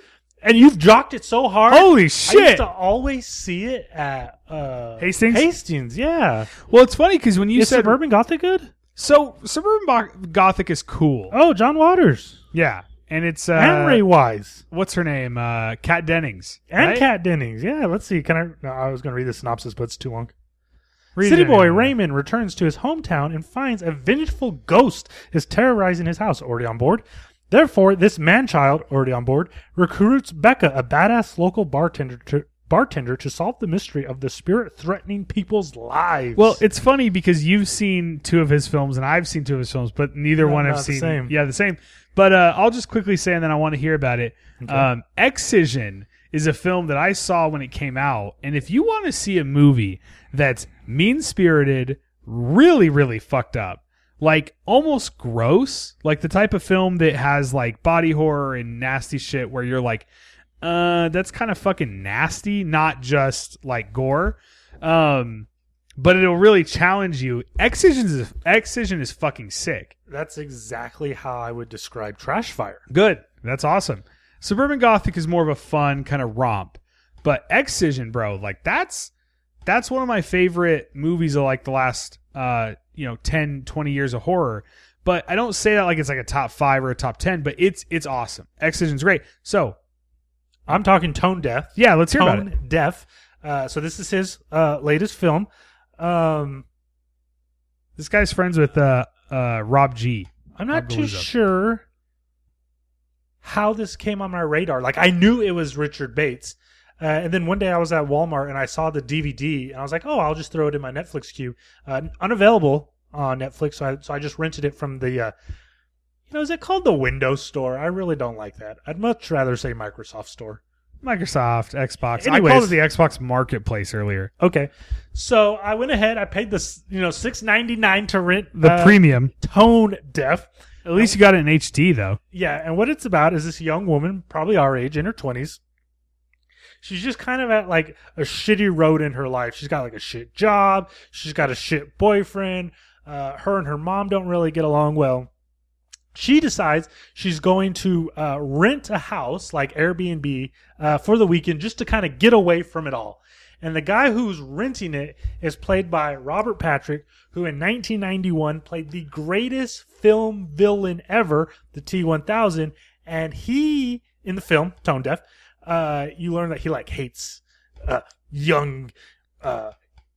Speaker 2: and you've jocked it so hard.
Speaker 1: Holy
Speaker 2: I used
Speaker 1: shit!
Speaker 2: to always see it at uh,
Speaker 1: Hastings?
Speaker 2: Hastings, yeah.
Speaker 1: Well, it's funny because when you
Speaker 2: is
Speaker 1: said
Speaker 2: Suburban Gothic good?
Speaker 1: so, Suburban Bo- Gothic is cool.
Speaker 2: Oh, John Waters.
Speaker 1: Yeah, and it's uh,
Speaker 2: and Ray Wise
Speaker 1: what's her name? Uh, Kat Dennings
Speaker 2: and
Speaker 1: right?
Speaker 2: Kat Dennings. Yeah, let's see. Can I? No, I was going to read the synopsis, but it's too long.
Speaker 1: Read
Speaker 2: City
Speaker 1: it
Speaker 2: boy
Speaker 1: anyway.
Speaker 2: Raymond returns to his hometown and finds a vengeful ghost is terrorizing his house already on board. Therefore, this man child already on board recruits Becca, a badass local bartender, to bartender to solve the mystery of the spirit threatening people's lives.
Speaker 1: Well, it's funny because you've seen two of his films and I've seen two of his films, but neither
Speaker 2: No,
Speaker 1: one
Speaker 2: no,
Speaker 1: I've
Speaker 2: the
Speaker 1: seen.
Speaker 2: same.
Speaker 1: Yeah, the same. But uh, I'll just quickly say, and then I want to hear about it. Um, Excision is a film that I saw when it came out, and if you want to see a movie that's mean spirited, really, really fucked up. Like almost gross, like the type of film that has like body horror and nasty shit where you're like, uh, that's kind of fucking nasty, not just like gore. Um, but it'll really challenge you. Excision is Excision is fucking sick.
Speaker 2: that's exactly how I would describe Trash Fire.
Speaker 1: Good, that's awesome. Suburban Gothic is more of a fun kind of romp, but Excision, bro, like that's that's one of my favorite movies of like the last uh you know 10 20 years of horror but i don't say that like it's like a top five or a top 10 but it's it's awesome excision's great so
Speaker 2: I'm talking tone deaf.
Speaker 1: yeah let's hear about it
Speaker 2: Tone Deaf. Uh, so this is his uh, latest film. Um,
Speaker 1: this guy's friends with uh uh rob g
Speaker 2: I'm
Speaker 1: I'll
Speaker 2: not
Speaker 1: go
Speaker 2: too
Speaker 1: with that.
Speaker 2: sure how this came on my radar. Like I knew it was Richard Bates, uh, and then one day I was at Walmart and I saw the DVD, and I was like, "Oh, I'll just throw it in my Netflix queue." Uh, unavailable on Netflix, so I, so I just rented it from the. Uh, you know, is it called the Windows Store? I really don't like that. I'd much rather say Microsoft Store.
Speaker 1: Microsoft, Xbox. I called
Speaker 2: Anyways.
Speaker 1: it the Xbox Marketplace earlier.
Speaker 2: Okay, so I went ahead. I paid this, you know, six ninety nine to rent
Speaker 1: The
Speaker 2: uh,
Speaker 1: premium.
Speaker 2: tone deaf.
Speaker 1: At least you got it in HD though.
Speaker 2: Yeah, and what it's about is this young woman, probably our age, in her twenties. She's just kind of at like a shitty road in her life. She's got like a shit job. She's got a shit boyfriend. Uh, her and her mom don't really get along well. She decides she's going to uh, rent a house like Airbnb uh, for the weekend just to kind of get away from it all. And the guy who's renting it is played by Robert Patrick, who in 1991 played the greatest film villain ever, the T1000. And he, in the film, Tone Deaf, uh, you learn that he like hates uh, young uh,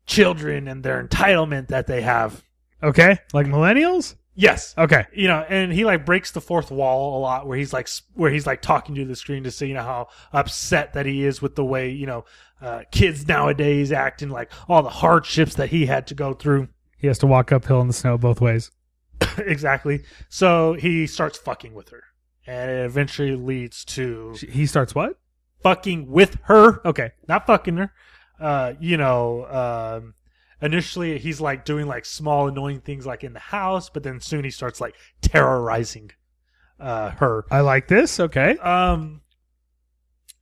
Speaker 2: children and their entitlement that they have.
Speaker 1: Okay? Like millennials?
Speaker 2: Yes,
Speaker 1: Okay.
Speaker 2: you know, and he like breaks the fourth wall a lot, where he's like s- where he's like talking to the screen to see you know how upset that he is with the way you know uh, kids nowadays act and like all the hardships that he had to go through.
Speaker 1: He has to walk uphill in the snow both ways.
Speaker 2: exactly. So he starts fucking with her, and it eventually leads to
Speaker 1: She- He starts what?
Speaker 2: fucking with her.
Speaker 1: Okay.
Speaker 2: not fucking her. Uh, you know, um, initially he's like doing like small annoying things like in the house, but then soon he starts like terrorizing uh, her.
Speaker 1: I like this. Okay.
Speaker 2: Um,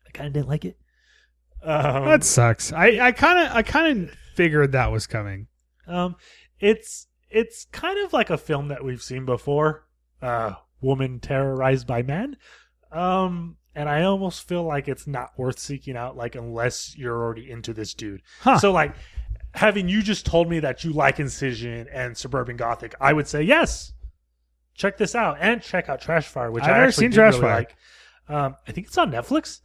Speaker 2: I kind of didn't like it. Um,
Speaker 1: That sucks. I I kind of I kind of figured that was coming.
Speaker 2: um, it's it's kind of like a film that we've seen before. Uh, woman terrorized by man. Um, and I almost feel like it's not worth seeking out, like unless you're already into this dude.
Speaker 1: Huh.
Speaker 2: So like having you just told me that you like Incision and Suburban Gothic, I would say yes. Check this out and check out Trash Fire, which
Speaker 1: I've
Speaker 2: I've
Speaker 1: never
Speaker 2: actually
Speaker 1: seen
Speaker 2: did
Speaker 1: Trash
Speaker 2: really
Speaker 1: Fire.
Speaker 2: Like. Um, I think it's on Netflix.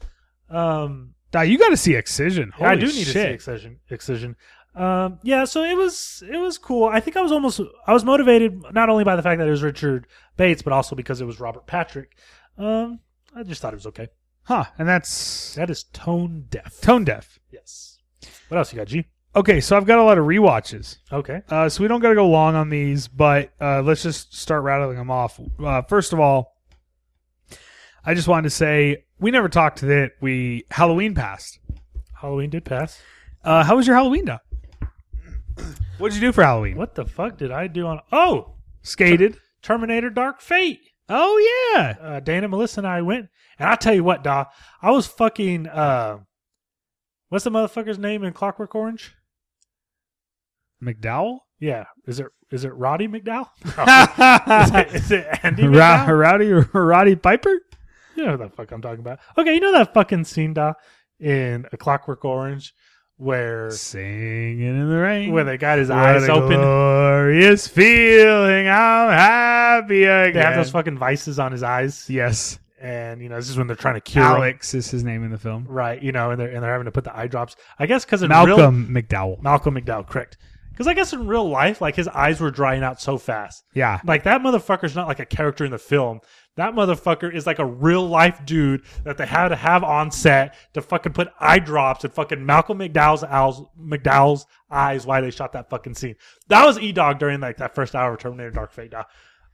Speaker 2: Um,
Speaker 1: Now, you got to see Excision.
Speaker 2: yeah, I
Speaker 1: Holy
Speaker 2: do need
Speaker 1: shit.
Speaker 2: to see Excision. Excision. Um, yeah, so it was it was cool. I think I was almost I was motivated not only by the fact that it was Richard Bates, but also because it was Robert Patrick. Um, I just thought it was okay.
Speaker 1: Huh, and that's
Speaker 2: That is tone deaf.
Speaker 1: tone deaf.
Speaker 2: Yes. What else you got, G?
Speaker 1: Okay, so I've got a lot of rewatches.
Speaker 2: Okay.
Speaker 1: Uh, so we don't got to go long on these, but uh, let's just start rattling them off. Uh, first of all, I just wanted to say we never talked that we Halloween passed.
Speaker 2: Halloween did pass.
Speaker 1: Uh, how was your Halloween, Doc? What'd you do for Halloween?
Speaker 2: What the fuck did I do on? Oh,
Speaker 1: Skated.
Speaker 2: Terminator Dark Fate.
Speaker 1: Oh yeah.
Speaker 2: Uh, Dana, Melissa, and I went, and I tell you what, Da, I was fucking. Uh, what's the motherfucker's name in Clockwork Orange?
Speaker 1: McDowell.
Speaker 2: Yeah, is it is it Roddy McDowell? No. is,
Speaker 1: Ra-
Speaker 2: it, is it Andy McDowell?
Speaker 1: Rowdy Roddy Piper.
Speaker 2: You know who the fuck I'm talking about. Okay, you know that fucking scene, Da, in A Clockwork Orange, where
Speaker 1: Singing in the rain.
Speaker 2: where the got his
Speaker 1: What
Speaker 2: eyes
Speaker 1: a
Speaker 2: open.
Speaker 1: Glorious feeling. I'm happy again.
Speaker 2: They have those fucking vices on his eyes,
Speaker 1: yes.
Speaker 2: and you know this is when they're trying to cure him.
Speaker 1: Alex is his name in the film.
Speaker 2: right? You know, and they're and they're having to put the eye drops. I guess because
Speaker 1: Malcolm McDowell.
Speaker 2: Malcolm McDowell, correct? Because I guess in real life, like his eyes were drying out so fast.
Speaker 1: Yeah.
Speaker 2: Like that motherfucker's not like a character in the film. That motherfucker is like a real life dude that they had to have on set to fucking put eye drops and fucking Malcolm McDowell's owls, McDowell's eyes while they shot that fucking scene. That was E Dog during like that first hour of Terminator Dark Fate. dog.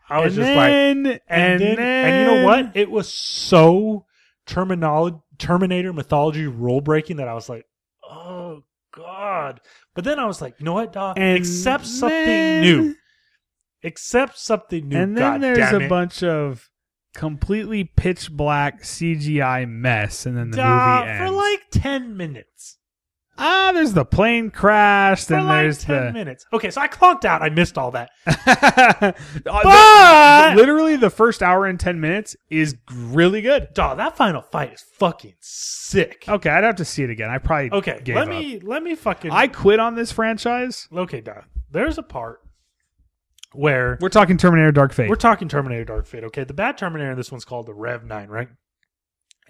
Speaker 2: I was
Speaker 1: and
Speaker 2: just like,
Speaker 1: then,
Speaker 2: and then, and you know what? It was so terminology, Terminator mythology rule breaking that I was like, oh god. But then I was like, you know what, dog?
Speaker 1: And
Speaker 2: Accept something
Speaker 1: then-
Speaker 2: new. Accept something new.
Speaker 1: And
Speaker 2: god
Speaker 1: then there's
Speaker 2: damn
Speaker 1: a
Speaker 2: it.
Speaker 1: bunch of completely pitch black CGI mess, and then the
Speaker 2: Dog,
Speaker 1: movie
Speaker 2: for
Speaker 1: ends.
Speaker 2: like ten minutes.
Speaker 1: ah, there's the plane crash,
Speaker 2: For
Speaker 1: then
Speaker 2: like
Speaker 1: there's
Speaker 2: ten
Speaker 1: the.
Speaker 2: minutes. Okay, so I clonked out. I missed all that.
Speaker 1: Uh,
Speaker 2: But-
Speaker 1: the- literally, the first hour and ten minutes is really good.
Speaker 2: Dog, that final fight is fucking sick.
Speaker 1: Okay, I'd have to see it again. I probably
Speaker 2: Okay,
Speaker 1: Gave
Speaker 2: let
Speaker 1: up.
Speaker 2: me let me fucking
Speaker 1: I quit on this franchise.
Speaker 2: okay, dog. There's a part where
Speaker 1: We're talking Terminator Dark Fate,
Speaker 2: We're talking Terminator Dark Fate, okay? The bad Terminator in this one's called the Rev 9, right?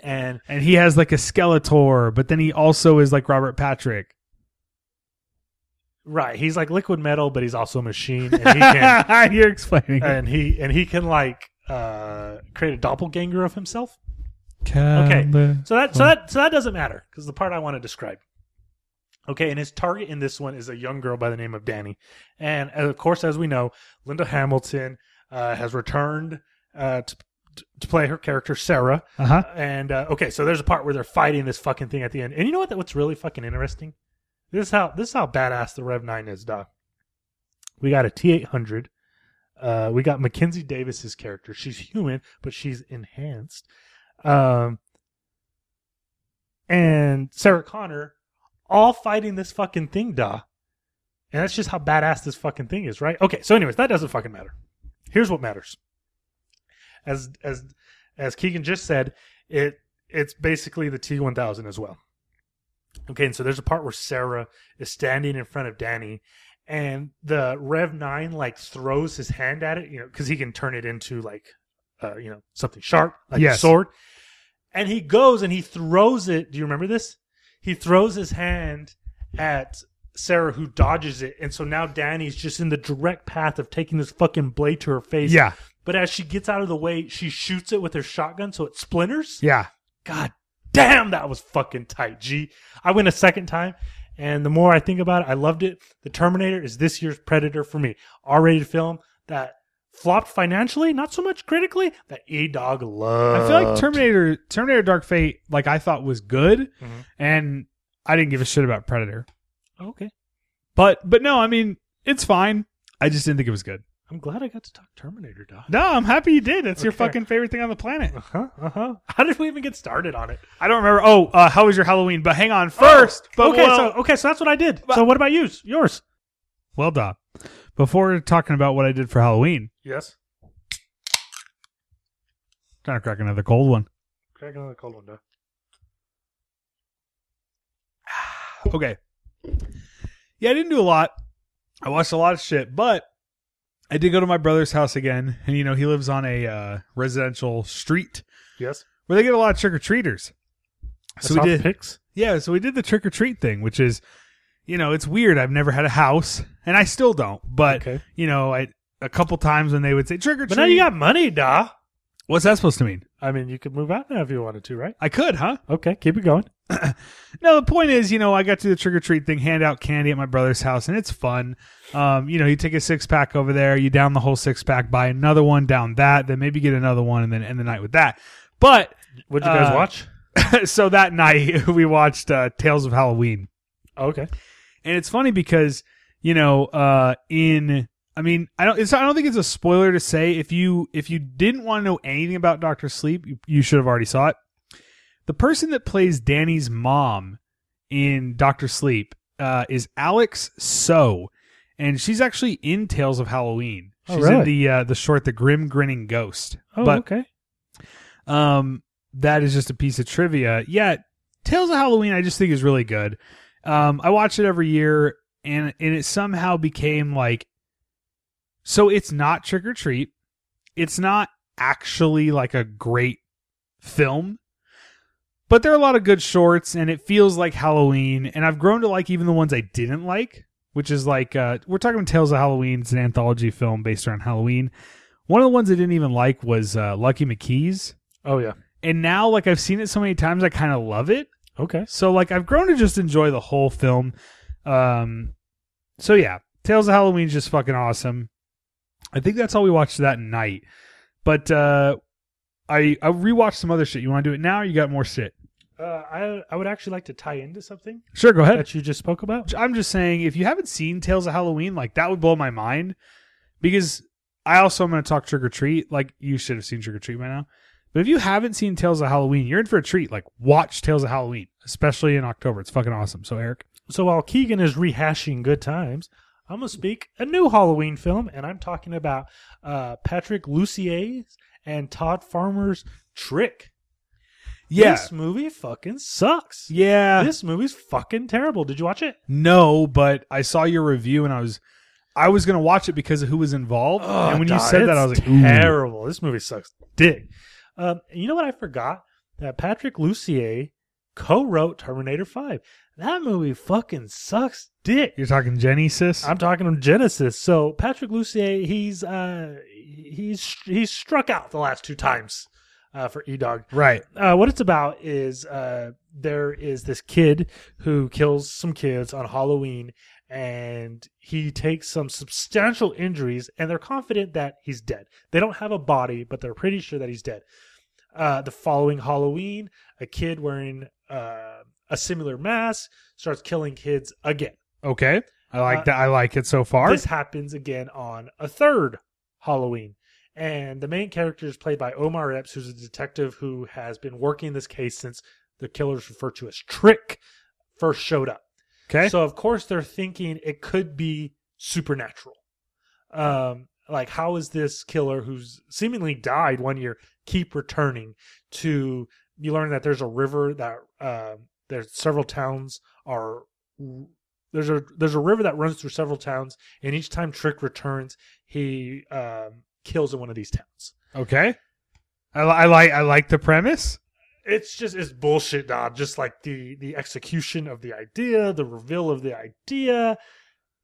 Speaker 2: And
Speaker 1: and he has like a Skeletor, but then he also is like Robert Patrick.
Speaker 2: right, he's like liquid metal, but he's also a machine and he can
Speaker 1: You're explaining. it.
Speaker 2: and he and he can like uh create a doppelganger of himself. okay. So that so that so that doesn't matter cuz the part I want to describe. Okay, and his target in this one is a young girl by the name of Danny. And uh, of course as we know, Linda Hamilton uh, has returned uh, to, to- to play her character Sarah
Speaker 1: Uh huh.
Speaker 2: and uh, okay, so there's a part where they're fighting this fucking thing at the end, and you know what? That what's really fucking interesting. This is how this is how badass the Rev Nine is, Doc. We got a T eight hundred. Uh, we got Mackenzie Davis's character. She's human, but she's enhanced. Um, and Sarah Connor, all fighting this fucking thing, da. And that's just how badass this fucking thing is, right? Okay, so anyways, that doesn't fucking matter. Here's what matters. As as as Keegan just said, it it's basically the T one thousand as well. Okay, and so there's a part where Sarah is standing in front of Danny, and the Rev Nine like throws his hand at it, you know, because he can turn it into like, uh, you know, something sharp, like a
Speaker 1: Yes.
Speaker 2: sword. And he goes and he throws it. Do you remember this? He throws his hand at Sarah, who dodges it, and so now Danny's just in the direct path of taking this fucking blade to her face.
Speaker 1: Yeah.
Speaker 2: But as she gets out of the way, she shoots it with her shotgun so it splinters.
Speaker 1: Yeah.
Speaker 2: God damn, that was fucking tight, G. I went a second time, and the more I think about it, I loved it. The Terminator is this year's Predator for me. R rated film that flopped financially, not so much critically, that E Dog loved.
Speaker 1: I feel like Terminator Terminator Dark Fate, like I thought was good,
Speaker 2: Mhm.
Speaker 1: and I didn't give a shit about Predator.
Speaker 2: Okay.
Speaker 1: But but no, I mean it's fine. I just didn't think it was good.
Speaker 2: I'm glad I got to talk Terminator, dog.
Speaker 1: No, I'm happy you did. That's your
Speaker 2: Okay.
Speaker 1: fucking favorite thing on the planet.
Speaker 2: Uh huh. Uh huh. How did we even get started on it?
Speaker 1: I don't remember. Oh, uh, how was your Halloween? But hang on first. but
Speaker 2: Oh, okay,
Speaker 1: well,
Speaker 2: so okay, so that's what I did.
Speaker 1: But-
Speaker 2: so what about you? Yours?
Speaker 1: well, Doc. Before talking about what I did for Halloween,
Speaker 2: Yes.
Speaker 1: trying to crack another cold one.
Speaker 2: Crack another cold one, dog.
Speaker 1: Okay. Yeah, I didn't do a lot. I watched a lot of shit, but I did go to my brother's house again, and you know he lives on a uh, residential street
Speaker 2: Yes.
Speaker 1: where they get a lot of trick or treaters. So we did,
Speaker 2: picks.
Speaker 1: yeah. So we did the trick or treat thing, which is, you know, it's weird. I've never had a house, and I still don't. But
Speaker 2: Okay.
Speaker 1: you know, I a couple times when they would say trick or treat,
Speaker 2: But now you got money, da.
Speaker 1: what's that supposed to mean?
Speaker 2: I mean, you could move out now if you wanted to, right?
Speaker 1: I could, huh?
Speaker 2: Okay, keep it going.
Speaker 1: No, the point is, you know, I got to do the trick or treat thing, hand out candy at my brother's house, and it's fun. Um, you know, you take a six pack over there, you down the whole six pack, buy another one, down that, then maybe get another one, and then end the night with that. But
Speaker 2: What'd you guys
Speaker 1: Uh,
Speaker 2: watch?
Speaker 1: so that night we watched uh, Tales of Halloween,
Speaker 2: oh, Okay.
Speaker 1: and it's funny because you know, uh, in I mean, I don't, it's, I don't think it's a spoiler to say if you if you didn't want to know anything about Doctor Sleep, you, you should have already saw it. The person that plays Danny's mom in Doctor Sleep uh, is Alex So, and she's actually in Tales of Halloween.
Speaker 2: Oh,
Speaker 1: She's in
Speaker 2: really?
Speaker 1: the uh, the short, the grim grinning ghost.
Speaker 2: Oh,
Speaker 1: but
Speaker 2: okay.
Speaker 1: um, that is just a piece of trivia. Yeah, Tales of Halloween, I just think is really good. Um, I watch it every year, and and it somehow became like, so it's not trick or treat, it's not actually like a great film, but there are a lot of good shorts, and it feels like Halloween. And I've grown to like even the ones I didn't like. which is like uh, we're talking about Tales of Halloween. It's an anthology film based around Halloween. One of the ones I didn't even like was uh, Lucky McKee's,
Speaker 2: Oh yeah.
Speaker 1: and now like I've seen it so many times, I kind of love it.
Speaker 2: Okay.
Speaker 1: So like I've grown to just enjoy the whole film. Um so yeah, Tales of Halloween is just fucking awesome. I think that's all we watched that night. But uh I I rewatched some other shit. You want to do it now or you got more shit?
Speaker 2: Uh, I I would actually like to tie into something
Speaker 1: Sure, go ahead.
Speaker 2: that you just spoke about.
Speaker 1: I'm just saying if you haven't seen Tales of Halloween, like that would blow my mind because I also am going to talk trick or treat. Like you should have seen trick or treat by now. But if you haven't seen Tales of Halloween, you're in for a treat. Like watch Tales of Halloween, especially in October. It's fucking awesome. So Eric
Speaker 2: So while Keegan is rehashing good times, I'm gonna speak a new Halloween film, and I'm talking about uh, Patrick Lucier's and Todd Farmer's Trick.
Speaker 1: Yes.
Speaker 2: This movie fucking sucks.
Speaker 1: Yeah.
Speaker 2: This movie's fucking terrible. Did you watch it?
Speaker 1: no, but I saw your review and I was I was gonna watch it because of who was involved. and when you
Speaker 2: Oh, God,
Speaker 1: said that I
Speaker 2: it's
Speaker 1: was like, ooh.
Speaker 2: terrible. This movie sucks dick. Um, and you know what? I forgot that Patrick Lucier co-wrote Terminator Five. That movie fucking sucks dick.
Speaker 1: You're talking Genesis?
Speaker 2: I'm talking on Genesis. So Patrick Lucier, he's uh, he's he's struck out the last two times uh, for E Dog.
Speaker 1: right.
Speaker 2: Uh, what it's about is uh, there is this kid who kills some kids on Halloween, and he takes some substantial injuries, and they're confident that he's dead. They don't have a body, but they're pretty sure that he's dead. Uh, the following Halloween, a kid wearing uh, a similar mask starts killing kids again.
Speaker 1: Okay. I like
Speaker 2: Uh,
Speaker 1: that I like it so far.
Speaker 2: This happens again on a third Halloween. And the main character is played by Omar Epps, who's a detective who has been working this case since the killer's referred to as Trick first showed up.
Speaker 1: okay.
Speaker 2: So, of course, they're thinking it could be supernatural. Um, like, how is this killer who's seemingly died one year keep returning to? You learn that there's a river that um there's several towns are there's a there's a river that runs through several towns, and each time Trick returns, he um, kills in one of these towns.
Speaker 1: okay. I, li- I like I like the premise.
Speaker 2: It's just it's bullshit, Dodd. Just like the the execution of the idea, the reveal of the idea.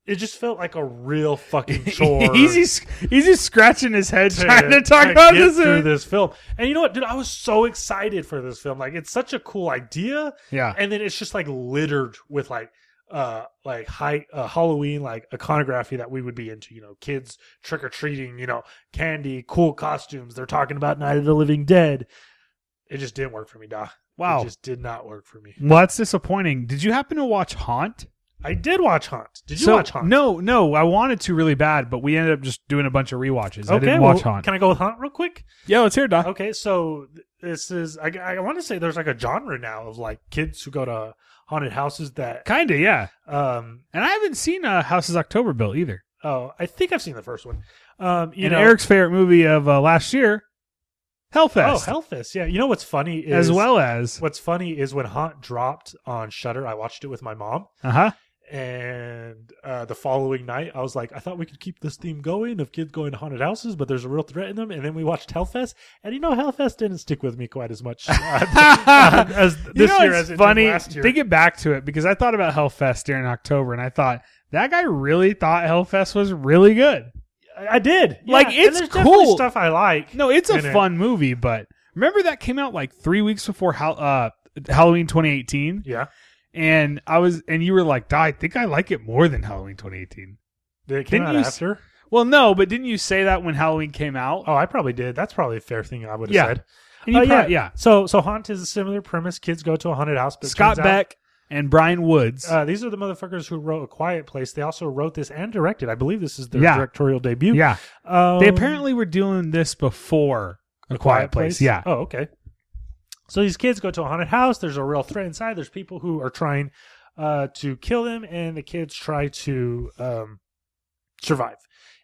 Speaker 2: It just felt like a real fucking chore.
Speaker 1: he's, just, he's just scratching his head
Speaker 2: to-
Speaker 1: trying to talk about
Speaker 2: get
Speaker 1: this.
Speaker 2: through this film. And you know what, dude? I was so excited for this film. Like, it's such a cool idea,
Speaker 1: Yeah.
Speaker 2: and then it's just like littered with like, uh, like high uh, Halloween like iconography that we would be into. You know, kids trick or treating. You know, candy, cool costumes. They're talking about Night of the Living Dead. It just didn't work for me, Doc.
Speaker 1: Wow.
Speaker 2: it just did not work for me.
Speaker 1: Well, that's disappointing. Did you happen to watch Haunt?
Speaker 2: I did watch Haunt. Did you
Speaker 1: So-
Speaker 2: watch Haunt?
Speaker 1: No, no. I wanted to really bad, but we ended up just doing a bunch of rewatches. I
Speaker 2: Okay,
Speaker 1: didn't watch
Speaker 2: well,
Speaker 1: Haunt.
Speaker 2: Can I go with Haunt real quick?
Speaker 1: yeah, let's hear it, Doc.
Speaker 2: okay so th- this is i, I want to say there's like a genre now of like kids who go to haunted houses that
Speaker 1: Kinda, yeah.
Speaker 2: um
Speaker 1: And I haven't seen uh, House's October Bill either.
Speaker 2: oh i think i've seen the first one um you
Speaker 1: and
Speaker 2: know
Speaker 1: Eric's favorite movie of uh, last year, Hellfest,
Speaker 2: oh hellfest yeah you know what's funny is
Speaker 1: as well as
Speaker 2: what's funny is when haunt dropped on shutter i watched it with my mom
Speaker 1: uh huh.
Speaker 2: and uh, the following night i was like i thought we could keep this theme going of kids going to haunted houses but there's a real threat in them and then we watched hellfest and you know hellfest didn't stick with me quite as much uh, as this
Speaker 1: you know,
Speaker 2: year
Speaker 1: it's
Speaker 2: as it did
Speaker 1: funny
Speaker 2: last year.
Speaker 1: thinking back to it because I thought about Hellfest during October and I thought that guy really thought Hellfest was really good.
Speaker 2: I I did.
Speaker 1: Like,
Speaker 2: and
Speaker 1: it's
Speaker 2: there's definitely
Speaker 1: cool.
Speaker 2: stuff I like.
Speaker 1: No, it's a
Speaker 2: In it.
Speaker 1: fun movie, but remember that came out like three weeks before Hal- uh, Halloween 2018,
Speaker 2: Yeah.
Speaker 1: and I was and you were like, "I think I like it more than Halloween 2018."
Speaker 2: Did it came
Speaker 1: Didn't
Speaker 2: out
Speaker 1: you s-
Speaker 2: after?
Speaker 1: Well, no, but didn't you say that when Halloween came out?
Speaker 2: Oh, I probably did. That's probably a fair thing I would have
Speaker 1: Yeah.
Speaker 2: said.
Speaker 1: And you
Speaker 2: Oh,
Speaker 1: prob-
Speaker 2: yeah. So so haunt is a similar premise. Kids go to a haunted house. But it
Speaker 1: Scott
Speaker 2: turns out-
Speaker 1: Beck and Brian Woods.
Speaker 2: uh, these are the motherfuckers who wrote A Quiet Place. They also wrote this and directed. I believe this is their
Speaker 1: Yeah.
Speaker 2: directorial debut.
Speaker 1: yeah,
Speaker 2: Um,
Speaker 1: they apparently were doing this before A Quiet Place. Yeah,
Speaker 2: Oh, okay. So these kids go to a haunted house. There's a real threat inside. There's people who are trying uh, to kill them, and the kids try to um, survive.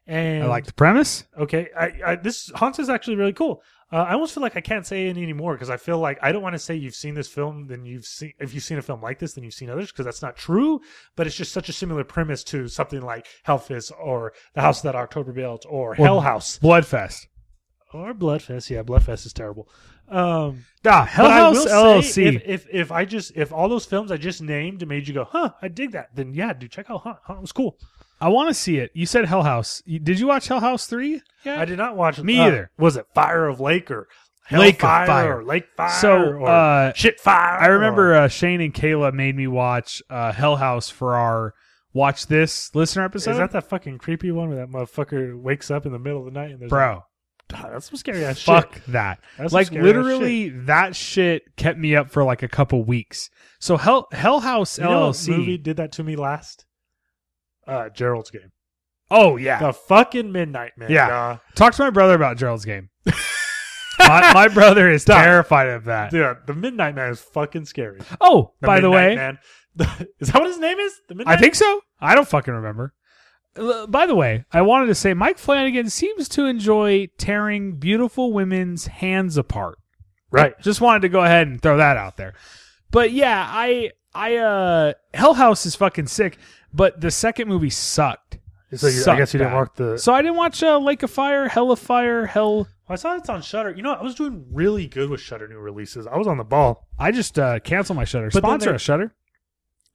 Speaker 2: And
Speaker 1: I like the premise.
Speaker 2: Okay, I, I this Haunts is actually really cool. Uh, I almost feel like I can't say it anymore because I feel like I don't want to say you've seen this film, then you've seen if you've seen a film like this, then you've seen others because that's not true. But it's just such a similar premise to something like Hellfest or The House That October Built or Hell House
Speaker 1: Bloodfest.
Speaker 2: or Bloodfest. Yeah, Bloodfest is terrible. Um,
Speaker 1: Da Hell
Speaker 2: But I
Speaker 1: House
Speaker 2: will say,
Speaker 1: LLC.
Speaker 2: If, if if I just if all those films I just named made you go, huh, I dig that, then yeah, dude, check out Hunt. Hunt was cool.
Speaker 1: I want to see it. You said Hell House. You- Did you watch Hell House three? Yeah.
Speaker 2: I did not watch
Speaker 1: Me
Speaker 2: uh,
Speaker 1: either.
Speaker 2: Was it Fire of Lake or
Speaker 1: Lake of
Speaker 2: Hellfire
Speaker 1: Fire.
Speaker 2: or Lake Fire?
Speaker 1: So,
Speaker 2: or
Speaker 1: uh,
Speaker 2: shit fire.
Speaker 1: I remember
Speaker 2: or-
Speaker 1: uh, Shane and Kayla made me watch uh, Hell House for our watch this listener
Speaker 2: is
Speaker 1: episode.
Speaker 2: that that fucking creepy one where that motherfucker wakes up in the middle of the night and there's
Speaker 1: Bro,
Speaker 2: like, "God, that's some scary ass
Speaker 1: fuck
Speaker 2: shit.
Speaker 1: that.
Speaker 2: That's some
Speaker 1: like
Speaker 2: scary ass
Speaker 1: literally that shit kept me up for like a couple weeks. So Hell Hell House
Speaker 2: shit. You know what
Speaker 1: LLC.
Speaker 2: movie did that to me last? Uh, Gerald's Game.
Speaker 1: oh yeah.
Speaker 2: The fucking Midnight Man.
Speaker 1: Yeah.
Speaker 2: dawg.
Speaker 1: Talk to my brother about Gerald's game. my, my brother is
Speaker 2: Stop.
Speaker 1: terrified of that.
Speaker 2: Dude, the Midnight Man is fucking scary.
Speaker 1: Oh, by the way,
Speaker 2: man, is that what his name is? The Midnight
Speaker 1: I think so. I don't fucking remember. L- By the way, I wanted to say Mike Flanagan seems to enjoy tearing beautiful women's hands apart.
Speaker 2: right.
Speaker 1: Just wanted to go ahead and throw that out there. But yeah, I I uh Hell House is fucking sick, but the second movie sucked.
Speaker 2: So you, I
Speaker 1: Sucked
Speaker 2: guess you didn't
Speaker 1: bad.
Speaker 2: walk the.
Speaker 1: So I didn't watch uh, Lake of Fire, Hell of Fire, Hell.
Speaker 2: I saw it's on Shutter. You know, I was doing really good with Shutter new releases. I was on the ball,
Speaker 1: I just uh cancel my Shutter.
Speaker 2: But then
Speaker 1: Sponsor
Speaker 2: they-
Speaker 1: a Shutter.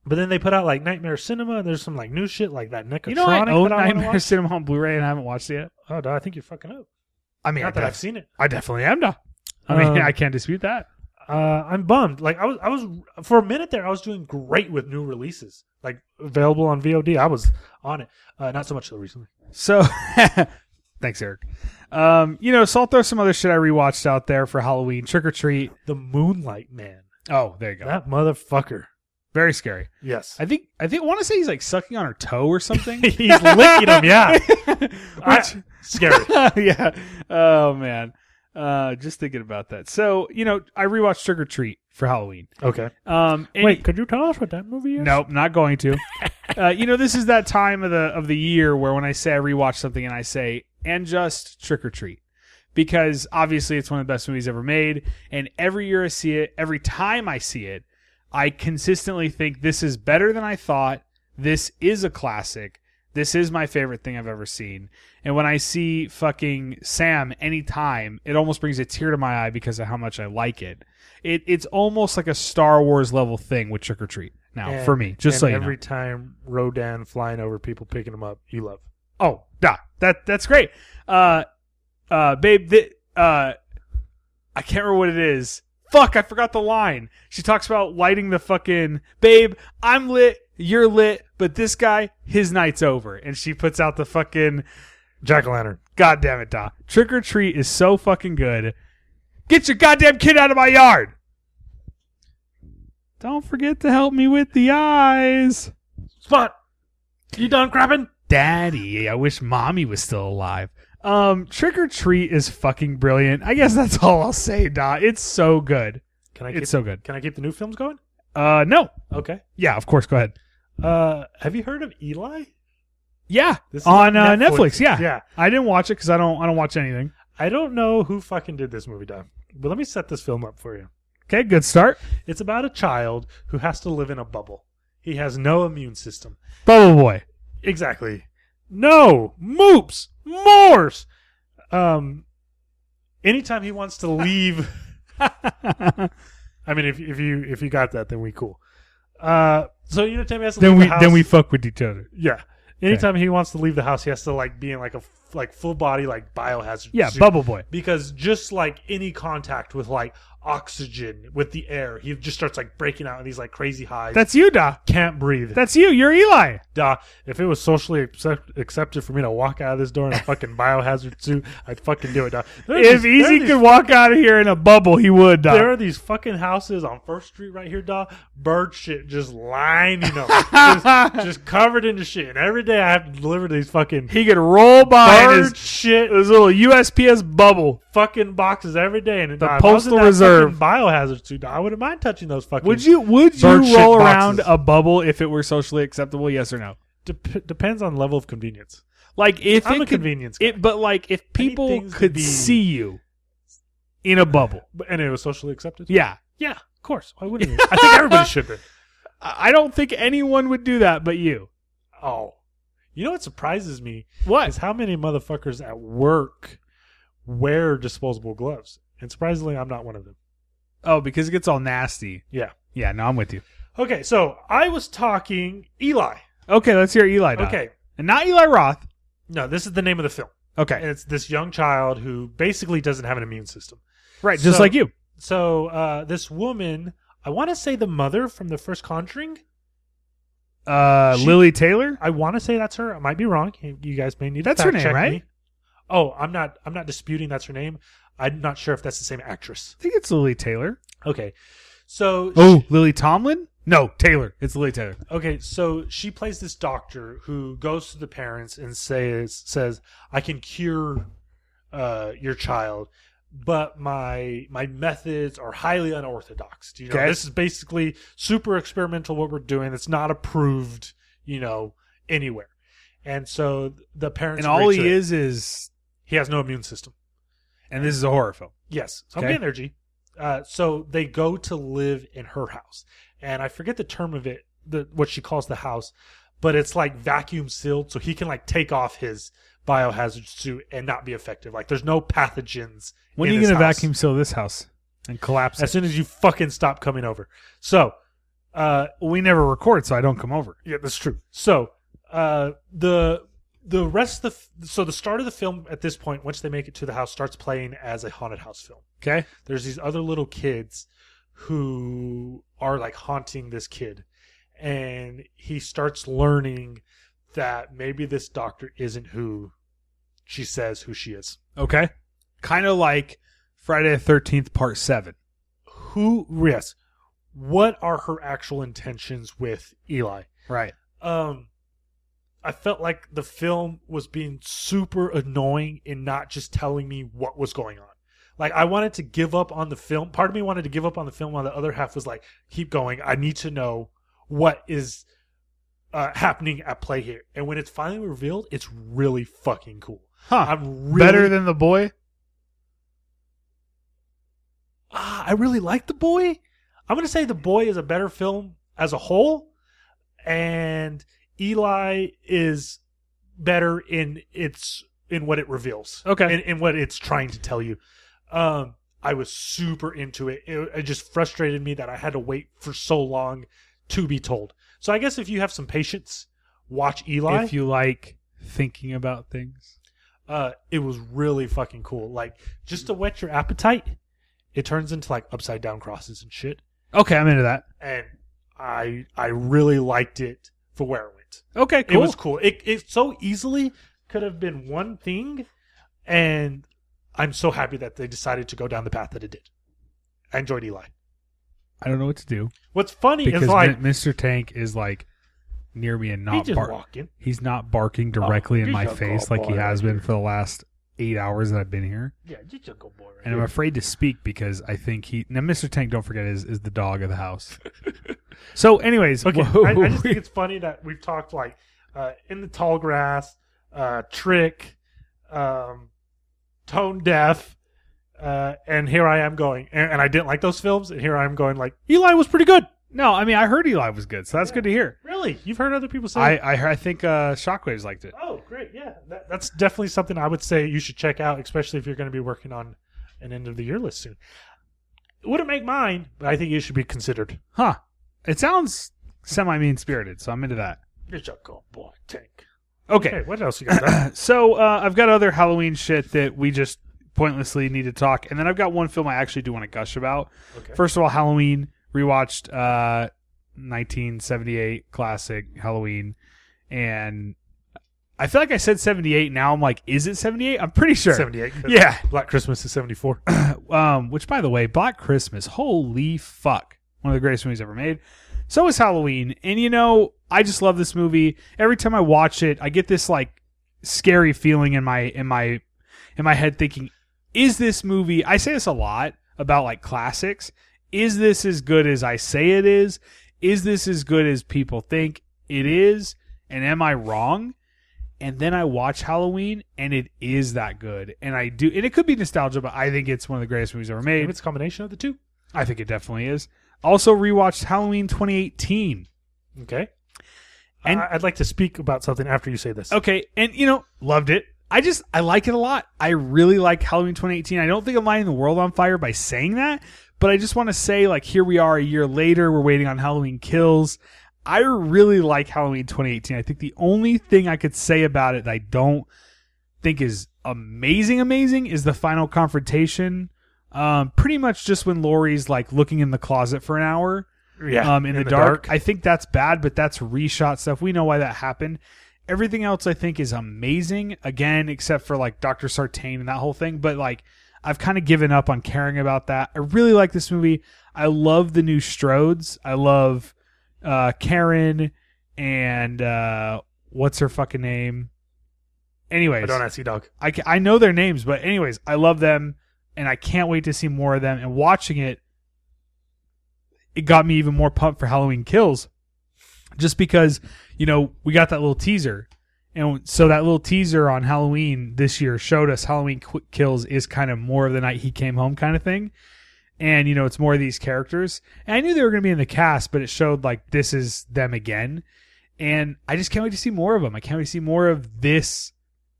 Speaker 2: but then they put out like Nightmare Cinema, and there's some like new shit like that Necrotronic.
Speaker 1: You know I own
Speaker 2: that I wanna
Speaker 1: Nightmare
Speaker 2: watch.
Speaker 1: Cinema on Blu-ray and I haven't watched it yet.
Speaker 2: Oh, dude, I think you're fucking up.
Speaker 1: I mean, I,
Speaker 2: Not that
Speaker 1: def-
Speaker 2: I've seen it.
Speaker 1: I definitely am. Duh. I mean,
Speaker 2: Um,
Speaker 1: I can't dispute that.
Speaker 2: Uh, I'm bummed. Like I was, I was for a minute there, I was doing great with new releases, like available on VOD. I was on it. Uh, not so much though recently.
Speaker 1: So, thanks, Eric. Um, you know, so I'll throw some other shit I rewatched out there for Halloween. Trick or treat.
Speaker 2: The Moonlight Man.
Speaker 1: Oh, there you go.
Speaker 2: That motherfucker.
Speaker 1: Very scary.
Speaker 2: Yes.
Speaker 1: I think I think want to say he's like sucking on her toe or something.
Speaker 2: He's licking him. Yeah.
Speaker 1: Which,
Speaker 2: I- scary.
Speaker 1: yeah. Oh man. Uh, just thinking about that. So you know, I rewatched Trick or Treat for Halloween.
Speaker 2: Okay.
Speaker 1: Um, and-
Speaker 2: Wait, could you tell us what that movie is?
Speaker 1: Nope, not going to. uh, you know, this is that time of the of the year where when I say I rewatch something and I say and just Trick or Treat because obviously it's one of the best movies ever made, and every year I see it, every time I see it, I consistently think this is better than I thought. This is a classic. This is my favorite thing I've ever seen. And when I see fucking Sam anytime, it almost brings a tear to my eye because of how much I like it. It it's almost like a Star Wars level thing with Trick or Treat now
Speaker 2: And-
Speaker 1: for me. Just
Speaker 2: and
Speaker 1: so you
Speaker 2: every
Speaker 1: know.
Speaker 2: time Rodan flying over people picking him up, you love.
Speaker 1: Oh, da that that's great. Uh, uh, babe, th- uh, I can't remember what it is. Fuck, I forgot the line. She talks about lighting the fucking babe. I'm lit, you're lit, but this guy, his night's over, and she puts out the fucking
Speaker 2: Jack o' lantern.
Speaker 1: God damn it, Doc. Trick or treat is so fucking good. Get your goddamn kid out of my yard. Don't forget to help me with the eyes.
Speaker 2: Spot. You done crapping?
Speaker 1: Daddy, I wish mommy was still alive. Um, Trick or Treat is fucking brilliant. I guess that's all I'll say, Doc. It's so good.
Speaker 2: Can I keep,
Speaker 1: It's so good.
Speaker 2: Can I keep the new films going?
Speaker 1: Uh, no.
Speaker 2: Okay.
Speaker 1: Yeah, of course. Go ahead.
Speaker 2: Uh, have you heard of Eli?
Speaker 1: Yeah,
Speaker 2: This is
Speaker 1: on uh, Netflix. Yeah,
Speaker 2: Yeah.
Speaker 1: I didn't watch it because I don't. I don't watch anything.
Speaker 2: I don't know who fucking did this movie, Don, but let me set this film up for you.
Speaker 1: Okay, good start.
Speaker 2: It's about a child who has to live in a bubble. He has no immune system.
Speaker 1: Bubble boy.
Speaker 2: Exactly. No, moops, mores. Um, anytime he wants to leave, I mean, if if you if you got that, then we cool. Uh, so anytime he has to
Speaker 1: then
Speaker 2: leave
Speaker 1: we
Speaker 2: the house,
Speaker 1: then we fuck with each other.
Speaker 2: yeah. Anytime he wants to leave the house, he has to like be in like a f- like full body like biohazard.
Speaker 1: Yeah,
Speaker 2: suit.
Speaker 1: Bubble Boy.
Speaker 2: because just like any contact with like oxygen with the air, he just starts like breaking out in these like crazy highs.
Speaker 1: That's you, Da.
Speaker 2: can't breathe.
Speaker 1: That's you. You're Eli.
Speaker 2: Duh. If it was socially accept- accepted for me to walk out of this door in a fucking biohazard suit, I'd fucking do it. Duh. There are
Speaker 1: If
Speaker 2: these- there are
Speaker 1: Easy
Speaker 2: these-
Speaker 1: could walk out of here in a bubble, he would, Da.
Speaker 2: there are these fucking houses on First Street right here, duh. Bird shit just lining up, just, just covered in the shit. And every day I have to deliver these fucking
Speaker 1: he could roll by in
Speaker 2: bird
Speaker 1: his, uh,
Speaker 2: shit
Speaker 1: his little USPS bubble.
Speaker 2: fucking boxes every day. And
Speaker 1: The
Speaker 2: nah, if I was in
Speaker 1: Postal
Speaker 2: that
Speaker 1: Reserve.
Speaker 2: fucking biohazard suit, duh, I wouldn't mind touching those fucking.
Speaker 1: Would you would
Speaker 2: Bird
Speaker 1: you
Speaker 2: shit
Speaker 1: roll around
Speaker 2: boxes.
Speaker 1: a bubble if it were socially acceptable? Yes or no?
Speaker 2: Dep- depends on level of convenience.
Speaker 1: Like if
Speaker 2: I'm
Speaker 1: it
Speaker 2: a
Speaker 1: could,
Speaker 2: convenience guy.
Speaker 1: it, but like if people
Speaker 2: things to
Speaker 1: could
Speaker 2: be-
Speaker 1: see you in a bubble,
Speaker 2: But- And it was socially accepted.
Speaker 1: yeah.
Speaker 2: yeah, of course. Why wouldn't you? I think everybody should. Then.
Speaker 1: I I don't think anyone would do that, but you.
Speaker 2: Oh. You know what surprises me
Speaker 1: What?
Speaker 2: is how many motherfuckers at work wear disposable gloves. And surprisingly, I'm not one of them.
Speaker 1: Oh, because it gets all nasty.
Speaker 2: Yeah.
Speaker 1: Yeah, no, I'm with you.
Speaker 2: Okay, so I was talking Eli.
Speaker 1: Okay, let's hear Eli. Doc.
Speaker 2: Okay,
Speaker 1: And not Eli Roth.
Speaker 2: no, this is the name of the film.
Speaker 1: Okay.
Speaker 2: And it's this young child who basically doesn't have an immune system.
Speaker 1: Right, just
Speaker 2: So-
Speaker 1: like you.
Speaker 2: So uh, this woman, I want to say the mother from the first Conjuring.
Speaker 1: Uh,
Speaker 2: She-
Speaker 1: Lily Taylor?
Speaker 2: I want to say that's her. I might be wrong. You you guys may need to
Speaker 1: That's her
Speaker 2: fact
Speaker 1: name,
Speaker 2: check
Speaker 1: right?
Speaker 2: me. Oh, I'm not. I'm not disputing that's her name. I'm not sure if that's the same actress.
Speaker 1: I think it's Lily Taylor.
Speaker 2: Okay, so
Speaker 1: Oh, Lily Tomlin? No, Taylor. It's Lily Taylor.
Speaker 2: Okay, so she plays this doctor who goes to the parents and says says I can cure uh, your child, but my my methods are highly unorthodox. You know,
Speaker 1: Okay.
Speaker 2: this is basically super experimental what we're doing. It's not approved, you know, anywhere. And so the parents
Speaker 1: And all
Speaker 2: agree
Speaker 1: he
Speaker 2: to it.
Speaker 1: is is,
Speaker 2: he has no immune system.
Speaker 1: and this is a horror film.
Speaker 2: Yes, so I'm
Speaker 1: Okay.
Speaker 2: getting there, G. Uh, so they go to live in her house, and I forget the term of it, the what she calls the house, but it's like vacuum sealed, so he can like take off his biohazard suit and not be affected. Like there's no pathogens.
Speaker 1: When are
Speaker 2: in
Speaker 1: you
Speaker 2: his
Speaker 1: going to
Speaker 2: house.
Speaker 1: vacuum seal this house and collapse
Speaker 2: As
Speaker 1: it?
Speaker 2: soon as you fucking stop coming over. So, uh,
Speaker 1: We never record, so I don't come over.
Speaker 2: yeah, that's true. So, uh, the the rest of the f- so the start of the film at this point, once they make it to the house, starts playing as a haunted house film.
Speaker 1: Okay.
Speaker 2: there's these other little kids who are like haunting this kid and he starts learning that maybe this doctor isn't who she says who she is
Speaker 1: Okay. Kind of like Friday the 13th, part seven.
Speaker 2: who yes what are her actual intentions with eli
Speaker 1: Right.
Speaker 2: um i felt like the film was being super annoying in not just telling me what was going on like i wanted to give up on the film part of me wanted to give up on the film while the other half was like keep going i need to know what is uh, happening at play here and when it's finally revealed it's really fucking cool
Speaker 1: Huh.
Speaker 2: i'm really
Speaker 1: Better than the boy?
Speaker 2: ah, I really like The Boy. I'm going to say The Boy is a better film as a whole, and Eli is better in its in what it reveals.
Speaker 1: Okay.
Speaker 2: in, in what it's trying to tell you. Um, I was super into it. it. It just frustrated me that I had to wait for so long to be told. So I guess if you have some patience, watch Eli.
Speaker 1: If you like thinking about things.
Speaker 2: uh, it was really fucking cool. Like just to whet your appetite, it turns into like upside down crosses and shit.
Speaker 1: Okay, I'm into that.
Speaker 2: and I I really liked it for where it went.
Speaker 1: Okay,
Speaker 2: It was cool. It it so easily could have been one thing, and I'm so happy that they decided to go down the path that it did. I enjoyed Eli.
Speaker 1: I don't know what to do.
Speaker 2: What's funny
Speaker 1: because
Speaker 2: is like
Speaker 1: Mi- Mr. Tank is like near me and
Speaker 2: he
Speaker 1: not
Speaker 2: just
Speaker 1: bark.
Speaker 2: walking.
Speaker 1: He's not barking directly in
Speaker 2: he's
Speaker 1: my
Speaker 2: a
Speaker 1: face
Speaker 2: good
Speaker 1: like he
Speaker 2: boy
Speaker 1: has
Speaker 2: right
Speaker 1: been for the last eight hours that I've been here.
Speaker 2: Yeah, just a good boy. Right
Speaker 1: And I'm afraid to speak because I think he now Mr. Tank. Don't forget is is the dog of the house. so, anyways,
Speaker 2: Okay,
Speaker 1: whoa,
Speaker 2: I, I just think
Speaker 1: we-
Speaker 2: it's funny that we've talked like uh, in the tall grass, uh, trick, um, tone deaf, uh, and here I am going, and, and I didn't like those films, and here I am going like Eli was pretty good.
Speaker 1: no, I mean I heard Eli was good, so that's good to hear.
Speaker 2: Really, you've heard other people say,
Speaker 1: I I, heard- I think uh, Shockwaves liked it.
Speaker 2: "Oh, great, yeah." That, that's definitely something I would say you should check out, especially if you're going to be working on an end of the year list soon. It wouldn't make mine, but I think it should be considered.
Speaker 1: Huh? It sounds semi mean spirited, so I'm into that.
Speaker 2: You're a good boy, Tank.
Speaker 1: Okay,
Speaker 2: Okay, what else you got? Doc?
Speaker 1: so uh, I've got other Halloween shit that we just pointlessly need to talk, and then I've got one film I actually do want to gush about.
Speaker 2: Okay.
Speaker 1: First of all, Halloween rewatched uh, 1978 classic Halloween, and I feel like I said 78. Now I'm like, is it 78? I'm pretty sure.
Speaker 2: 78.
Speaker 1: Yeah.
Speaker 2: Black Christmas is 74.
Speaker 1: Um, which, by the way, Black Christmas, holy fuck, one of the greatest movies ever made. So is Halloween, and you know, I just love this movie. Every time I watch it, I get this like scary feeling in my in my in my head, thinking, is this movie? I say this a lot about like classics. Is this as good as I say it is? Is this as good as people think it is? And am I wrong? and then I watch Halloween, and it is that good. And I do, and it could be nostalgia, but I think it's one of the greatest movies ever
Speaker 2: Maybe
Speaker 1: made.
Speaker 2: it's a combination of the two.
Speaker 1: I think it definitely is. Also, rewatched Halloween 2018.
Speaker 2: Okay.
Speaker 1: And-
Speaker 2: I- I'd like to speak about something after you say this.
Speaker 1: Okay, and you know, loved it. I just I like it a lot. I really like Halloween 2018. I don't think I'm lighting the world on fire by saying that, but I just want to say like here we are a year later. We're waiting on Halloween Kills. I really like Halloween 2018. I think the only thing I could say about it that I don't think is amazing, amazing is the final confrontation. Um, pretty much just when Laurie's like looking in the closet for an hour
Speaker 2: Yeah,
Speaker 1: um, in, the, dark. I think that's bad, but that's reshot stuff. We know why that happened. Everything else I think is amazing again, except for like Dr. Sartain and that whole thing. But like, I've kind of given up on caring about that. I really like this movie. I love the new Strodes. I love uh, Karen and uh, what's her fucking name? Anyways,
Speaker 2: I Oh, don't ask you, dog.
Speaker 1: I, ca- I know their names, but anyways, I love them and I can't wait to see more of them. And watching it, it got me even more pumped for Halloween Kills just because, you know, we got that little teaser. And so that little teaser on Halloween this year showed us Halloween Qu- Kills is kind of more of the night he came home kind of thing. And, you know, it's more of these characters. And I knew they were going to be in the cast, but it showed like this is them again. And I just can't wait to see more of them. I can't wait to see more of this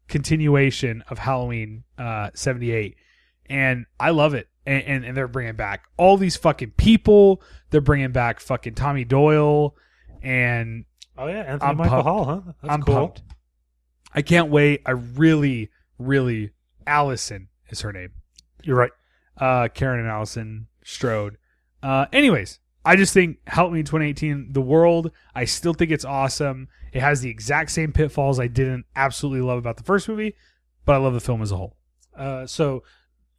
Speaker 1: continuation of Halloween uh, 78. And I love it. And, and, and they're bringing back all these fucking people. They're bringing back fucking Tommy Doyle. And
Speaker 2: Oh yeah, Anthony
Speaker 1: I'm
Speaker 2: Michael
Speaker 1: pumped.
Speaker 2: Hall, huh? That's
Speaker 1: I'm
Speaker 2: cool.
Speaker 1: pumped. I can't wait. I really, really, Allison is her name.
Speaker 2: You're right.
Speaker 1: Uh, Karen and Allison Strode. Uh, anyways, I just think Halloween 2018, the world, I still think it's awesome. It has the exact same pitfalls I didn't absolutely love about the first movie, but I love the film as a whole.
Speaker 2: Uh, so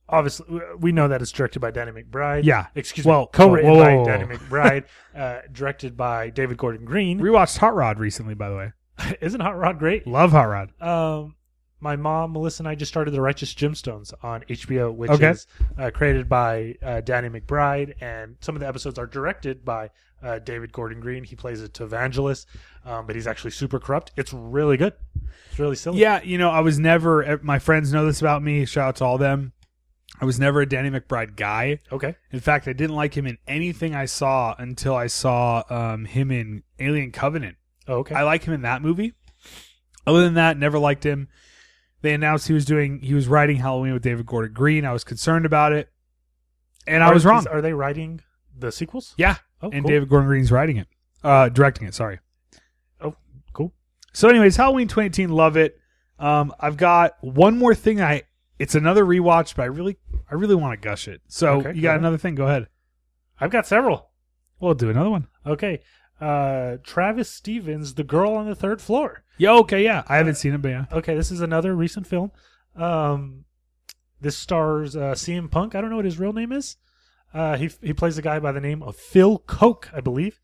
Speaker 2: obviously we- we know that it's directed by Danny McBride.
Speaker 1: Yeah.
Speaker 2: Excuse
Speaker 1: Well,
Speaker 2: me. Co-written
Speaker 1: whoa,
Speaker 2: by
Speaker 1: whoa, whoa.
Speaker 2: Danny McBride, uh, directed by David Gordon Green.
Speaker 1: Rewatched Hot Rod recently, by the way.
Speaker 2: Isn't Hot Rod great?
Speaker 1: Love Hot Rod.
Speaker 2: Um, my mom, Melissa, and I just started The Righteous Gemstones on HBO, which
Speaker 1: Okay.
Speaker 2: is uh, created by uh, Danny McBride, and some of the episodes are directed by uh, David Gordon Green. He plays a Tevangelist, um, but he's actually super corrupt. It's really good. It's really silly.
Speaker 1: Yeah, you know, I was never. eh, My friends know this about me. Shout out to all them. I was never a Danny McBride guy.
Speaker 2: Okay.
Speaker 1: In fact, I didn't like him in anything I saw until I saw um, him in Alien Covenant.
Speaker 2: Oh, okay.
Speaker 1: I like him in that movie. Other than that, never liked him. They announced he was doing he was writing Halloween with David Gordon Green. I was concerned about it, and I
Speaker 2: Are-
Speaker 1: was wrong.
Speaker 2: is- Are they writing the sequels?
Speaker 1: yeah,
Speaker 2: Oh,
Speaker 1: and
Speaker 2: cool.
Speaker 1: David Gordon Green's writing it, uh, directing it. Sorry.
Speaker 2: Oh, cool.
Speaker 1: So, anyways, Halloween 2018, love it. Um, I've got one more thing. I it's another rewatch, but I really, I really want to gush it. So
Speaker 2: Okay,
Speaker 1: you
Speaker 2: go
Speaker 1: got
Speaker 2: ahead.
Speaker 1: another thing? Go ahead.
Speaker 2: I've got several.
Speaker 1: We'll do another one.
Speaker 2: Okay. Uh, Travis Stevens, The Girl on the Third Floor.
Speaker 1: Yeah. Okay. Yeah. I haven't seen it, but yeah.
Speaker 2: Okay, this is another recent film. Um, this stars uh, CM Punk. I don't know what his real name is. Uh, he he plays a guy by the name of Phil Koch, I believe,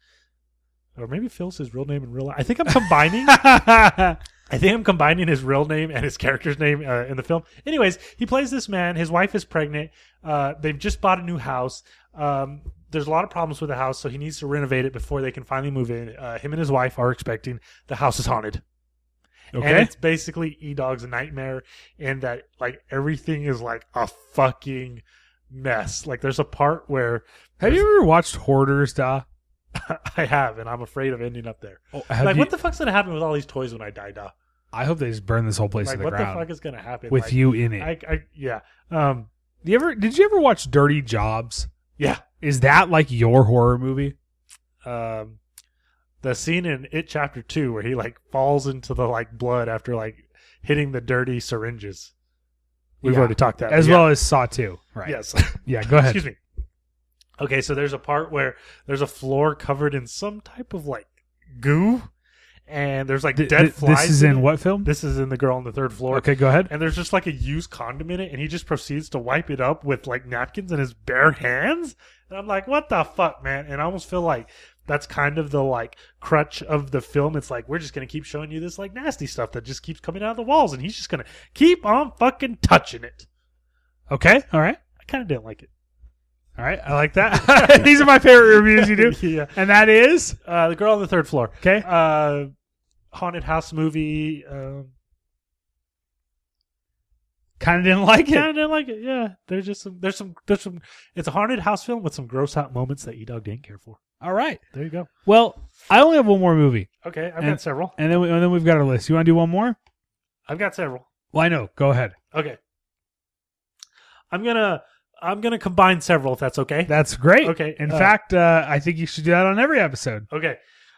Speaker 2: or maybe Phil's his real name in real life. I think I'm combining. I think I'm combining his real name and his character's name uh, in the film. Anyways, he plays this man. His wife is pregnant. Uh, they've just bought a new house. Um, there's a lot of problems with the house, so he needs to renovate it before they can finally move in. Uh, him and his wife are expecting the house is haunted. And
Speaker 1: Okay.
Speaker 2: it's basically E Dog's nightmare in that like everything is like a fucking mess. Like there's a part where
Speaker 1: Have you ever watched Hoarders, Da?
Speaker 2: I have and I'm afraid of ending up there.
Speaker 1: Oh, have
Speaker 2: like
Speaker 1: you-
Speaker 2: what the fuck's gonna happen with all these toys when I die, da?
Speaker 1: I hope they just burn this whole place
Speaker 2: Like
Speaker 1: to the
Speaker 2: what the
Speaker 1: ground
Speaker 2: fuck is gonna happen
Speaker 1: with
Speaker 2: Like,
Speaker 1: you in it.
Speaker 2: I, I yeah. Um
Speaker 1: Do you ever? Did you ever watch Dirty Jobs?
Speaker 2: yeah.
Speaker 1: Is that like your horror movie?
Speaker 2: Um the scene in It Chapter Two where he like falls into the like blood after like hitting the dirty syringes. We've
Speaker 1: Yeah.
Speaker 2: already talked that
Speaker 1: As
Speaker 2: Uh, yeah.
Speaker 1: well as Saw Two, right?
Speaker 2: Yes.
Speaker 1: Yeah. Go ahead.
Speaker 2: Excuse me. Okay, so there's a part where there's a floor covered in some type of like goo, and there's like
Speaker 1: Th-
Speaker 2: dead
Speaker 1: th-
Speaker 2: flies.
Speaker 1: this is in
Speaker 2: it.
Speaker 1: what film?
Speaker 2: This is in the girl on the third floor.
Speaker 1: okay. Go ahead.
Speaker 2: And there's just like a used condom in it, and he just proceeds to wipe it up with like napkins in his bare hands. And I'm like, what the fuck, man? And I almost feel like that's kind of the like crutch of the film. It's like we're just gonna keep showing you this like nasty stuff that just keeps coming out of the walls, and he's just gonna keep on fucking touching it.
Speaker 1: Okay. All right.
Speaker 2: I kind of didn't like it.
Speaker 1: All right, I like that. These are my favorite reviews you do.
Speaker 2: yeah.
Speaker 1: And that is
Speaker 2: Uh, the girl on the third floor.
Speaker 1: okay.
Speaker 2: Uh, haunted house movie. Um,
Speaker 1: Kind of didn't like
Speaker 2: kind
Speaker 1: it.
Speaker 2: of didn't like it. Yeah, there's just some. There's some. There's some. It's a haunted house film with some gross out moments that E Dog didn't care for.
Speaker 1: All right.
Speaker 2: There you go.
Speaker 1: Well, I only have one more movie,
Speaker 2: Okay, I've
Speaker 1: And-
Speaker 2: got several.
Speaker 1: and then we, and then we've got our list. You want to do one more?
Speaker 2: I've got several.
Speaker 1: Well, I know. Go ahead.
Speaker 2: Okay. I'm gonna I'm gonna combine several if that's okay.
Speaker 1: That's great.
Speaker 2: Okay,
Speaker 1: In
Speaker 2: uh,
Speaker 1: fact, uh, I think you should do that on every episode.
Speaker 2: okay.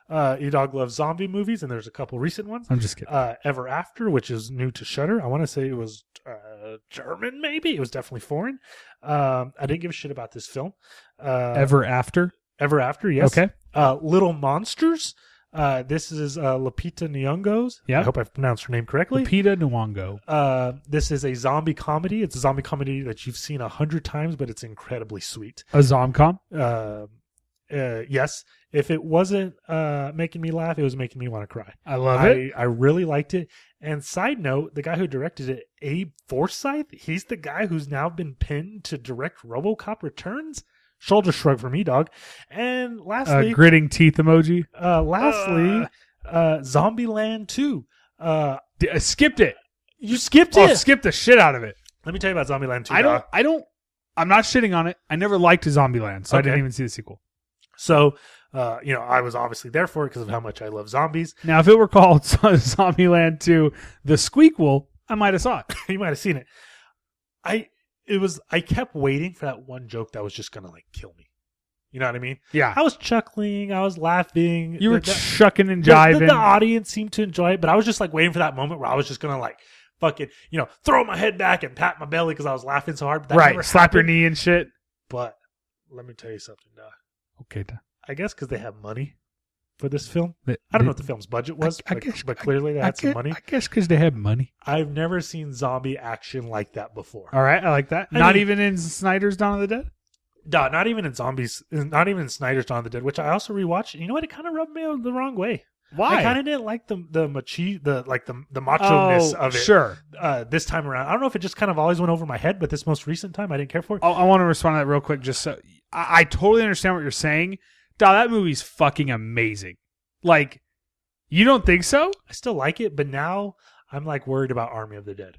Speaker 2: Uh E Dog loves zombie movies and there's a couple recent ones.
Speaker 1: I'm just kidding.
Speaker 2: Uh Ever After, which is new to Shudder. I wanna say it was uh German maybe. It was definitely foreign. Um I didn't give a shit about this film. Uh
Speaker 1: Ever after.
Speaker 2: Ever After, yes.
Speaker 1: Okay.
Speaker 2: uh, Little Monsters. Uh, this is uh, Lupita Nyong'o's.
Speaker 1: Yeah.
Speaker 2: I hope I've pronounced her name correctly.
Speaker 1: Lupita Nyong'o.
Speaker 2: uh, this is a zombie comedy. It's a zombie comedy that you've seen a hundred times, but it's incredibly sweet.
Speaker 1: A zomcom.
Speaker 2: Uh, uh, yes, if it wasn't uh, making me laugh, it was making me want to cry.
Speaker 1: I love it.
Speaker 2: I, I really liked it. And side note, the guy who directed it, Abe Forsyth, he's the guy who's now been pinned to direct RoboCop Returns. Shoulder shrug for me, dog. And
Speaker 1: Uh,
Speaker 2: lastly,
Speaker 1: gritting teeth emoji.
Speaker 2: uh, lastly, uh, Zombieland 2. Uh,
Speaker 1: D- I skipped it.
Speaker 2: you skipped
Speaker 1: Oh,
Speaker 2: it.
Speaker 1: skipped the shit out of it.
Speaker 2: Let me tell you about Zombieland 2.
Speaker 1: I don't.
Speaker 2: dog.
Speaker 1: I don't. I'm not shitting on it. I never liked Zombieland, so I didn't
Speaker 2: Okay.
Speaker 1: even see the sequel.
Speaker 2: So, uh, you know, I was obviously there for it because of how much I love zombies.
Speaker 1: Now, if it were called Zombieland Two: The Squeakquel, I might have saw it.
Speaker 2: you might have seen it. I it was I kept waiting for that one joke that was just gonna like kill me. You know what I mean?
Speaker 1: Yeah,
Speaker 2: I was chuckling, I was laughing.
Speaker 1: you were
Speaker 2: The- the-
Speaker 1: chucking and
Speaker 2: the- The,
Speaker 1: jiving.
Speaker 2: the audience seemed to enjoy it, but I was just like waiting for that moment where I was just gonna like fucking, you know, throw my head back and pat my belly because I was laughing so hard. But that never
Speaker 1: right, slap your
Speaker 2: happened.
Speaker 1: knee and shit.
Speaker 2: But let me tell you something, Doc.
Speaker 1: Okay, d-
Speaker 2: I guess because they have money for this film.
Speaker 1: th-
Speaker 2: I don't know
Speaker 1: th-
Speaker 2: what the film's budget was,
Speaker 1: I
Speaker 2: but,
Speaker 1: guess-
Speaker 2: but clearly they had
Speaker 1: I
Speaker 2: some
Speaker 1: guess,
Speaker 2: money.
Speaker 1: I guess because they have money.
Speaker 2: I've never seen zombie action like that before.
Speaker 1: All right, I like that.
Speaker 2: I
Speaker 1: Not
Speaker 2: mean-
Speaker 1: even in Snyder's Dawn of the Dead.
Speaker 2: Duh, not even in zombies, not even in Snyder's Dawn of the Dead, which I also rewatched. You know what? It kind of rubbed me the wrong way. I kind of didn't like the the machi, the like the the macho-ness
Speaker 1: oh,
Speaker 2: of it.
Speaker 1: Sure.
Speaker 2: Uh, this time around, I don't know if it just kind of always went over my head, but this most recent time, I didn't care for it.
Speaker 1: I, I want to respond to that real quick. Just so I, I totally understand what you're saying. Dow, that movie's fucking amazing. Like, you don't think so?
Speaker 2: I still like it, but now I'm like worried about Army of the Dead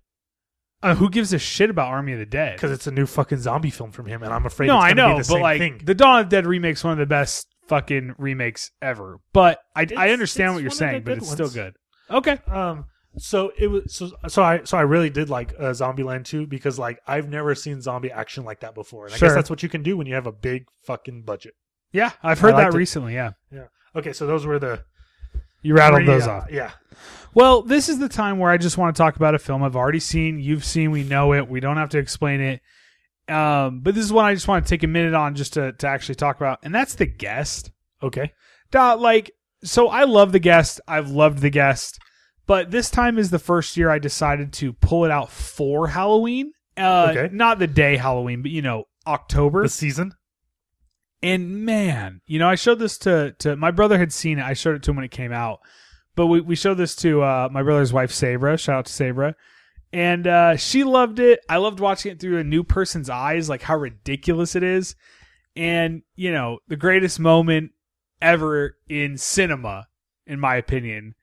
Speaker 1: Uh, who gives a shit about Army of the Dead?
Speaker 2: because it's a new fucking zombie film from him, and I'm afraid.
Speaker 1: no,
Speaker 2: it's
Speaker 1: I
Speaker 2: gonna
Speaker 1: know,
Speaker 2: be the
Speaker 1: but
Speaker 2: same
Speaker 1: like
Speaker 2: thing.
Speaker 1: the Dawn of the Dead remake's one of the best fucking remakes ever. But I, I
Speaker 2: It's-
Speaker 1: understand
Speaker 2: it's
Speaker 1: what you're
Speaker 2: one of
Speaker 1: saying,
Speaker 2: the
Speaker 1: but
Speaker 2: good
Speaker 1: it's still
Speaker 2: ones.
Speaker 1: good. Okay,
Speaker 2: um so it was so so i so i really did like uh, zombieland 2 because like i've never seen zombie action like that before and i
Speaker 1: Sure.
Speaker 2: guess that's what you can do when you have a big fucking budget
Speaker 1: yeah, I've heard
Speaker 2: liked
Speaker 1: that
Speaker 2: it.
Speaker 1: recently. Yeah,
Speaker 2: okay so those were the
Speaker 1: you rattled
Speaker 2: three,
Speaker 1: those
Speaker 2: uh,
Speaker 1: off.
Speaker 2: yeah
Speaker 1: Well, this is the time where I just want to talk about a film I've already seen. You've seen, we know it. We don't have to explain it. Um, but this is one I just want to take a minute on just to, to actually talk about, and that's The Guest.
Speaker 2: okay
Speaker 1: Dot, like, so I love The Guest. I've loved The Guest. But this time is the first year I decided to pull it out for Halloween. Uh,
Speaker 2: Okay.
Speaker 1: Not the day Halloween, but, you know, October.
Speaker 2: the season
Speaker 1: And man, you know, I showed this to to my brother had seen it. I showed it to him when it came out. But we, we showed this to uh, my brother's wife, Sabra. Shout out to Sabra. And uh, she loved it. I loved watching it through a new person's eyes, like how ridiculous it is. And, you know, the greatest moment ever in cinema, in my opinion,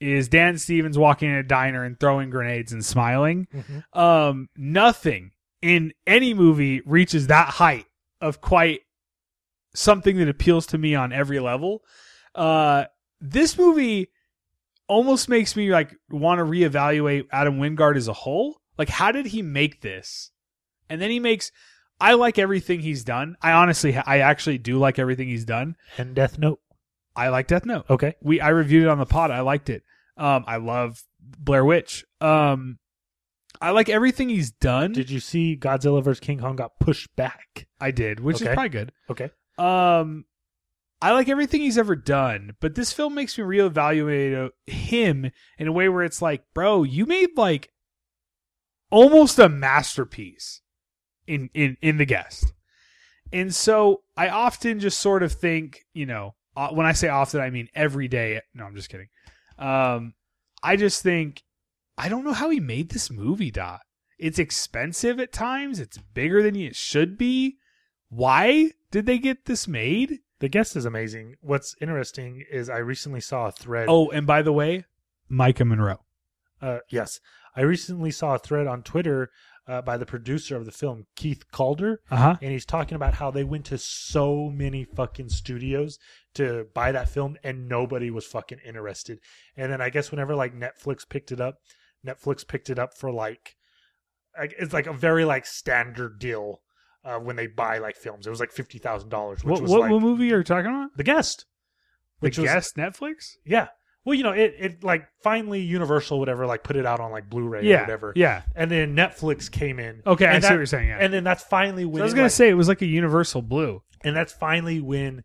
Speaker 1: is Dan Stevens walking in a diner and throwing grenades and smiling um nothing in any movie reaches that height of quite something that appeals to me on every level uh this movie almost makes me like want to reevaluate adam wingard as a whole like how did he make this and then he makes i like everything he's done i honestly i actually do like everything he's done
Speaker 2: and death note
Speaker 1: i like death note
Speaker 2: okay
Speaker 1: we I reviewed it on the pod. I liked it. Um, I love Blair Witch. Um, I like everything he's done.
Speaker 2: did you see godzilla vs king kong got pushed back
Speaker 1: I did, which is
Speaker 2: Okay.
Speaker 1: probably good.
Speaker 2: okay
Speaker 1: Um, I like everything he's ever done, but this film makes me reevaluate uh, him in a way where it's like, bro, you made like almost a masterpiece in in in the guest, and so I often just sort of think, you know, uh, when I say often, I mean every day. No, I'm just kidding. Um, I just think I don't know how he made this movie. Dot. It's expensive at times. It's bigger than it should be why did they get this made?
Speaker 2: the guest is amazing what's interesting is i recently saw a thread
Speaker 1: Oh, and by the way, Micah Monroe.
Speaker 2: Uh, yes, I recently saw a thread on Twitter uh, by the producer of the film, Keith Calder,
Speaker 1: Uh huh.
Speaker 2: and he's talking about how they went to so many fucking studios to buy that film, and nobody was fucking interested. And then I guess whenever like Netflix picked it up, Netflix picked it up for like like, it's like a very like standard deal uh, when they buy like films. It was like fifty thousand dollars, which
Speaker 1: What,
Speaker 2: was
Speaker 1: what,
Speaker 2: like
Speaker 1: what movie are you talking about?
Speaker 2: the guest.
Speaker 1: The
Speaker 2: Which was-
Speaker 1: guest Netflix?
Speaker 2: Yeah. Well, you know, it it like finally Universal whatever like put it out on like Blu-ray or
Speaker 1: Yeah.
Speaker 2: whatever,
Speaker 1: Yeah.
Speaker 2: and then Netflix came in.
Speaker 1: Okay,
Speaker 2: and
Speaker 1: I
Speaker 2: that,
Speaker 1: see what you're saying. Yeah.
Speaker 2: And then that's finally when
Speaker 1: So I was
Speaker 2: it,
Speaker 1: gonna
Speaker 2: like-
Speaker 1: say it was like a universal blue.
Speaker 2: and that's finally when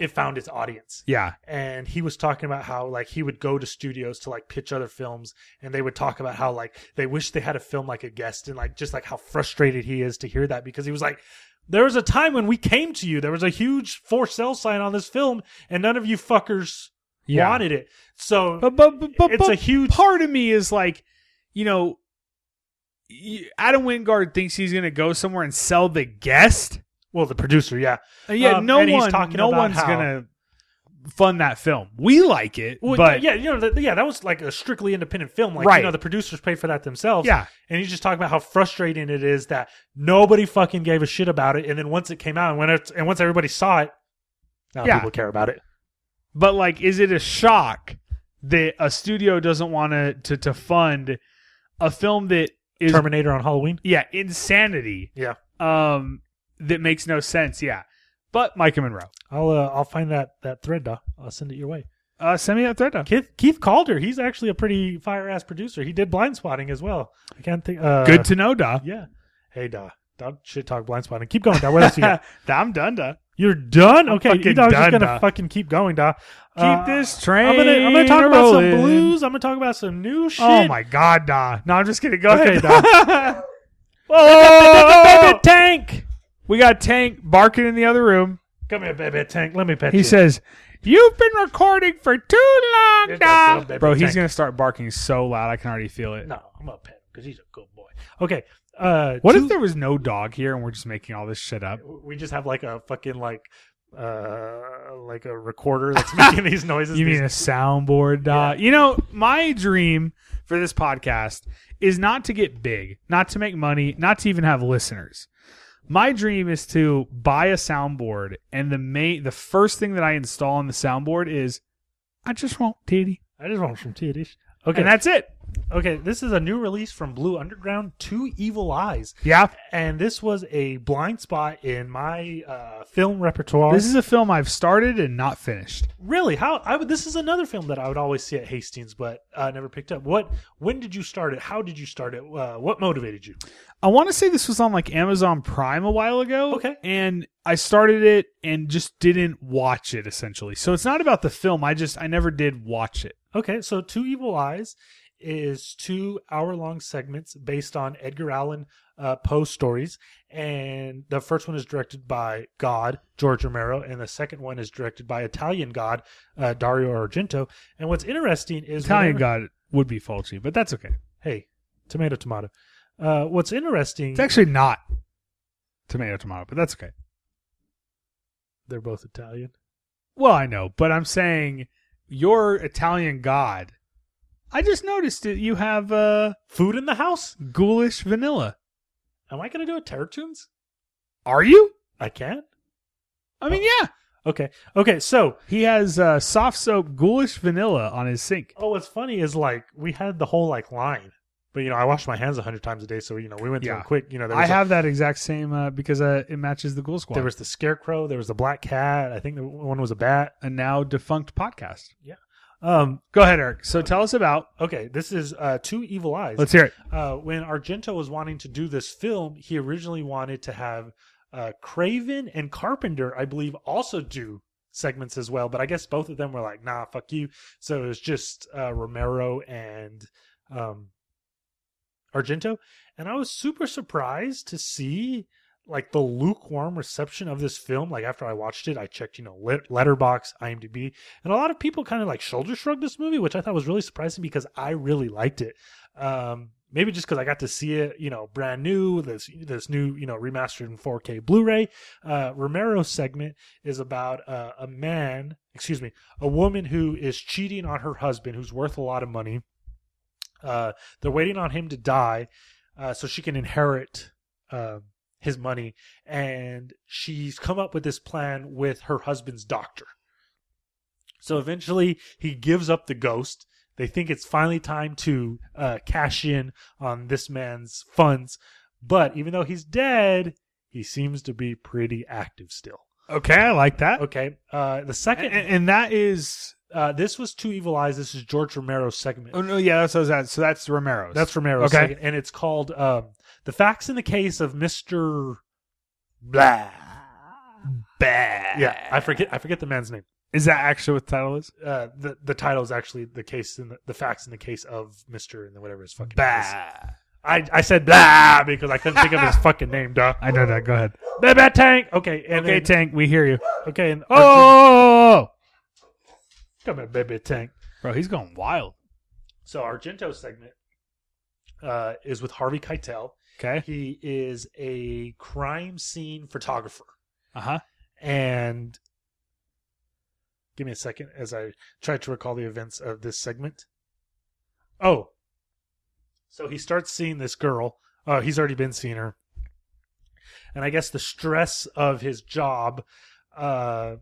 Speaker 2: it found its audience.
Speaker 1: Yeah.
Speaker 2: and he was talking about how like he would go to studios to like pitch other films and they would talk about how like they wish they had a film like a guest and like just like how frustrated he is to hear that because he was like there was a time when we came to you there was a huge for sale sign on this film and none of you fuckers
Speaker 1: Yeah.
Speaker 2: wanted it so
Speaker 1: But but but, but,
Speaker 2: it's
Speaker 1: but
Speaker 2: a huge
Speaker 1: part of me is like, you know, y- Adam Wingard thinks he's gonna go somewhere and sell the guest.
Speaker 2: well the producer yeah
Speaker 1: Uh, Yeah,
Speaker 2: Um,
Speaker 1: no
Speaker 2: and he's
Speaker 1: one,
Speaker 2: talking
Speaker 1: no
Speaker 2: about
Speaker 1: one's
Speaker 2: how-
Speaker 1: gonna fund that film. We like it,
Speaker 2: well,
Speaker 1: but
Speaker 2: yeah you know th- yeah that was like a strictly independent film like you
Speaker 1: Right.
Speaker 2: know the producers paid for that themselves
Speaker 1: yeah,
Speaker 2: And he's just talking about how frustrating it is that nobody fucking gave a shit about it. And then once it came out, and when it, and once everybody saw it, now
Speaker 1: Yeah.
Speaker 2: people care about it.
Speaker 1: But like, is it a shock that a studio doesn't want to to to fund a film that is
Speaker 2: Terminator on Halloween.
Speaker 1: yeah insanity?
Speaker 2: Yeah.
Speaker 1: um, that makes no sense. Yeah, but Micah Monroe,
Speaker 2: I'll uh, I'll find that that thread. Doc. I'll send it your way.
Speaker 1: uh, send me that thread. Doc.
Speaker 2: Keith, Keith Calder. He's actually a pretty fire ass producer. He did blind spotting as well. I can't think. Uh,
Speaker 1: Good to know, Da.
Speaker 2: yeah. Hey, Da. Dog shit talk blind spotting. Keep going, Da. What else you got?
Speaker 1: I'm done, Da.
Speaker 2: You're done.
Speaker 1: I'm
Speaker 2: Okay,
Speaker 1: fucking
Speaker 2: you dog's just
Speaker 1: done,
Speaker 2: gonna
Speaker 1: Da.
Speaker 2: fucking keep going, Da. Keep
Speaker 1: Keep this train.
Speaker 2: I'm gonna I'm gonna talk about
Speaker 1: rolling.
Speaker 2: some blues. I'm gonna talk about some new shit.
Speaker 1: Oh my God, Da. No, I'm just kidding. Go
Speaker 2: Okay,
Speaker 1: ahead. Da. Whoa!
Speaker 2: baby tank.
Speaker 1: we got Tank barking in the other room.
Speaker 2: Come here, baby tank. Let me pet
Speaker 1: He
Speaker 2: you.
Speaker 1: says, "You've been recording for too long,
Speaker 2: Here's that little
Speaker 1: dog."
Speaker 2: baby
Speaker 1: Bro, he's
Speaker 2: tank.
Speaker 1: gonna start barking so loud, I can already feel it.
Speaker 2: "No, I'm gonna pet him because he's a good boy." Okay. Uh,
Speaker 1: What
Speaker 2: two-
Speaker 1: if there was no dog here and we're just making all this shit up?
Speaker 2: we just have like a fucking like uh like a recorder that's making these noises?
Speaker 1: You
Speaker 2: these-
Speaker 1: mean a soundboard dog? You know, my dream for this podcast is not to get big, not to make money, not to even have listeners. My dream is to buy a soundboard, and the main, the first thing that I install on the soundboard is, I just want titty,
Speaker 2: I just want some titties. Okay,
Speaker 1: and that's it.
Speaker 2: okay. This is a new release from Blue Underground, Two Evil Eyes,
Speaker 1: Yeah,
Speaker 2: and this was a blind spot in my uh, film repertoire.
Speaker 1: this is a film I've started and not finished.
Speaker 2: really how I would. This is another film that I would always see at Hastings, but uh, never picked up. What? When did you start it? How did you start it? Uh, what motivated you?
Speaker 1: I want to say this was on like Amazon Prime a while ago.
Speaker 2: Okay.
Speaker 1: And I started it and just didn't watch it essentially. So it's not about the film. I just, I never did watch it.
Speaker 2: Okay, so Two Evil Eyes is two hour long segments based on Edgar Allan uh, Poe stories. And the first one is directed by God, George Romero, and the second one is directed by Italian God, uh, Dario Argento. And what's interesting is
Speaker 1: Italian
Speaker 2: whenever-
Speaker 1: God would be faulty, but that's okay.
Speaker 2: Hey, tomato, tomato. Uh, what's interesting,
Speaker 1: It's actually not tomato, tomato, but that's okay.
Speaker 2: they're both Italian.
Speaker 1: Well, I know, but I'm saying your Italian God. I just noticed that you have uh,
Speaker 2: Food in the house?
Speaker 1: ghoulish vanilla.
Speaker 2: Am I going to do a Terror Tunes?
Speaker 1: Are you?
Speaker 2: I can.
Speaker 1: I mean, yeah.
Speaker 2: Okay. Okay. So,
Speaker 1: He has uh, soft soap ghoulish vanilla on his sink.
Speaker 2: Oh, what's funny is like we had the whole like line, but you know I wash my hands a hundred times a day, so you know we went through
Speaker 1: Yeah.
Speaker 2: them quick. You know, there
Speaker 1: I
Speaker 2: was,
Speaker 1: have that exact same uh, because uh, it matches the Ghoul
Speaker 2: a,
Speaker 1: Squad,
Speaker 2: there was the scarecrow, there was the black cat. I think the one was a bat.
Speaker 1: a now defunct podcast.
Speaker 2: Um,
Speaker 1: Go ahead, Eric. So tell us about.
Speaker 2: okay, this is uh, two evil eyes.
Speaker 1: Let's hear it.
Speaker 2: uh, when Argento was wanting to do this film, he originally wanted to have uh, Craven and Carpenter, I believe, also do segments as well. But I guess both of them were like, "Nah, fuck you." So it was just uh, Romero and um, Argento, and I was super surprised to see like the lukewarm reception of this film. Like after I watched it, I checked, you know, let- Letterbox, IMDb, and a lot of people kind of like shoulder shrugged this movie, which I thought was really surprising because I really liked it um maybe just because i got to see it you know brand new this this new you know remastered in 4k blu-ray uh romero's segment is about uh, a man excuse me a woman who is cheating on her husband who's worth a lot of money uh they're waiting on him to die uh so she can inherit um his money and she's come up with this plan with her husband's doctor so eventually he gives up the ghost They think it's finally time to uh, cash in on this man's funds. But even though he's dead, he seems to be pretty active still.
Speaker 1: Okay, I like that.
Speaker 2: Okay. Uh, the
Speaker 1: And,
Speaker 2: second,
Speaker 1: and- and that is
Speaker 2: uh, this was Two Evil Eyes. This is George Romero's segment.
Speaker 1: oh no, yeah, that's what I was at. So that's Romero's.
Speaker 2: That's Romero's
Speaker 1: Okay.
Speaker 2: segment. And it's called um, The Facts in the Case of Mr. Blah.
Speaker 1: bad.
Speaker 2: Yeah, I forget. I forget the man's name.
Speaker 1: Is that actually what the title is?
Speaker 2: Uh, the the title is actually the case in the, the facts in the case of Mister and the whatever his fucking name is.
Speaker 1: Bad.
Speaker 2: I I said blah because I couldn't think of his fucking name. Duh.
Speaker 1: I know that. Go ahead.
Speaker 2: Blah, blah, tank. Okay. And
Speaker 1: Okay,
Speaker 2: then-
Speaker 1: Tank, we hear you.
Speaker 2: okay. And
Speaker 1: Oh,
Speaker 2: Argent- come here, baby tank.
Speaker 1: bro, he's going wild.
Speaker 2: So Argento segment uh, is with Harvey Keitel.
Speaker 1: Okay.
Speaker 2: He is a crime scene photographer.
Speaker 1: Uh huh.
Speaker 2: and give me a second as I try to recall the events of this segment. Oh, so he starts seeing this girl. Uh, he's already been seeing her, and I guess the stress of his job uh,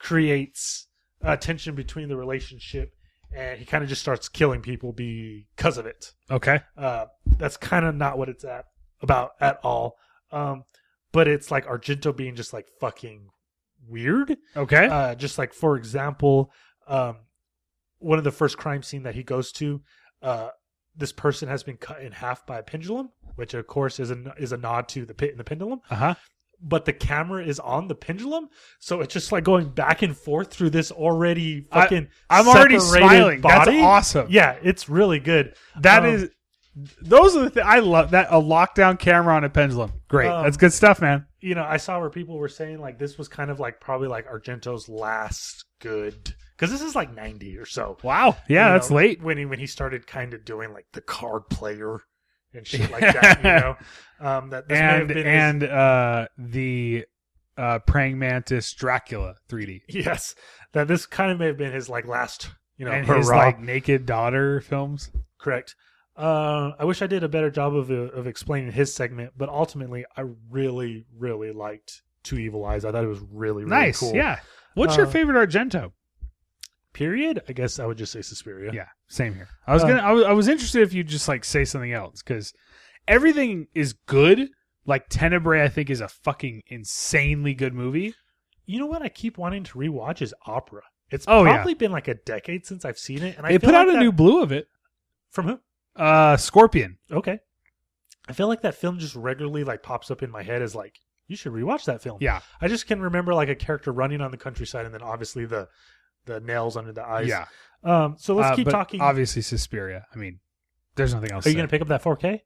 Speaker 2: creates uh, tension between the relationship, and he kind of just starts killing people because of it.
Speaker 1: Okay.
Speaker 2: Uh, that's kind of not what it's at about at all. Um, but it's like Argento being just like fucking weird.
Speaker 1: Okay.
Speaker 2: Uh, just like for example, um, one of the first crime scene that he goes to, uh, this person has been cut in half by a pendulum, which of course is a is a nod to the pit in the pendulum.
Speaker 1: Uh huh.
Speaker 2: But the camera is on the pendulum, so it's just like going back and forth through this already
Speaker 1: I-
Speaker 2: fucking.
Speaker 1: I'm already
Speaker 2: separated
Speaker 1: smiling. That's
Speaker 2: body.
Speaker 1: awesome.
Speaker 2: Yeah, it's really good.
Speaker 1: That
Speaker 2: Um,
Speaker 1: is, those are the things I love. That a lockdown camera on a pendulum. Great.
Speaker 2: Um,
Speaker 1: That's good stuff, man.
Speaker 2: you know, I saw where people were saying like this was kind of like probably like Argento's last good because this is like ninety or so.
Speaker 1: Wow. Yeah,
Speaker 2: You
Speaker 1: that's
Speaker 2: know,
Speaker 1: late.
Speaker 2: when he when he started kind of doing like the card player and shit like that. You know, um, that this may have
Speaker 1: And
Speaker 2: been his-
Speaker 1: and uh the uh praying mantis Dracula 3D.
Speaker 2: yes, that this kind of may have been his like last you know
Speaker 1: and
Speaker 2: hurrah.
Speaker 1: his like naked daughter films.
Speaker 2: Correct. Uh, I wish I did a better job of of explaining his segment, but ultimately, I really really liked Two Evil Eyes. I thought it was really really
Speaker 1: nice.
Speaker 2: cool.
Speaker 1: Yeah. What's your
Speaker 2: Uh,
Speaker 1: favorite Argento?
Speaker 2: Period. I guess I would just say Suspiria.
Speaker 1: Yeah, same here. I was
Speaker 2: Um,
Speaker 1: gonna. I was, I was interested if you just like say something else because everything is good. Like Tenebrae, I think is a fucking insanely good movie.
Speaker 2: you know what I keep wanting to rewatch is Opera. It's
Speaker 1: Oh, yeah.
Speaker 2: probably been like a decade since I've seen it, and I
Speaker 1: They
Speaker 2: feel
Speaker 1: put
Speaker 2: like
Speaker 1: out a
Speaker 2: that-
Speaker 1: new blue of it.
Speaker 2: from who?
Speaker 1: Uh, Scorpion.
Speaker 2: Okay, I feel like that film just regularly like pops up in my head as like you should rewatch that film.
Speaker 1: Yeah,
Speaker 2: I just can remember like a character running on the countryside, and then obviously the the nails under the eyes.
Speaker 1: yeah.
Speaker 2: Um. So let's
Speaker 1: Uh,
Speaker 2: keep
Speaker 1: but
Speaker 2: talking.
Speaker 1: Obviously, Suspiria. I mean, there's nothing else.
Speaker 2: Are you
Speaker 1: to
Speaker 2: going to
Speaker 1: say.
Speaker 2: pick up that 4K?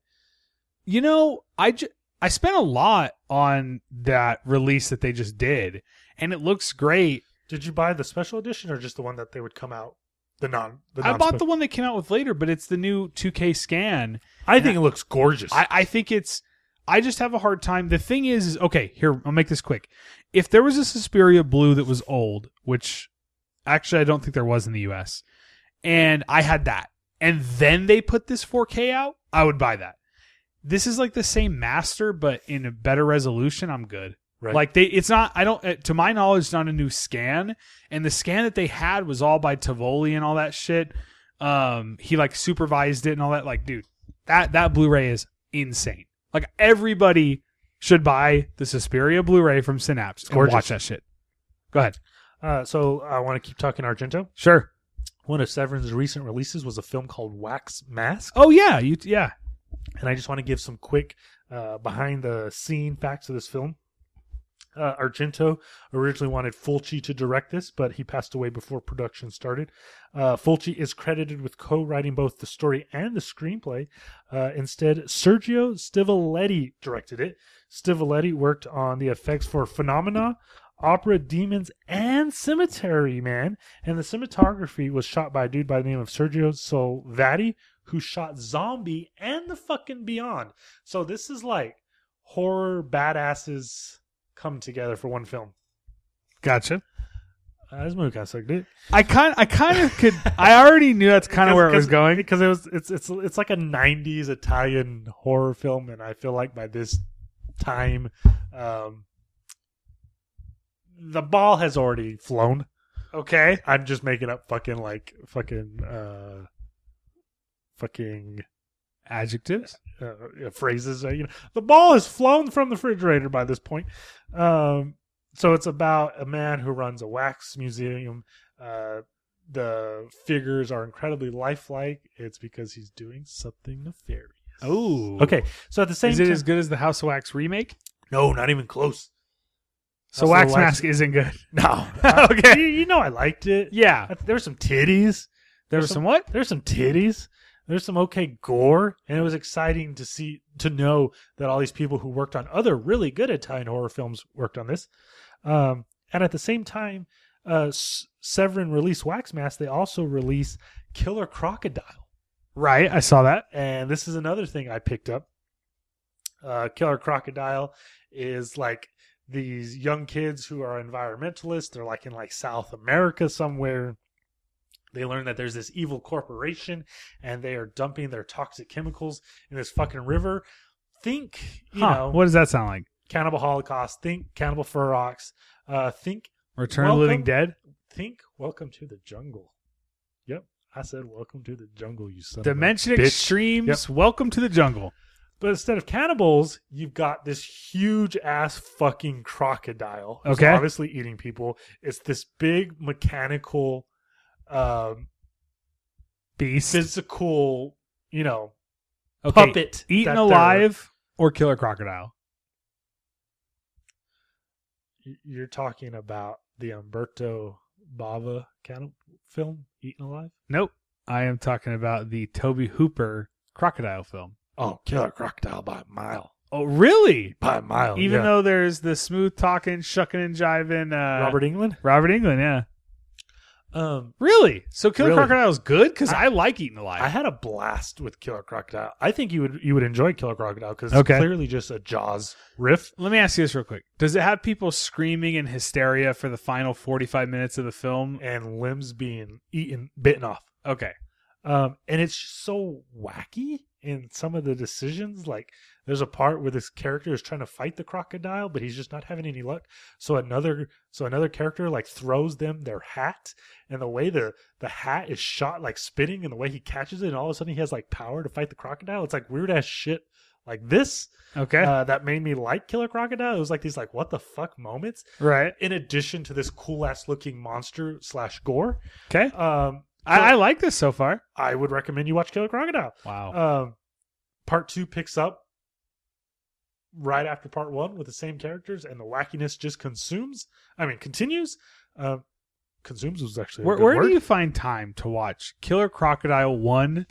Speaker 1: You know, I ju- I spent a lot on that release that they just did, and it looks great.
Speaker 2: Did you buy the special edition or just the one that they would come out? The non. The
Speaker 1: I bought
Speaker 2: non-spe-
Speaker 1: the one that came out with later, but it's the new 2K scan,
Speaker 2: I think it looks gorgeous.
Speaker 1: I, I think it's. I just have a hard time. The thing is, is okay. Here, I'll make this quick. If there was a Suspiria Blue that was old, which actually I don't think there was in the U.S., and I had that, and then they put this 4K out, I would buy that. This is like the same master, but in a better resolution. I'm good.
Speaker 2: Right.
Speaker 1: Like they, it's not. I don't. uh, To my knowledge, it's not a new scan. And the scan that they had was all by Tavoli and all that shit. Um, he like supervised it and all that. Like, dude, that that Blu-ray is insane. Like everybody should buy the Suspiria Blu-ray from Synapse and
Speaker 2: gorgeous.
Speaker 1: watch that shit. Go ahead.
Speaker 2: uh, so I want to keep talking Argento.
Speaker 1: Sure.
Speaker 2: One of Severin's recent releases was a film called Wax Mask.
Speaker 1: Oh yeah, you yeah.
Speaker 2: and I just want to give some quick uh, behind the scene facts of this film. Uh, Argento originally wanted Fulci to direct this, but he passed away before production started. Uh, Fulci is credited with co writing both the story and the screenplay. Uh, instead, Sergio Stiviletti directed it. Stiviletti worked on the effects for Phenomena, Opera, Demons, and Cemetery Man. And the cinematography was shot by a dude by the name of Sergio Solvati, who shot Zombie and the fucking Beyond. So this is like horror badasses come together for one film.
Speaker 1: Gotcha.
Speaker 2: Uh, this movie kind of sucked, dude.
Speaker 1: I kind I kind of could. I already knew that's kind of where it was going.
Speaker 2: because it was it's it's it's like a '90s Italian horror film, and I feel like by this time, um, the ball has already flown.
Speaker 1: Okay.
Speaker 2: I'm just making up fucking like fucking uh, fucking
Speaker 1: Adjectives.
Speaker 2: uh, uh, phrases. Uh, you know, the ball has flown from the refrigerator by this point. Um, so it's about a man who runs a wax museum. Uh, the figures are incredibly lifelike. It's because he's doing something nefarious.
Speaker 1: Oh,
Speaker 2: Okay, so at the same
Speaker 1: Is it
Speaker 2: time,
Speaker 1: as good as the House of Wax remake?
Speaker 2: no, not even close.
Speaker 1: So
Speaker 2: House of
Speaker 1: Wax
Speaker 2: Wax-
Speaker 1: Mask isn't good.
Speaker 2: No,
Speaker 1: Okay.
Speaker 2: you, you know I liked it.
Speaker 1: Yeah,
Speaker 2: I- There were some titties.
Speaker 1: there was some what?
Speaker 2: There's some titties. There's some okay gore, and it was exciting to see to know that all these people who worked on other really good Italian horror films worked on this. Um, and at the same time, uh, S- Severin released Wax Mask. They also released Killer Crocodile,
Speaker 1: Right, I saw that.
Speaker 2: and this is another thing I picked up. Uh, Killer Crocodile is like these young kids who are environmentalists. They're like in like South America somewhere. They learn that there's this evil corporation and they are dumping their toxic chemicals in this fucking river. Think, you
Speaker 1: huh.
Speaker 2: know,
Speaker 1: what does that sound like?
Speaker 2: Cannibal Holocaust, think Cannibal Ferox, uh, think,
Speaker 1: Return of
Speaker 2: Welcome-
Speaker 1: the Living Dead.
Speaker 2: think Welcome to the Jungle. Yep. I said, Welcome to the Jungle, you son of a
Speaker 1: Dimension
Speaker 2: bitch.
Speaker 1: Extremes. Welcome to the jungle.
Speaker 2: But instead of cannibals, you've got this huge ass fucking crocodile. who's
Speaker 1: Okay.
Speaker 2: Obviously eating people. It's this big mechanical, um,
Speaker 1: Beast.
Speaker 2: physical, you know,
Speaker 1: Okay.
Speaker 2: puppet. that uh,
Speaker 1: Eaten
Speaker 2: they're-
Speaker 1: alive or killer crocodile.
Speaker 2: y- You're talking about the Umberto Bava cannibal film, Eaten Alive?
Speaker 1: Nope. I am talking about the Toby Hooper crocodile film.
Speaker 2: Oh, killer crocodile by a mile.
Speaker 1: Oh, really?
Speaker 2: By a mile.
Speaker 1: Even
Speaker 2: yeah.
Speaker 1: though there's the smooth talking, shucking and jiving uh,
Speaker 2: Robert England?
Speaker 1: Robert England, yeah.
Speaker 2: Um,
Speaker 1: Really? So Killer
Speaker 2: Really.
Speaker 1: Crocodile is good because I, like eating alive.
Speaker 2: I had a blast with Killer Crocodile. I think you would you would enjoy Killer Crocodile because
Speaker 1: Okay.
Speaker 2: it's clearly just a Jaws riff.
Speaker 1: Let me ask you this real quick: Does it have people screaming in hysteria for the final forty-five minutes of the film?
Speaker 2: and limbs being eaten, bitten off.
Speaker 1: Okay,
Speaker 2: Um, and it's just so wacky in some of the decisions. Like there's a part where this character is trying to fight the crocodile, but he's just not having any luck. So another, so another character like throws them their hat, and the way the the hat is shot, like spinning, and the way he catches it, and all of a sudden he has like power to fight the crocodile. It's like weird ass shit like this
Speaker 1: okay,
Speaker 2: uh, that made me like Killer Crocodile. It was like these like what the fuck moments.
Speaker 1: right,
Speaker 2: In addition to this cool ass looking monster slash gore.
Speaker 1: okay.
Speaker 2: Um,
Speaker 1: I, I like this so far. Uh,
Speaker 2: I would recommend you watch Killer Crocodile.
Speaker 1: Wow.
Speaker 2: Um, part two picks up right after part one with the same characters, and the wackiness just consumes. I mean, continues. Um, consumes was actually a
Speaker 1: where
Speaker 2: good
Speaker 1: where
Speaker 2: word.
Speaker 1: do you find time to watch Killer Crocodile one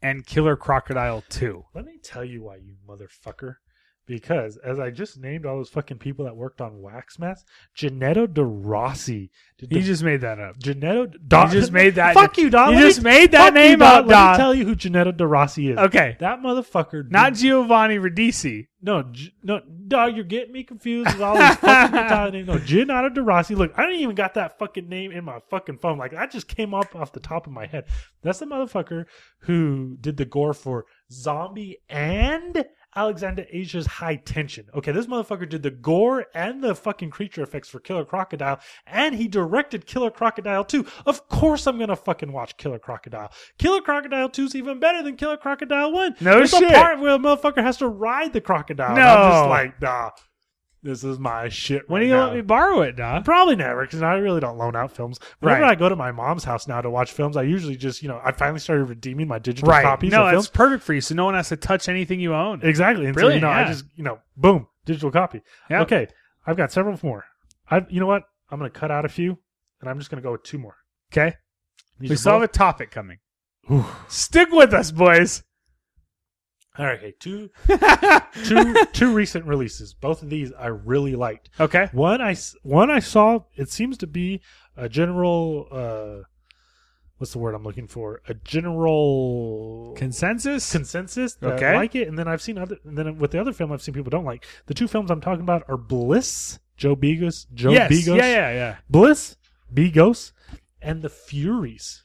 Speaker 1: and Killer Crocodile two?
Speaker 2: Let me tell you why, you motherfucker. Because as I just named all those fucking people that worked on Wax Mask, Gennetto De Rossi. Did
Speaker 1: You
Speaker 2: the-
Speaker 1: just made that up.
Speaker 2: Gennetto. Don-
Speaker 1: you just made that.
Speaker 2: Fuck you, Don.
Speaker 1: You
Speaker 2: Let me-
Speaker 1: just made that
Speaker 2: fuck you,
Speaker 1: name
Speaker 2: Don.
Speaker 1: up,
Speaker 2: Let me
Speaker 1: Don.
Speaker 2: tell you who Gennetto De Rossi is.
Speaker 1: Okay,
Speaker 2: That motherfucker.
Speaker 1: not Giovanni Ribisi.
Speaker 2: No, G- no, dog, you're getting me confused with all these fucking Italian names. No, Giannato De Rossi. Look, I didn't even got that fucking name in my fucking phone. Like that just came up off the top of my head. That's the motherfucker who did the gore for Zombie and Alexander Asia's High Tension. Okay, this motherfucker did the gore and the fucking creature effects for Killer Crocodile, and he directed Killer Crocodile 2. Of course, I'm gonna fucking watch Killer Crocodile. Killer Crocodile 2 is even better than Killer Crocodile 1.
Speaker 1: No
Speaker 2: There's
Speaker 1: shit.
Speaker 2: a part where a motherfucker has to ride the crocodile. and I'm just
Speaker 1: No.
Speaker 2: like, nah, this is my shit.
Speaker 1: When
Speaker 2: right
Speaker 1: are you gonna
Speaker 2: now.
Speaker 1: let me borrow it, Don?
Speaker 2: Probably never, because I really don't loan out films. Whenever
Speaker 1: Right.
Speaker 2: I go to my mom's house now to watch films, I usually just, you know, I finally started redeeming my digital
Speaker 1: Right.
Speaker 2: copies
Speaker 1: no,
Speaker 2: of
Speaker 1: it's
Speaker 2: films.
Speaker 1: perfect for you, so no one has to touch anything you own.
Speaker 2: Exactly. And
Speaker 1: Brilliant,
Speaker 2: so, you know,
Speaker 1: yeah.
Speaker 2: I just, you know, boom, digital copy.
Speaker 1: Yeah.
Speaker 2: Okay. I've got several more. I, You know what? I'm going to cut out a few, and I'm just going to go with two more.
Speaker 1: Okay.
Speaker 2: These
Speaker 1: we
Speaker 2: are
Speaker 1: still have
Speaker 2: both-
Speaker 1: a topic coming.
Speaker 2: Whew.
Speaker 1: Stick with us, boys.
Speaker 2: All right. Okay. Two, two, two recent releases. Both of these I really liked.
Speaker 1: okay.
Speaker 2: One I s- one I saw. It seems to be a general. Uh, what's the word I'm looking for? A general
Speaker 1: Consensus?
Speaker 2: consensus that
Speaker 1: Okay.
Speaker 2: like it. And then I've seen other. And then with the other film, I've seen people don't like. The two films I'm talking about are Bliss, Joe Bigos, Joe
Speaker 1: yes.
Speaker 2: Bigos,
Speaker 1: Yeah, yeah, yeah.
Speaker 2: Bliss, Bigos, and the Furies.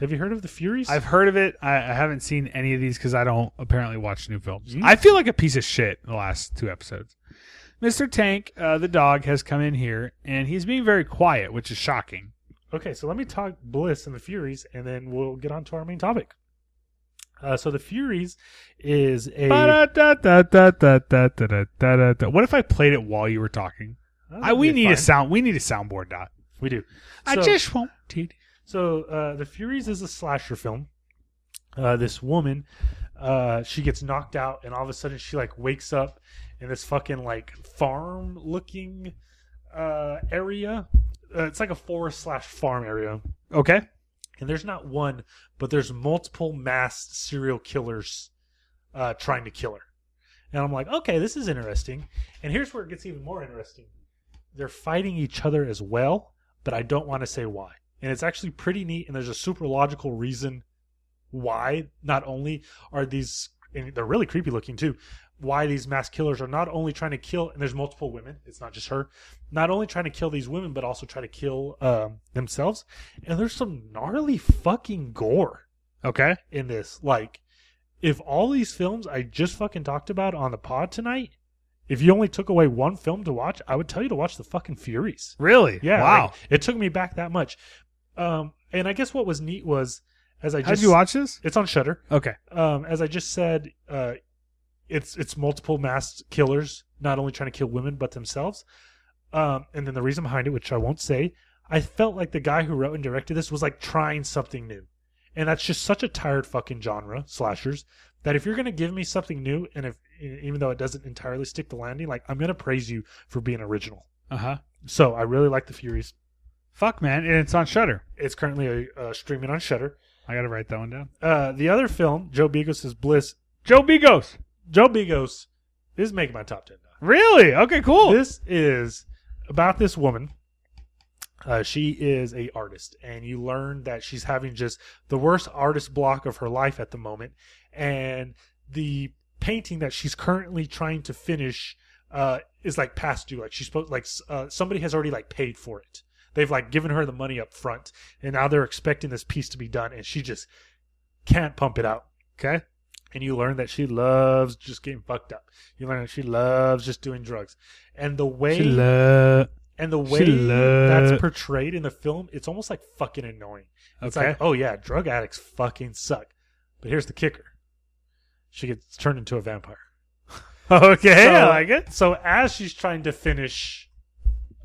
Speaker 2: Have you heard of the Furies?
Speaker 1: I've heard of it. I, I haven't seen any of these because I don't apparently watch new films.
Speaker 2: You-
Speaker 1: I feel like a piece of shit in the last two episodes. Mr. Tank, uh, the dog, has come in here and he's being very quiet, which is shocking.
Speaker 2: Okay, so let me talk Bliss and the Furies, and then we'll get on to our main topic. Uh, so the Furies is a.
Speaker 1: Ba-da-da-da-da-da-da-da-da-da. What if I played it while you were talking? I, we need a
Speaker 2: sound.
Speaker 1: sound. We need a soundboard. Dot.
Speaker 2: Oh, We do.
Speaker 1: I
Speaker 2: So-
Speaker 1: just won't. teach.
Speaker 2: So uh, the Furies is a slasher film. Uh, this woman, uh, she gets knocked out, and all of a sudden she like wakes up in this fucking like farm looking uh, area. Uh, it's like a forest slash farm area,
Speaker 1: Okay.
Speaker 2: and there's not one, but there's multiple masked serial killers uh, trying to kill her. And I'm like, okay, this is interesting. And here's where it gets even more interesting. They're fighting each other as well, but I don't want to say why. And it's actually pretty neat, and there's a super logical reason why not only are these and they're really creepy looking too why these mass killers are not only trying to kill and there's multiple women it's not just her not only trying to kill these women but also try to kill um, themselves and there's some gnarly fucking gore
Speaker 1: Okay.
Speaker 2: in this like if all these films i just fucking talked about on the pod tonight if you only took away one film to watch i would tell you to watch the fucking furies
Speaker 1: Really?
Speaker 2: yeah
Speaker 1: Wow.
Speaker 2: like, it took me back that much um and i guess what was neat was as i just
Speaker 1: How'd you watch this?
Speaker 2: it's on shutter
Speaker 1: Okay.
Speaker 2: um, as I just said, uh, it's it's multiple masked killers, not only trying to kill women but themselves. Um, and then the reason behind it, which I won't say, I felt like the guy who wrote and directed this was like trying something new, and that's just such a tired fucking genre slashers that if you're gonna give me something new, and if e, even though it doesn't entirely stick the landing, like I'm gonna praise you for being original.
Speaker 1: Uh huh.
Speaker 2: So I really like the Furies.
Speaker 1: Fuck, man. And it's on Shutter.
Speaker 2: It's currently uh uh streaming on Shutter.
Speaker 1: I gotta write that one down.
Speaker 2: Uh, the other film, Joe Bigos' Bliss.
Speaker 1: Joe Bigos.
Speaker 2: Joe Bigos is making my top ten. now.
Speaker 1: Really? Okay. Cool.
Speaker 2: This is about this woman. Uh, she is a artist, and you learn that she's having just the worst artist block of her life at the moment. And the painting that she's currently trying to finish uh, is like past due. Like she's supposed, like s- uh, somebody has already like paid for it. They've like given her the money up front, and now they're expecting this piece to be done, and she just can't pump it out
Speaker 1: okay.
Speaker 2: and you learn that she loves just getting fucked up. You learn that she loves just doing drugs, and the way
Speaker 1: She lo-
Speaker 2: and the
Speaker 1: she
Speaker 2: way
Speaker 1: lo-
Speaker 2: that's portrayed in the film, it's almost like fucking annoying. It's
Speaker 1: Okay.
Speaker 2: like, oh yeah, drug addicts fucking suck. But here's the kicker: she gets turned into a vampire.
Speaker 1: okay. I
Speaker 2: So-
Speaker 1: like it.
Speaker 2: So as she's trying to finish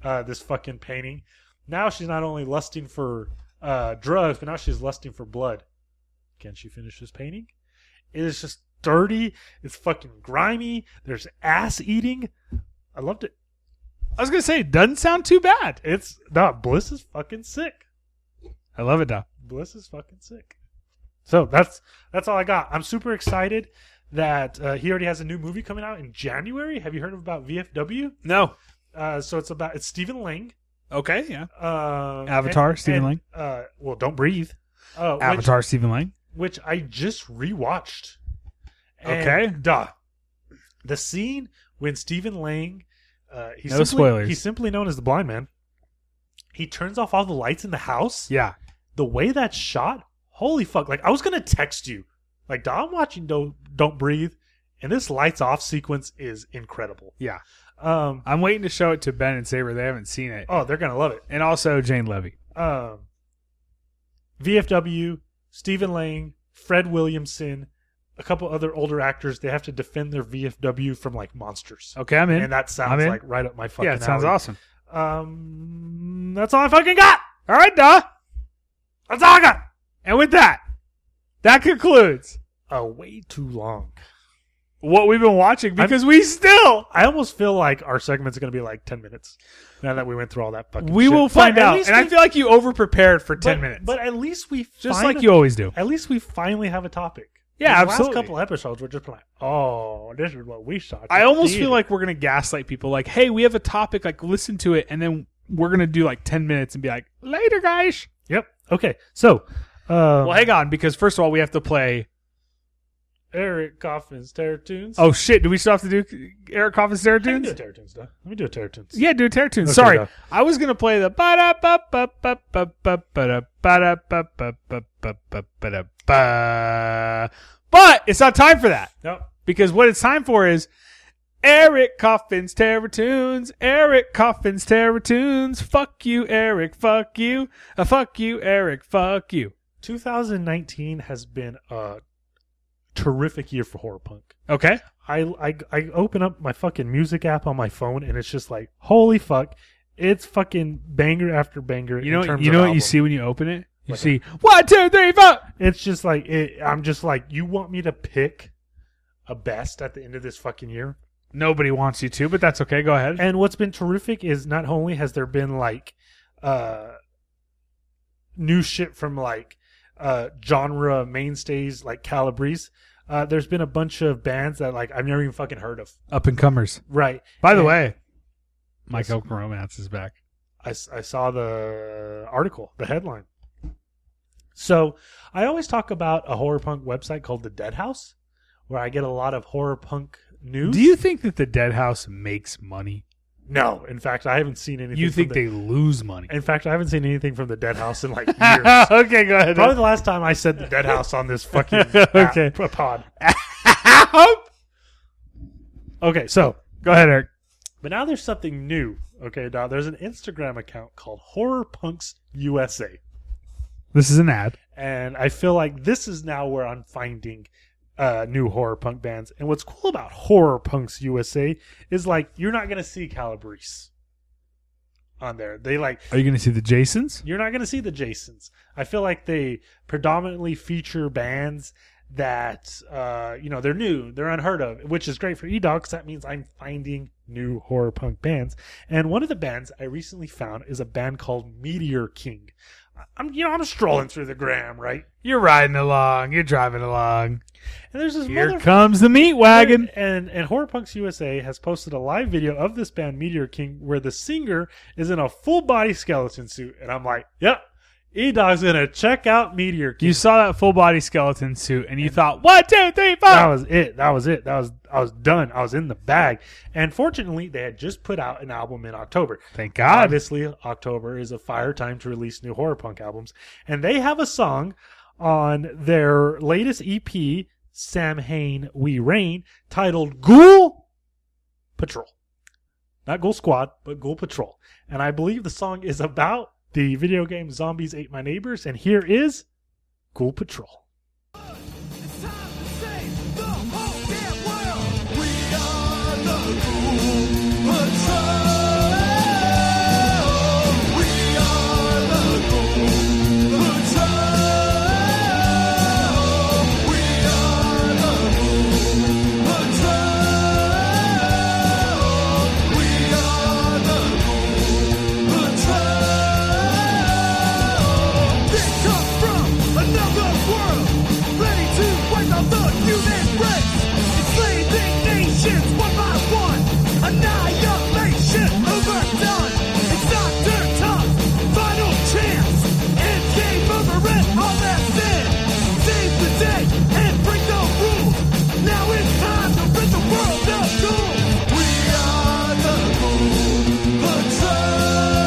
Speaker 2: uh, this fucking painting, now she's not only lusting for uh, drugs, but now she's lusting for blood. Can she finish this painting? It is just dirty. It's fucking grimy. There's ass eating. I loved it.
Speaker 1: I was gonna say, it doesn't sound too bad.
Speaker 2: It's not bliss is fucking sick.
Speaker 1: I love it, though.
Speaker 2: Bliss is fucking sick. So that's that's all I got. I'm super excited that uh, he already has a new movie coming out in January. Have you heard about VFW?
Speaker 1: No.
Speaker 2: Uh, so it's about it's Stephen Lang.
Speaker 1: Okay. Yeah.
Speaker 2: uh,
Speaker 1: Avatar,
Speaker 2: and-
Speaker 1: Stephen
Speaker 2: and,
Speaker 1: Lang?
Speaker 2: Uh, well, don't breathe. Uh, which,
Speaker 1: Avatar, Stephen Lang.
Speaker 2: which I just rewatched.
Speaker 1: Okay.
Speaker 2: duh. The scene when Stephen Lang, uh, he's
Speaker 1: No
Speaker 2: simply,
Speaker 1: spoilers.
Speaker 2: He's simply known as the blind man. He turns off all the lights in the house.
Speaker 1: Yeah.
Speaker 2: The way that's shot, holy fuck! Like I was gonna text you, like, "Duh, I'm watching Don't Don't Breathe, and this lights off sequence is incredible.
Speaker 1: Yeah.
Speaker 2: Um,
Speaker 1: I'm waiting to show it to Ben and Saber. They haven't seen it.
Speaker 2: oh, they're gonna love it.
Speaker 1: And also Jane Levy.
Speaker 2: um, VFW, Stephen Lang, Fred Williamson, a couple other older actors. They have to defend their VFW from like monsters,
Speaker 1: Okay, I'm in.
Speaker 2: and that sounds
Speaker 1: in.
Speaker 2: like right up my fucking.
Speaker 1: yeah, it sounds
Speaker 2: alley.
Speaker 1: awesome.
Speaker 2: Um, that's all I fucking got.
Speaker 1: All right, duh.
Speaker 2: That's all I got.
Speaker 1: And with that, that concludes
Speaker 2: Oh, way too long.
Speaker 1: what we've been watching because we still
Speaker 2: I almost feel like our segment's going to be like ten minutes. Now that we went through all that fucking,
Speaker 1: we
Speaker 2: shit.
Speaker 1: will
Speaker 2: But
Speaker 1: find
Speaker 2: at
Speaker 1: out.
Speaker 2: least
Speaker 1: And I
Speaker 2: we-
Speaker 1: feel like you over prepared for ten
Speaker 2: but-
Speaker 1: minutes,
Speaker 2: But at least we
Speaker 1: just
Speaker 2: find-
Speaker 1: like you always do.
Speaker 2: At least we finally have a topic.
Speaker 1: Yeah,
Speaker 2: These
Speaker 1: absolutely.
Speaker 2: Last couple episodes were just like, oh, this is what we saw. at
Speaker 1: I
Speaker 2: the
Speaker 1: almost
Speaker 2: theater.
Speaker 1: feel like we're gonna gaslight people. Like, hey, we have a topic. Like, listen to it, and then we're gonna do like ten minutes and be like, later, guys.
Speaker 2: Yep. Okay. So, uh,
Speaker 1: Well, hang on, because first of all, we have to play.
Speaker 2: Eric Coffin's Terror Tunes.
Speaker 1: Oh shit! Do we still have to do Eric Coffin's Terror
Speaker 2: I can do a
Speaker 1: Tunes?
Speaker 2: Terror Tunes, though. Let me do a Terror Tunes.
Speaker 1: Yeah, do a Terror Tune.
Speaker 2: Okay,
Speaker 1: Sorry,
Speaker 2: go.
Speaker 1: I was gonna play the ba da ba ba ba ba ba ba da ba da ba ba ba ba ba ba da ba, but it's not time for that
Speaker 2: No.
Speaker 1: because what it's time for is Eric Coffin's Terror Tunes. Eric Coffin's Terror Tunes. Fuck you, Eric. Fuck you. Uh, fuck you, Eric. Fuck you.
Speaker 2: 2019 has been a terrific year for horror punk.
Speaker 1: Okay.
Speaker 2: I, I I open up my fucking music app on my phone and it's just like holy fuck, it's fucking banger after banger.
Speaker 1: You
Speaker 2: in
Speaker 1: know
Speaker 2: terms
Speaker 1: you
Speaker 2: of
Speaker 1: know what you
Speaker 2: album.
Speaker 1: see when you open it? You
Speaker 2: What?
Speaker 1: see one, two, three, four.
Speaker 2: It's just like it, I'm just like you want me to pick a best at the end of this fucking year.
Speaker 1: Nobody wants you to, but that's okay. Go ahead.
Speaker 2: And what's been terrific is not only has there been like uh new shit from like uh genre mainstays like Calabrese, uh there's been a bunch of bands that like I've never even fucking heard of.
Speaker 1: Up and comers.
Speaker 2: Right.
Speaker 1: By the
Speaker 2: And
Speaker 1: way, My Coke Romance is back.
Speaker 2: I, s- I saw the article, the headline. So I always talk about a horror punk website called the Dead House, where I get a lot of horror punk news.
Speaker 1: Do you think that the Dead House makes money?
Speaker 2: No, in fact, I haven't seen anything.
Speaker 1: You
Speaker 2: from
Speaker 1: think
Speaker 2: the-
Speaker 1: they lose money?
Speaker 2: In fact, I haven't seen anything from the Dead House in like years.
Speaker 1: okay, go ahead.
Speaker 2: Probably the last time I said the Dead House on this fucking
Speaker 1: Okay.
Speaker 2: okay. pod.
Speaker 1: okay, so go ahead, Eric.
Speaker 2: But now there's something new. Okay, now there's an Instagram account called Horror Punks USA,
Speaker 1: This is an ad.
Speaker 2: and I feel like this is now where I'm finding uh, new horror punk bands. And what's cool about Horror Punks USA is like you're not gonna see Calabrese on there. They like
Speaker 1: Are you going to see the Jasons?
Speaker 2: you're not going to see the Jasons. I feel like they predominantly feature bands that uh, you know they're new, they're unheard of, which is great for Edog because that means I'm finding new horror punk bands. And one of the bands I recently found is a band called Meteor King. I'm you know I'm strolling through the gram right,
Speaker 1: You're riding along. You're driving along.
Speaker 2: and there's this
Speaker 1: Here
Speaker 2: motherfucker.
Speaker 1: comes the meat wagon.
Speaker 2: And, and and Horror Punks USA has posted a live video of this band Meteor King where the singer is in a full body skeleton suit, and I'm like, yep, E Dog's gonna check out Meteor King.
Speaker 1: You saw that full body skeleton suit, and Oh, you thought one, two, three, four.
Speaker 2: that was it. That was it. That was I was done. I was in the bag. And fortunately, they had just put out an album in October.
Speaker 1: Thank God.
Speaker 2: Obviously, October is a fire time to release new horror punk albums, and they have a song on their latest EP, Sam Hain We Reign, titled Ghoul Patrol. Not Ghoul Squad, but Ghoul Patrol. And I believe the song is about the video game Zombies Ate My Neighbors, and here is Ghoul Patrol.
Speaker 5: It's time to save the whole damn world. We are the Ghoul Patrol. We are the Ghoul Patrol. We are the Ghoul Patrol. We are the Ghoul Patrol. They come from another world, ready to wipe out the human race. Enslaving nations one by one, annihilation overdone. It's Dr. Tom's final chance, and game over and all that's in. Save the day and break the rules. Now it's time to rid the world of ghouls. We are the Ghoul Patrol.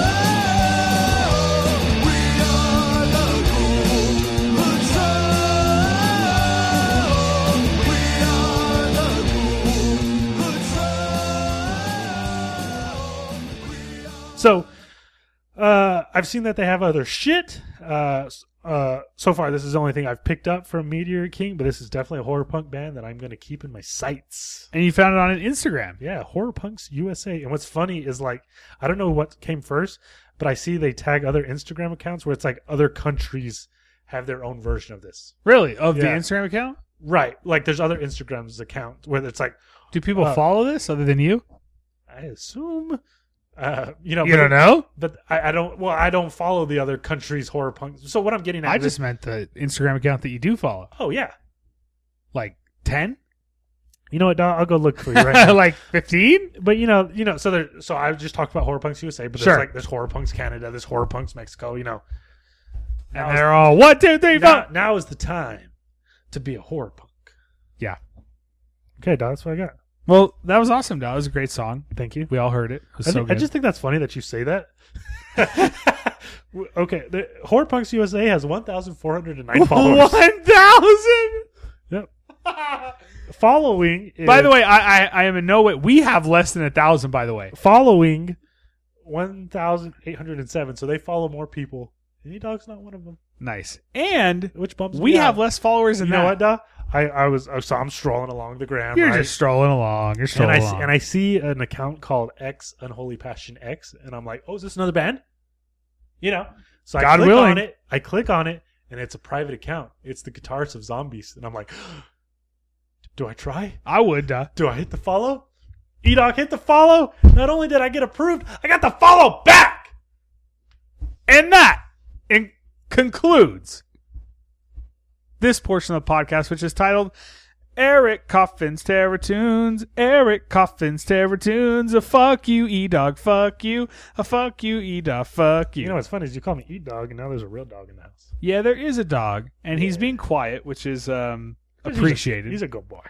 Speaker 5: We are the Ghoul Patrol. We are the Ghoul Patrol. We are
Speaker 2: So, uh, I've seen that they have other shit. Uh, s- uh, so far, this is the only thing I've picked up from Meteor King, but this is definitely a horror punk band that I'm going to keep in my sights.
Speaker 1: and you found it on an Instagram.
Speaker 2: Yeah, horror punks USA. And what's funny is like I don't know what came first, but I see they tag other Instagram accounts where it's like other countries have their own version of this.
Speaker 1: Really? Of the
Speaker 2: Yeah.
Speaker 1: Instagram account?
Speaker 2: Right, like there's other Instagrams accounts where it's like
Speaker 1: Do people
Speaker 2: Uh,
Speaker 1: follow this other than you?
Speaker 2: I assume, uh, you know,
Speaker 1: You
Speaker 2: but-
Speaker 1: don't know?
Speaker 2: But I, I don't. Well, I don't follow the other countries' horror punk. So what I'm getting at
Speaker 1: I
Speaker 2: is-
Speaker 1: just meant the Instagram account that you do follow.
Speaker 2: Oh yeah.
Speaker 1: Like 10?
Speaker 2: You know what? Don? I'll go look for you right now.
Speaker 1: like 15?
Speaker 2: But you know, you know. So there. So I just talked about horror punks USA, but
Speaker 1: Sure.
Speaker 2: there's like there's horror punks Canada, there's horror punks Mexico. You know,
Speaker 1: And they're all one, two, three,
Speaker 2: now,
Speaker 1: four.
Speaker 2: now is the time to be a horror punk.
Speaker 1: Yeah.
Speaker 2: Okay, Don, that's what I got.
Speaker 1: Well, that was awesome, That was a great song.
Speaker 2: Thank you.
Speaker 1: We all heard it. It was
Speaker 2: I,
Speaker 1: so
Speaker 2: thi- I
Speaker 1: good.
Speaker 2: just think that's funny that you say that. okay, the, horror punks USA has 1,409 followers.
Speaker 1: 1,000?
Speaker 2: Yep. following.
Speaker 1: By
Speaker 2: is-
Speaker 1: the way, I, I, I am in no way. We have less than a 1,000, by the way.
Speaker 2: following 1,807. So they follow more people. And E Dog's not one of them,
Speaker 1: Nice. And
Speaker 2: which bumps
Speaker 1: we
Speaker 2: me
Speaker 1: have
Speaker 2: out.
Speaker 1: less followers than
Speaker 2: You know
Speaker 1: that.
Speaker 2: what, Da? I, I was I so I'm strolling along the ground.
Speaker 1: You're
Speaker 2: right?
Speaker 1: just strolling along. You're
Speaker 2: and
Speaker 1: strolling
Speaker 2: I see-
Speaker 1: along.
Speaker 2: and I see an account called X Unholy Passion X, and I'm like, oh, is this another band? You know, so I
Speaker 1: God
Speaker 2: click
Speaker 1: willing.
Speaker 2: on it. I click on it, and it's a private account. It's the guitarist of Zombies, and I'm like, do I try?
Speaker 1: I, would. Uh,
Speaker 2: Do I hit the follow? Edoc hit the follow. Not only did I get approved, I got the follow back.
Speaker 1: and that in- concludes this portion of the podcast, which is titled Eric Coffin's Terror Tunes. Eric Coffin's Terror Tunes. A fuck you, E Dog. Fuck you. A fuck you, E Dog. Fuck you.
Speaker 2: You know what's funny is you call me E Dog, and now there's a real dog in the house.
Speaker 1: yeah, there is a dog, and he's being quiet, which is um,
Speaker 2: He's a-
Speaker 1: appreciated.
Speaker 2: He's a, good boy.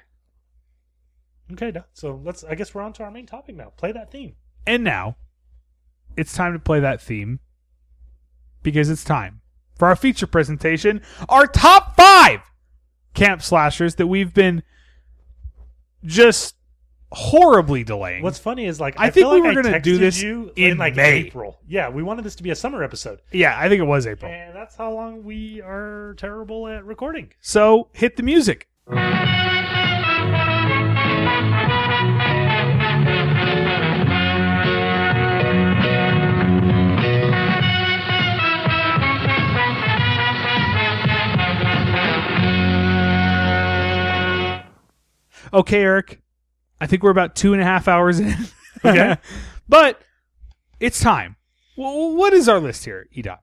Speaker 2: Okay, Doc, so let's. I guess we're on to our main topic now. Play that theme.
Speaker 1: And now it's time to play that theme because it's time for our feature presentation, our top five camp slashers that we've been just horribly delaying.
Speaker 2: What's funny is like
Speaker 1: I
Speaker 2: I,
Speaker 1: think
Speaker 2: feel
Speaker 1: we
Speaker 2: like
Speaker 1: were
Speaker 2: I
Speaker 1: gonna do
Speaker 2: texted
Speaker 1: this
Speaker 2: you
Speaker 1: in
Speaker 2: like
Speaker 1: May.
Speaker 2: April. Yeah, we wanted this to be a summer episode,
Speaker 1: yeah, I think it was April.
Speaker 2: and that's how long we are terrible at recording.
Speaker 1: So hit the music. Okay, Eric. I think we're about two and a half hours in.
Speaker 2: Okay.
Speaker 1: but it's time. Well, what is our list here, E Edot?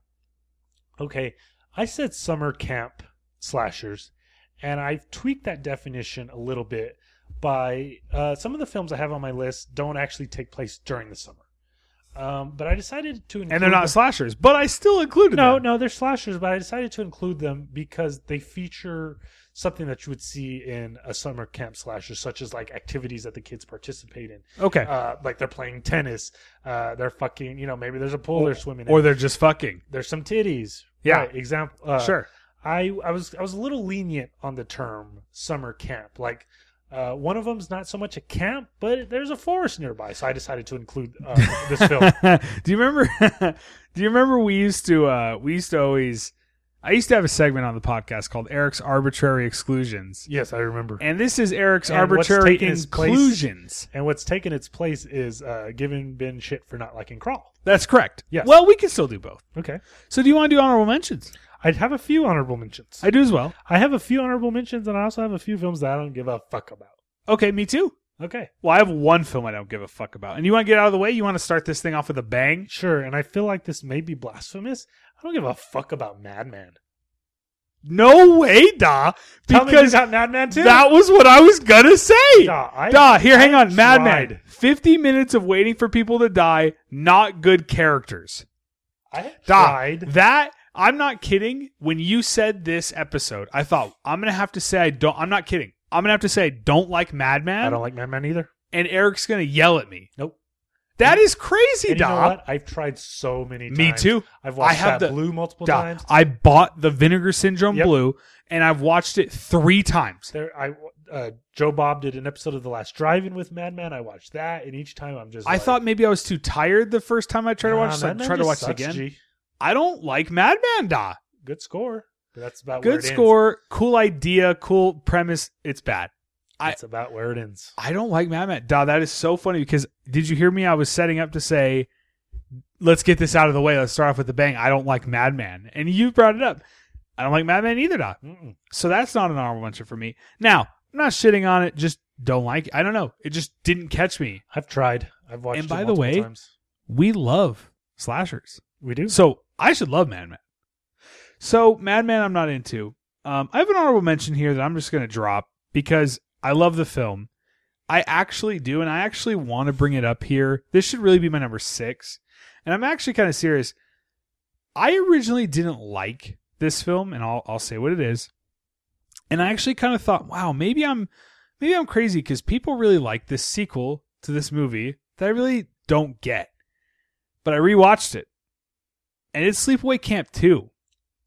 Speaker 2: Okay, I said summer camp slashers, and I've tweaked that definition a little bit by uh, some of the films I have on my list don't actually take place during the summer. Um, but I decided to include
Speaker 1: And they're not
Speaker 2: them-
Speaker 1: slashers, but I still included
Speaker 2: No,
Speaker 1: them.
Speaker 2: no, they're slashers, but I decided to include them because they feature something that you would see in a summer camp slasher, such as like activities that the kids participate in.
Speaker 1: Okay.
Speaker 2: Uh, like they're playing tennis, uh, they're fucking, you know, maybe there's a pool they're swimming
Speaker 1: or
Speaker 2: in.
Speaker 1: they're just fucking.
Speaker 2: There's some titties.
Speaker 1: Yeah.
Speaker 2: Right, example. Uh,
Speaker 1: sure.
Speaker 2: I I was I was a little lenient on the term summer camp. Like uh, one of them's not so much a camp, but there's a forest nearby, so I decided to include uh, this film.
Speaker 1: do you remember? do you remember we used to? Uh, we used to always. I used to have a segment on the podcast called Eric's arbitrary exclusions,
Speaker 2: Yes, I remember.
Speaker 1: and this is Eric's
Speaker 2: And what's
Speaker 1: arbitrary
Speaker 2: taken his place-
Speaker 1: inclusions.
Speaker 2: And what's taken its place is uh, giving Ben shit for not liking crawl.
Speaker 1: That's correct.
Speaker 2: Yes.
Speaker 1: Well, we can still do both.
Speaker 2: Okay,
Speaker 1: So, do you want to do honorable mentions?
Speaker 2: I'd have a few honorable mentions. I,
Speaker 1: I do as well.
Speaker 2: have a few honorable mentions, and I also have a few films that I don't give a fuck about.
Speaker 1: Okay, me too.
Speaker 2: Okay,
Speaker 1: Well, I have one film I don't give a fuck about, and you want to get out of the way. You want to start this thing off with a bang.
Speaker 2: sure. And I feel like this may be blasphemous. I don't give a fuck about Madman.
Speaker 1: No way, da.
Speaker 2: Tell me you
Speaker 1: Because
Speaker 2: got Madman too.
Speaker 1: that was what I was gonna say.
Speaker 2: Nah, I-
Speaker 1: Duh, here, hang
Speaker 2: I
Speaker 1: on. Mad Men.
Speaker 2: tried.
Speaker 1: 50 minutes of waiting for people to die, not good characters.
Speaker 2: I have
Speaker 1: Duh.
Speaker 2: tried.
Speaker 1: That, I'm not kidding. When you said this episode, I thought, I'm going to have to say, I don't, I'm not kidding. I'm going to have to say, I don't like Mad Men.
Speaker 2: I don't like Madman either.
Speaker 1: and Eric's going to yell at me.
Speaker 2: Nope.
Speaker 1: That is crazy,
Speaker 2: And you know
Speaker 1: Doc.
Speaker 2: what? I've tried so many times.
Speaker 1: Me too.
Speaker 2: I've
Speaker 1: I
Speaker 2: watched
Speaker 1: have
Speaker 2: that
Speaker 1: the-
Speaker 2: blue multiple
Speaker 1: Duh.
Speaker 2: times.
Speaker 1: I bought the Vinegar Syndrome
Speaker 2: Yep.
Speaker 1: Blue and I've watched it three times.
Speaker 2: There, I uh, Joe Bob did an episode of The Last Drive-In with Madman. I watched that, and each time I'm just.
Speaker 1: I
Speaker 2: like,
Speaker 1: thought maybe I was too tired the first time I tried to
Speaker 2: "Nah,
Speaker 1: watch, so I
Speaker 2: Madman
Speaker 1: tried to
Speaker 2: just
Speaker 1: watch it
Speaker 2: sucks,
Speaker 1: again.
Speaker 2: G."
Speaker 1: I don't like Mad Men, Doc.
Speaker 2: Good score. But that's about where
Speaker 1: good
Speaker 2: it ends.
Speaker 1: score, cool idea, cool premise. It's bad. I-
Speaker 2: That's about where it ends.
Speaker 1: I don't like Mad Men. Duh, that is so funny because did you hear me? I was setting up to say, let's get this out of the way. Let's start off with a bang. I don't like Mad Men. And you brought it up. I don't like Mad Men either, Doc.
Speaker 2: Mm-mm.
Speaker 1: So that's not an honorable mention for me. Now, I'm not shitting on it. Just don't like it. I don't know. It just didn't catch me.
Speaker 2: I've tried. I've watched.
Speaker 1: And
Speaker 2: it
Speaker 1: by the
Speaker 2: multiple
Speaker 1: way-
Speaker 2: times.
Speaker 1: We love slashers.
Speaker 2: we do.
Speaker 1: So I should love Mad Men. So Mad Men, I'm not into. Um, I have an honorable mention here that I'm just going to drop because I love the film. I actually do, and I actually want to bring it up here. This should really be my number six, and I'm actually kind of serious. I originally didn't like this film, and I'll I'll say what it is. And I actually kind of thought, wow, maybe I'm maybe I'm crazy because people really like this sequel to this movie that I really don't get. But I rewatched it and it's Sleepaway Camp 2.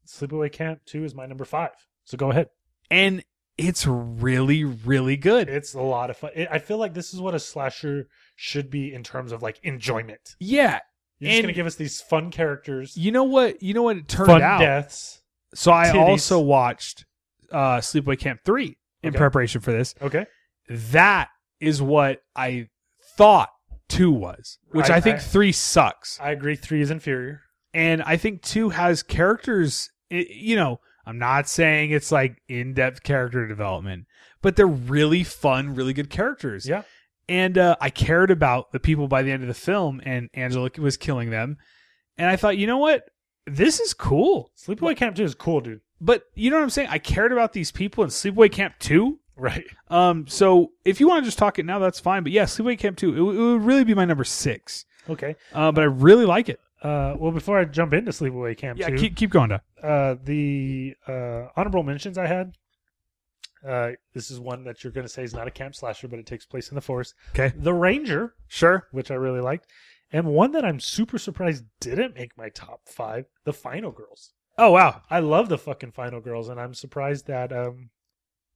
Speaker 2: Sleepaway Camp Two is my number five. So go ahead.
Speaker 1: And it's really, really good.
Speaker 2: It's a lot of fun. It, I feel like this is what a slasher should be in terms of like enjoyment.
Speaker 1: Yeah.
Speaker 2: You're just
Speaker 1: And-
Speaker 2: gonna give us these fun characters,
Speaker 1: You know what? You know what it turned
Speaker 2: fun
Speaker 1: out?
Speaker 2: deaths.
Speaker 1: So I
Speaker 2: Titties.
Speaker 1: also watched uh, Sleepaway Camp 3. in
Speaker 2: Okay.
Speaker 1: preparation for this.
Speaker 2: Okay.
Speaker 1: That is what I thought two was, which
Speaker 2: I-
Speaker 1: I, think
Speaker 2: I-
Speaker 1: three sucks.
Speaker 2: I agree. Three is inferior.
Speaker 1: and I think two has characters. i you know, I'm not saying it's like in depth character development, but they're really fun, really good characters.
Speaker 2: Yeah.
Speaker 1: And uh, I cared about the people by the end of the film, and Angela was killing them. And I thought, you know what? This is cool.
Speaker 2: Sleepaway Camp 2 is cool, dude.
Speaker 1: But you know what I'm saying? I cared about these people in Sleepaway Camp 2.
Speaker 2: Right.
Speaker 1: Um, so if you want to just talk it now, that's fine. But yeah, Sleepaway Camp 2, it, w- it would really be my number six.
Speaker 2: Okay.
Speaker 1: Uh, but I really like it.
Speaker 2: Uh, well, before I jump into Sleepaway Camp
Speaker 1: Yeah,
Speaker 2: 2,
Speaker 1: keep, keep going, Doc.
Speaker 2: uh, the uh, honorable mentions I had. Uh, this is one that you're going to say is not a camp slasher, but it takes place in the forest.
Speaker 1: Okay.
Speaker 2: The Ranger,
Speaker 1: Sure.
Speaker 2: which I really liked, and one that I'm super surprised didn't make my top five. The Final Girls.
Speaker 1: Oh, wow.
Speaker 2: I love the fucking Final Girls, and I'm surprised that um,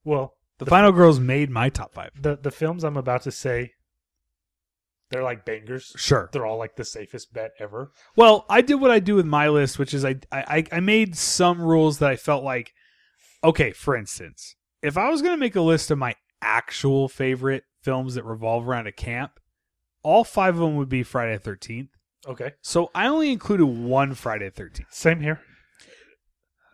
Speaker 2: well,
Speaker 1: The Final Girls made my top five.
Speaker 2: the the films I'm about to say, they're like bangers.
Speaker 1: Sure.
Speaker 2: They're all like the safest bet ever.
Speaker 1: Well, I did what I do with my list, which is I I, I- I made some rules that I felt like, okay, for instance, if I was going to make a list of my actual favorite films that revolve around a camp, all five of them would be Friday the 13th.
Speaker 2: Okay,
Speaker 1: So I only included one Friday the 13th.
Speaker 2: same here.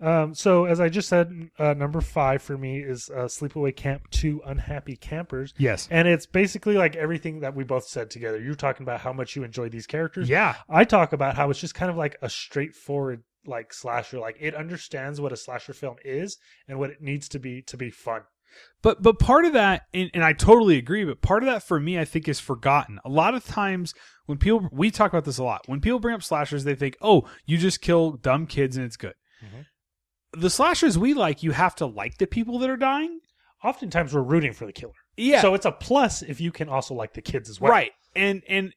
Speaker 2: Um, so as I just said, uh, number five for me is uh, Sleepaway Camp Two: Unhappy Campers,
Speaker 1: Yes.
Speaker 2: and it's basically like everything that we both said together. You're talking about how much you enjoy these characters.
Speaker 1: Yeah.
Speaker 2: I talk about how it's just kind of like a straightforward like slasher. Like it understands what a slasher film is and what it needs to be to be fun.
Speaker 1: But but part of that, and, and I totally agree. But part of that for me, I think, is forgotten. A lot of times when people we talk about this a lot. When people bring up slashers, they think, "Oh, you just kill dumb kids and it's good."
Speaker 2: Mhm.
Speaker 1: The slashers we like, you have to like the people that are dying.
Speaker 2: Oftentimes we're rooting for the killer.
Speaker 1: Yeah,
Speaker 2: So it's a plus if you can also like the kids as well.
Speaker 1: right. And and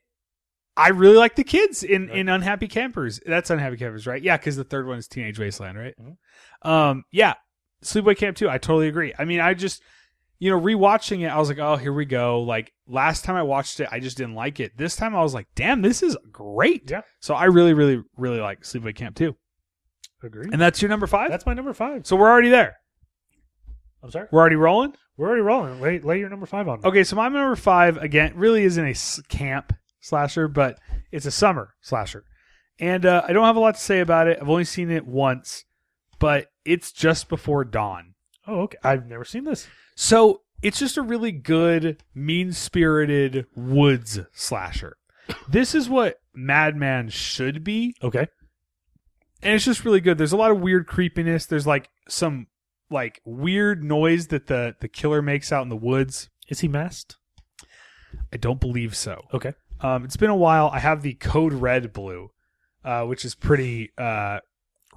Speaker 1: I really like the kids in
Speaker 2: Right.
Speaker 1: in Unhappy Campers. That's Unhappy Campers, right? Yeah, because the third one is Teenage Wasteland, right?
Speaker 2: Mhm.
Speaker 1: Um, yeah, Sleepaway Camp too. I totally agree. I mean, I just you know rewatching it, I was like, oh, here we go. Like last time I watched it, I just didn't like it. This time I was like, damn, this is great.
Speaker 2: Yeah.
Speaker 1: So I really, really, really like Sleepaway Camp too.
Speaker 2: Agree.
Speaker 1: And that's your number five.
Speaker 2: That's my number five.
Speaker 1: so we're already there.
Speaker 2: I'm sorry.
Speaker 1: We're already rolling.
Speaker 2: We're already rolling. Lay, lay your number five on. me.
Speaker 1: Okay, so my number five again really isn't a s- camp slasher, but it's a summer slasher, and uh, I don't have a lot to say about it. I've only seen it once, but it's just before dawn,
Speaker 2: Oh, okay. I've never seen this.
Speaker 1: so it's just a really good, mean-spirited woods slasher. This is what Madman should be,
Speaker 2: Okay.
Speaker 1: and it's just really good. There's a lot of weird creepiness. There's like some like weird noise that the the killer makes out in the woods.
Speaker 2: Is he masked?
Speaker 1: I don't believe so.
Speaker 2: Okay.
Speaker 1: Um, it's been a while. I have the code red blue, uh, which is pretty uh,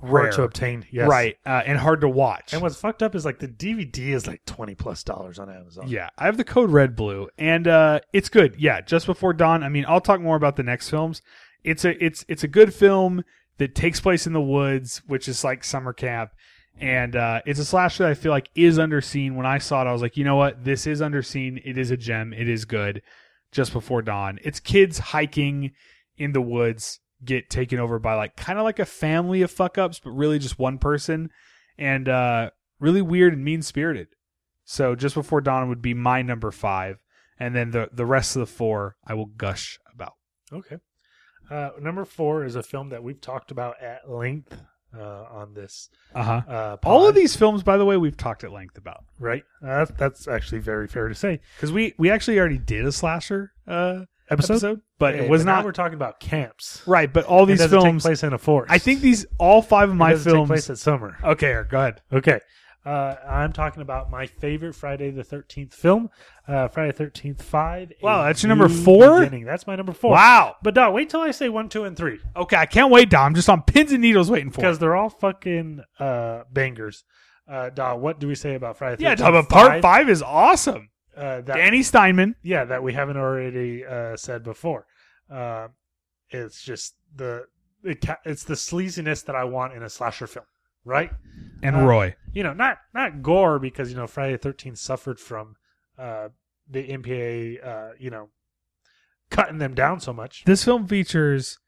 Speaker 1: rare,
Speaker 2: Hard to obtain. Yes.
Speaker 1: right? Uh, and hard to watch.
Speaker 2: And what's fucked up is like the DVD is like twenty plus dollars on Amazon.
Speaker 1: yeah, I have the code red blue, and uh, it's good. Yeah, just before dawn. I mean, I'll talk more about the next films. It's a it's it's a good film that takes place in the woods, which is like summer camp, and uh, it's a slasher that I feel like is underseen. When I saw it, I was like, you know what, this is underseen. It is a gem. It is good. Just before dawn, it's kids hiking in the woods get taken over by like kind of like a family of fuck ups, but really just one person, and uh, really weird and mean spirited. So just before dawn would be my number five, and then the the rest of the four I will gush about.
Speaker 2: Okay. Uh, number four is a film that we've talked about at length uh, on this.
Speaker 1: Uh huh.
Speaker 2: Uh,
Speaker 1: All of
Speaker 2: pod,
Speaker 1: these films, by the way, we've talked at length about
Speaker 2: right? Uh, that's, that's actually very fair to say.
Speaker 1: because we we actually already did a slasher uh, episode, but
Speaker 2: Hey,
Speaker 1: it was
Speaker 2: now
Speaker 1: not
Speaker 2: We're talking about camps.
Speaker 1: right. But all
Speaker 2: It
Speaker 1: these
Speaker 2: doesn't
Speaker 1: films,
Speaker 2: take place in a forest.
Speaker 1: I think these all five of
Speaker 2: It
Speaker 1: my
Speaker 2: doesn't take
Speaker 1: films.
Speaker 2: place at summer.
Speaker 1: okay, Eric, go ahead.
Speaker 2: Okay. Uh, I'm talking about my favorite Friday the 13th film, uh, Friday the 13th 5.
Speaker 1: Wow,
Speaker 2: A
Speaker 1: that's your number
Speaker 2: New
Speaker 1: four?
Speaker 2: Beginning. That's my number 4.
Speaker 1: Wow.
Speaker 2: But no, wait till I say 1, 2, and 3
Speaker 1: Okay, I can't wait, Dom. I'm just on pins and needles waiting for. it.
Speaker 2: because they're all fucking uh, bangers. Uh, Daw, what do we say about Friday the 13th?
Speaker 1: Yeah, Dom, but part
Speaker 2: five?
Speaker 1: five is awesome.
Speaker 2: Uh, that,
Speaker 1: Danny Steinman.
Speaker 2: Yeah, that we haven't already uh, said before. Uh, it's just the. It ca- it's the sleaziness that I want in a slasher film, right?
Speaker 1: and
Speaker 2: Uh,
Speaker 1: Roy.
Speaker 2: you know, not not gore because you know Friday the Thirteenth suffered from uh, the MPA, uh, you know, cutting them down so much.
Speaker 1: This film features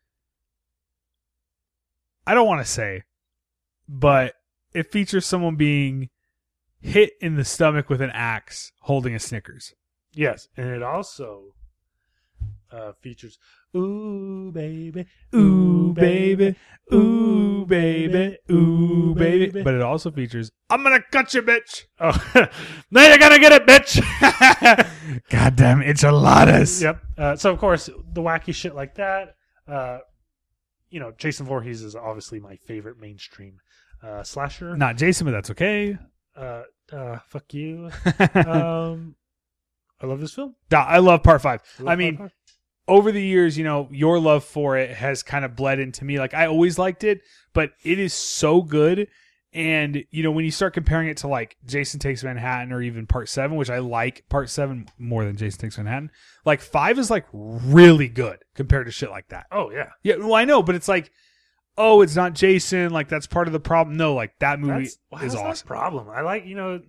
Speaker 1: I don't want to say, but it features someone being hit in the stomach with an axe holding a Snickers.
Speaker 2: Yes, and it also uh, features "Ooh baby,
Speaker 1: Ooh, baby. Ooh, baby. But it also features, I'm going to cut you, bitch.
Speaker 2: Oh, now you're gonna get it, bitch.
Speaker 1: Goddamn enchiladas.
Speaker 2: yep. Uh, so of course, the wacky shit like that. Uh, you know, Jason Voorhees is obviously my favorite mainstream uh, slasher.
Speaker 1: Not Jason, but that's okay.
Speaker 2: Uh, uh, fuck you. um, I love this film.
Speaker 1: Da- I love part five.
Speaker 2: love
Speaker 1: I
Speaker 2: Part
Speaker 1: mean,
Speaker 2: Five.
Speaker 1: over the years, you know, your love for it has kind of bled into me. Like I always liked it, but it is so good. And you know, when you start comparing it to like Jason Takes Manhattan or even Part Seven, which I like Part Seven more than Jason Takes Manhattan, like Five is like really good compared to shit like that.
Speaker 2: oh yeah,
Speaker 1: Yeah, well, I know, but it's like, oh, it's not Jason. Like that's part of the problem. No, like that movie
Speaker 2: that's, wow,
Speaker 1: is
Speaker 2: that's not a
Speaker 1: awesome.
Speaker 2: problem. I like you know,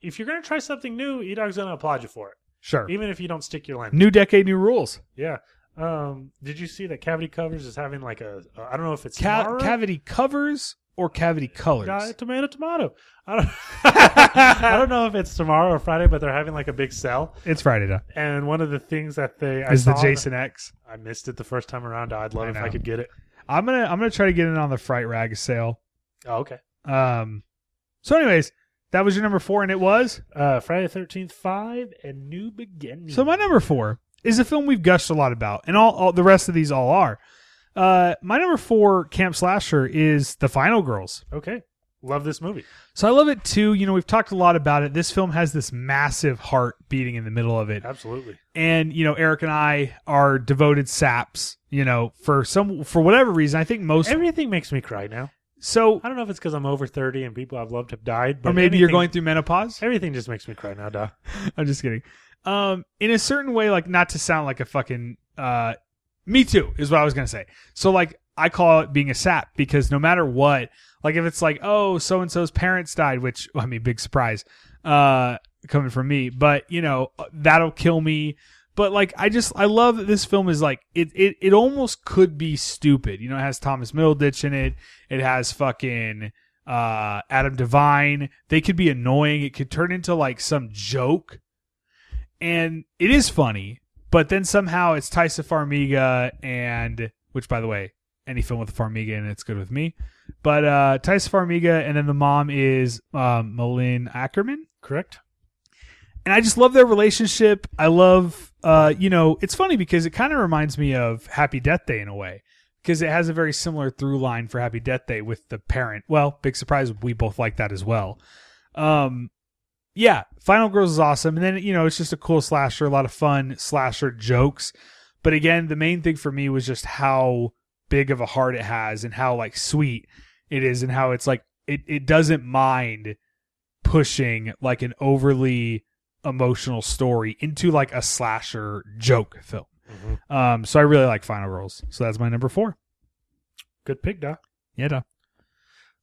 Speaker 2: if you're gonna try something new, E Dog's gonna applaud you for it,
Speaker 1: Sure,
Speaker 2: even if you don't stick your line.
Speaker 1: new decade, new rules.
Speaker 2: Yeah. Um, did you see that Cavity Covers is having like a I don't know if it's
Speaker 1: Ca-
Speaker 2: tomorrow?
Speaker 1: cavity covers or cavity colors.
Speaker 2: Guy, tomato, tomato. I don't, I don't know if it's tomorrow or Friday, but they're having like a big sell.
Speaker 1: It's Friday though.
Speaker 2: And one of the things that they I
Speaker 1: Is the
Speaker 2: saw-
Speaker 1: Jason X?
Speaker 2: I missed it the first time around. I'd love
Speaker 1: I
Speaker 2: if
Speaker 1: know.
Speaker 2: I could get it.
Speaker 1: I'm gonna I'm gonna try to get in on the fright rag sale.
Speaker 2: Oh, okay.
Speaker 1: Um, so anyways, that was your number four, and it was
Speaker 2: Uh, Friday Thirteenth Five and New Beginning.
Speaker 1: so my number four is a film we've gushed a lot about, and all, all the rest of these all are. Uh, my number four camp slasher is The Final Girls.
Speaker 2: Okay, love this movie.
Speaker 1: So I love it too. You know, we've talked a lot about it. This film has this massive heart beating in the middle of it.
Speaker 2: Absolutely.
Speaker 1: and you know Eric and I are devoted saps. You know, for some for whatever reason, I think most.
Speaker 2: Everything makes me cry now.
Speaker 1: so,
Speaker 2: I don't know if it's because I'm over thirty and people I've loved have died, but
Speaker 1: or maybe you're
Speaker 2: anything-
Speaker 1: going through menopause.
Speaker 2: Everything just makes me cry now, duh.
Speaker 1: I'm just kidding. Um, in a certain way, like not to sound like a fucking uh, me too is what I was gonna say. So like I call it being a sap because no matter what, like if it's like oh so and so's parents died, which I mean big surprise, uh, coming from me, but you know uh, that'll kill me. But like I just I love that this film is like it it it almost could be stupid. You know, it has Thomas Middleditch in it. It has fucking uh Adam Devine. They could be annoying. It could turn into like some joke and it is funny, but then somehow it's Tysa Farmiga and which by the way, any film with Farmiga and it's good with me. But uh Tysa Farmiga and then the mom is um Malin Ackerman.
Speaker 2: Correct.
Speaker 1: And I just love their relationship. I love uh you know, it's funny because it kind of reminds me of Happy Death Day in a way. Because it has a very similar through line for Happy Death Day with the parent. Well, big surprise, we both like that as well. Um, yeah, Final Girls is awesome, and then you know it's just a cool slasher, a lot of fun slasher jokes. But again, the main thing for me was just how big of a heart it has, and how like sweet it is, and how it's like it it doesn't mind pushing like an overly emotional story into like a slasher joke film.
Speaker 2: Mm-hmm.
Speaker 1: Um, so I really like Final Girls. So that's my number four.
Speaker 2: Good pig, duh.
Speaker 1: Yeah, duh.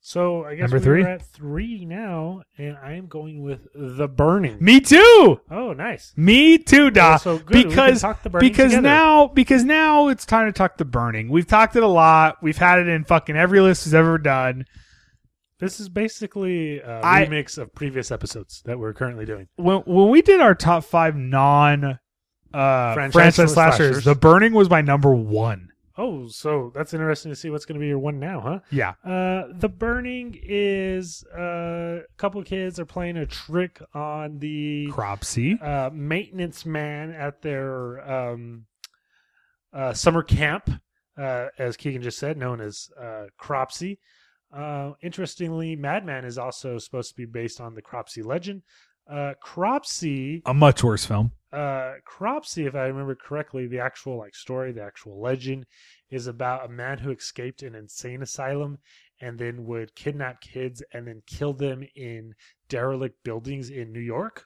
Speaker 2: So I guess
Speaker 1: Number
Speaker 2: we
Speaker 1: three?
Speaker 2: are at three now, and I am going with the burning.
Speaker 1: me too.
Speaker 2: Oh, nice.
Speaker 1: Me too,
Speaker 2: Well,
Speaker 1: da.
Speaker 2: so good. We can
Speaker 1: Because
Speaker 2: talk the burning
Speaker 1: because
Speaker 2: together.
Speaker 1: now because now it's time to talk the burning. We've talked it a lot. We've had it in fucking every list we've ever done.
Speaker 2: this is basically a
Speaker 1: I-
Speaker 2: remix of previous episodes that we're currently doing.
Speaker 1: When when we did our top five non uh, franchise, slashers,
Speaker 2: Franchise slashers.
Speaker 1: the burning was my number one.
Speaker 2: Oh, so that's interesting to see what's going to be your one now, huh?
Speaker 1: Yeah,
Speaker 2: Uh, the burning is uh, a couple kids are playing a trick on the
Speaker 1: Cropsy.
Speaker 2: uh, maintenance man at their um, uh, summer camp, uh, as Keegan just said, known as uh, Cropsy. Uh, interestingly, Madman is also supposed to be based on the Cropsy legend. Uh, Cropsy,
Speaker 1: A much worse film.
Speaker 2: uh, Cropsy, if I remember correctly, the actual like story, the actual legend, is about a man who escaped an insane asylum and then would kidnap kids and then kill them in derelict buildings in New York.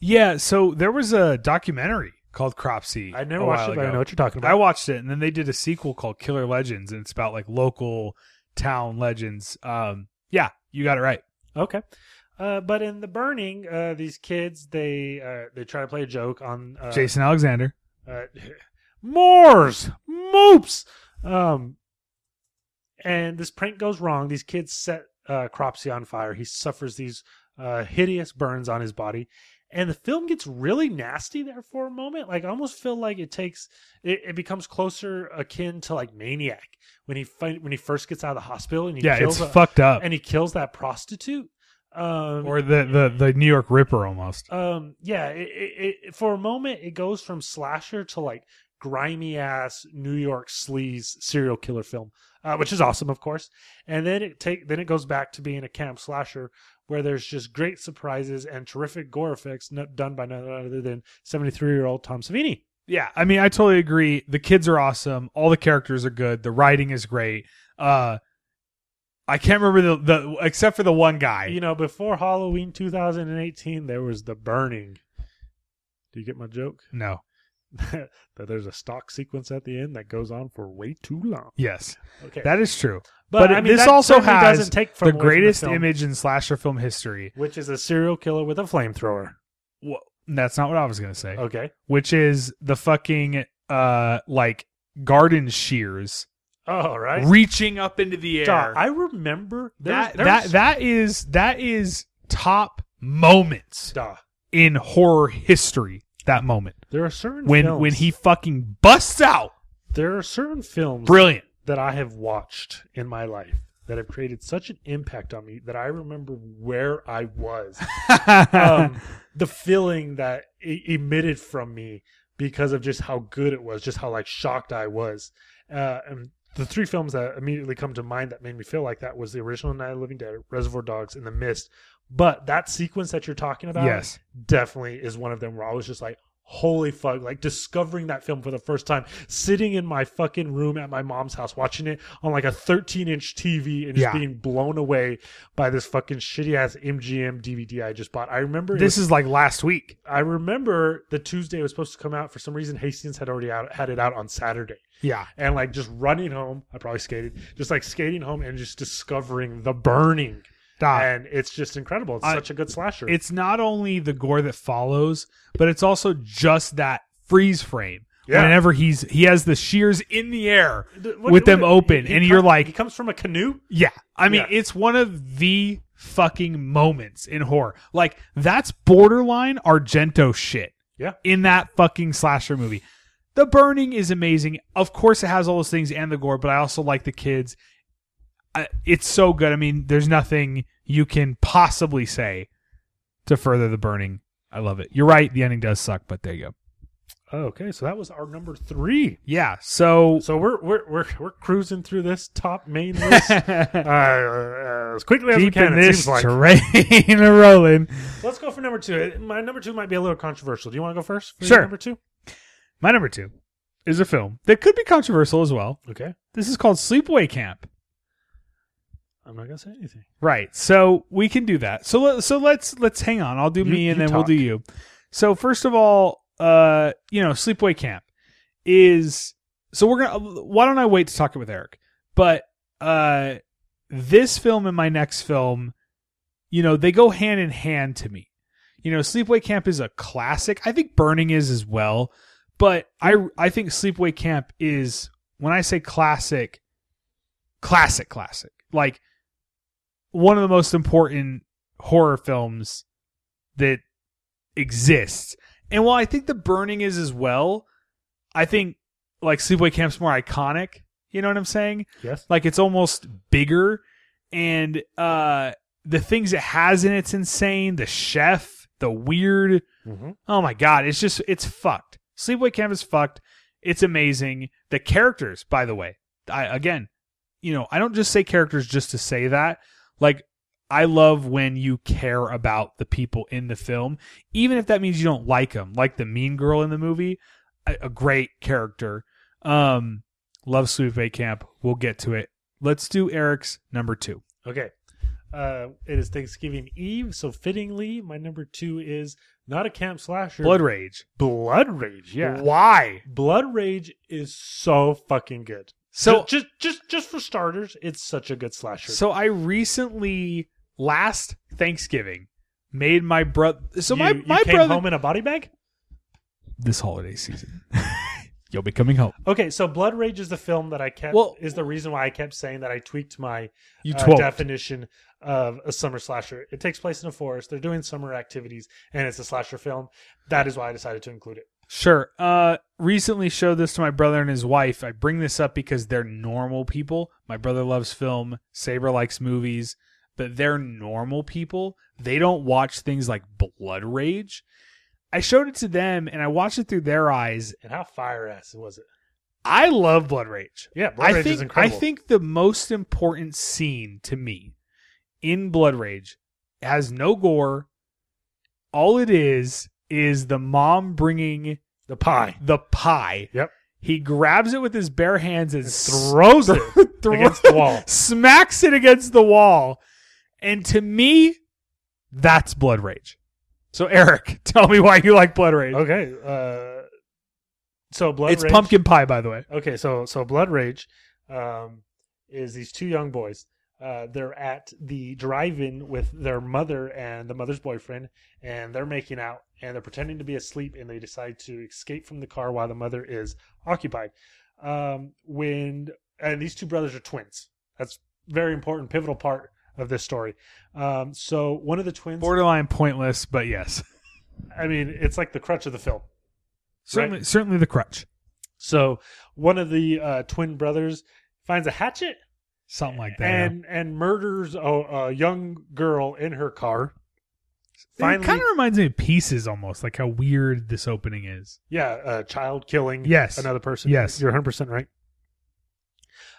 Speaker 1: Yeah. So there was a documentary called Cropsy.
Speaker 2: I never
Speaker 1: a
Speaker 2: watched
Speaker 1: while
Speaker 2: it, but I
Speaker 1: ago.
Speaker 2: know what you're talking about.
Speaker 1: I watched it, and then they did a sequel called Killer Legends, and it's about like local town legends. Um, yeah, you got it right.
Speaker 2: Okay. Uh, but in the burning, uh, these kids they uh, they try to play a joke on uh,
Speaker 1: Jason Alexander.
Speaker 2: uh, Moors, moops, um, and this prank goes wrong. These kids set uh, Cropsy on fire. He suffers these uh, hideous burns on his body. And the film gets really nasty there for a moment. Like I almost feel like it takes it, it becomes closer akin to like Maniac when he fight, when he first gets out of the hospital and he
Speaker 1: yeah,
Speaker 2: kills
Speaker 1: it's
Speaker 2: a-
Speaker 1: fucked up.
Speaker 2: and he kills that prostitute. Um,
Speaker 1: or the, the the New York Ripper almost.
Speaker 2: um yeah it, it, it for a moment it goes from slasher to like grimy ass new york sleaze serial killer film uh, which is awesome of course and then it take then it goes back to being a camp slasher where there's just great surprises and terrific gore effects no- done by none other than 73 year old tom savini
Speaker 1: Yeah, I mean, I totally agree. The kids are awesome. All the characters are good. The writing is great. Uh, I can't remember the, the except for the one guy.
Speaker 2: you know before halloween 2018 there was the burning do you get my joke
Speaker 1: no.
Speaker 2: that there's a stock sequence at the end that goes on for way too long
Speaker 1: Yes,
Speaker 2: okay
Speaker 1: that is true.
Speaker 2: But,
Speaker 1: But
Speaker 2: I mean,
Speaker 1: this
Speaker 2: that
Speaker 1: also
Speaker 2: certainly
Speaker 1: has
Speaker 2: doesn't take from
Speaker 1: The
Speaker 2: away from
Speaker 1: greatest
Speaker 2: film,
Speaker 1: image in slasher film history.
Speaker 2: which is a serial killer with a flamethrower.
Speaker 1: Wh- That's not what I was gonna say.
Speaker 2: Okay.
Speaker 1: Which is the fucking uh like garden shears
Speaker 2: Oh, right.
Speaker 1: reaching up into the air.
Speaker 2: Dog, I remember
Speaker 1: that that
Speaker 2: there's- there's-
Speaker 1: that is that is top moments
Speaker 2: Dog,
Speaker 1: in horror history. That moment
Speaker 2: There are certain
Speaker 1: when
Speaker 2: films,
Speaker 1: when he fucking busts out,
Speaker 2: there are certain films
Speaker 1: brilliant.
Speaker 2: that I have watched in my life that have created such an impact on me that I remember where I was, um, the feeling that e- emitted from me because of just how good it was, just how like shocked I was. Uh, and the three films that immediately come to mind that made me feel like that was the original Night of the Living Dead, Reservoir Dogs, and The Mist. But that sequence that you're talking about,
Speaker 1: yes,
Speaker 2: definitely is one of them where I was just like, holy fuck, like discovering that film for the first time, sitting in my fucking room at my mom's house, watching it on like a 13 inch TV and just
Speaker 1: Yeah.
Speaker 2: being blown away by this fucking shitty ass MGM DVD I just bought. I remember it
Speaker 1: this
Speaker 2: was-
Speaker 1: is like last week.
Speaker 2: I remember the Tuesday it was supposed to come out. For some reason, Hastings had already out, had it out on Saturday.
Speaker 1: Yeah,
Speaker 2: And like just running home, I probably skated, just like skating home and just discovering the burning.
Speaker 1: Doc,
Speaker 2: and it's just incredible. It's
Speaker 1: Ah. I-
Speaker 2: such a good slasher.
Speaker 1: it's not only the gore that follows, but it's also just that freeze frame.
Speaker 2: Yeah.
Speaker 1: Whenever he's he has the shears in the air,
Speaker 2: The-
Speaker 1: with them open, and you're like-
Speaker 2: he comes from a canoe.
Speaker 1: Yeah. I mean,
Speaker 2: Yeah.
Speaker 1: it's one of the fucking moments in horror. Like, that's borderline Argento shit.
Speaker 2: Yeah.
Speaker 1: In that fucking slasher movie. The burning is amazing. Of course, it has all those things and the gore, but I also like the kids. I, it's so good. I mean, there's nothing you can possibly say to further the burning. I love it. You're right. The ending does suck, but there you go.
Speaker 2: Oh, okay, so that was our number three.
Speaker 1: Yeah. So.
Speaker 2: So we're we're we're, we're cruising through this top main list uh, uh, as quickly as we
Speaker 1: Keeping
Speaker 2: can. It
Speaker 1: this
Speaker 2: seems like.
Speaker 1: train rolling.
Speaker 2: Let's go for number two. My number two might be a little controversial. Do you want to go first? for your
Speaker 1: Sure.
Speaker 2: Number two.
Speaker 1: My number two is a film that could be controversial as well.
Speaker 2: Okay.
Speaker 1: This is called Sleepaway Camp.
Speaker 2: I'm not gonna say anything.
Speaker 1: Right. So we can do that. So let, so let's let's hang on. I'll do
Speaker 2: You-
Speaker 1: me and
Speaker 2: you
Speaker 1: then we'll do
Speaker 2: talk.
Speaker 1: you. So first of all, uh, you know, Sleepaway Camp is so we're gonna. Why don't I wait to talk it with Eric? But uh, this film and my next film, you know, they go hand in hand to me. You know, Sleepaway Camp is a classic. I think Burning is as well, but I I think Sleepaway Camp is when I say classic, classic, classic. Like one of the most important horror films that exists. And while I think The Burning is as well, I think like Sleepaway Camp's more iconic. You know what I'm saying?
Speaker 2: Yes.
Speaker 1: Like it's almost bigger, and uh, the things it has in it's insane. The chef, the weird.
Speaker 2: Mhm.
Speaker 1: Oh my god, it's just it's fucked. Sleepaway Camp is fucked. It's amazing. The characters, by the way, I again, you know, I don't just say characters just to say that. Like I love when you care about the people in the film, even if that means you don't like them. Like the mean girl in the movie, a, a great character. Um, love Sleepaway Camp. We'll get to it. Let's do Eric's number two.
Speaker 2: Okay. Uh, it is Thanksgiving Eve, so fittingly, my number two is not a camp slasher.
Speaker 1: Blood Rage.
Speaker 2: blood rage. Yeah.
Speaker 1: Why?
Speaker 2: Blood Rage is so fucking good.
Speaker 1: So
Speaker 2: just just just, just for starters, it's such a good slasher.
Speaker 1: So I recently last Thanksgiving made my brother. So
Speaker 2: You-
Speaker 1: my
Speaker 2: you
Speaker 1: my
Speaker 2: came
Speaker 1: brother
Speaker 2: home in a body bag.
Speaker 1: this holiday season. You'll be coming home.
Speaker 2: Okay, so Blood Rage is the film that I kept
Speaker 1: Well-
Speaker 2: is the reason why I kept saying that I tweaked my
Speaker 1: You
Speaker 2: uh,
Speaker 1: twelve.
Speaker 2: definition of a summer slasher. It takes place in a forest. They're doing summer activities, and it's a slasher film. That is why I decided to include it.
Speaker 1: Sure. Uh, recently showed this to my brother and his wife. I bring this up because they're normal people. My brother loves film. Saber likes movies, but they're normal people. They don't watch things like Blood Rage. I showed it to them and I watched it through their eyes.
Speaker 2: And how fire ass was it?
Speaker 1: I love Blood Rage.
Speaker 2: Yeah, Blood
Speaker 1: I
Speaker 2: Rage
Speaker 1: think,
Speaker 2: is incredible.
Speaker 1: I think the most important scene to me in Blood Rage has no gore. All it is is the mom bringing
Speaker 2: the pie
Speaker 1: the pie.
Speaker 2: Yep.
Speaker 1: He grabs it with his bare hands and,
Speaker 2: throws it
Speaker 1: s- thro-
Speaker 2: against the wall.
Speaker 1: smacks it against the wall. And to me, that's blood rage. So Eric, tell me why you like blood rage.
Speaker 2: Okay, uh, so Blood
Speaker 1: it's
Speaker 2: Rage.
Speaker 1: pumpkin pie, by the way.
Speaker 2: Okay, so so Blood Rage um, is these two young boys. Uh, they're at the drive-in with their mother and the mother's boyfriend, and they're making out and they're pretending to be asleep, and they decide to escape from the car while the mother is occupied. Um, when and these two brothers are twins. That's very important, pivotal part of this story. Um, so one of the twins.
Speaker 1: Borderline pointless, but yes,
Speaker 2: I mean, it's like the crutch of the film.
Speaker 1: certainly, certainly the crutch,
Speaker 2: So one of the uh, twin brothers finds a hatchet
Speaker 1: something like that.
Speaker 2: and and murders a, a young girl in her car.
Speaker 1: it
Speaker 2: Finally,
Speaker 1: kind of reminds me of Pieces almost, like how weird this opening is.
Speaker 2: yeah, uh, child killing.
Speaker 1: Yes.
Speaker 2: another person.
Speaker 1: Yes.
Speaker 2: you're 100 percent right.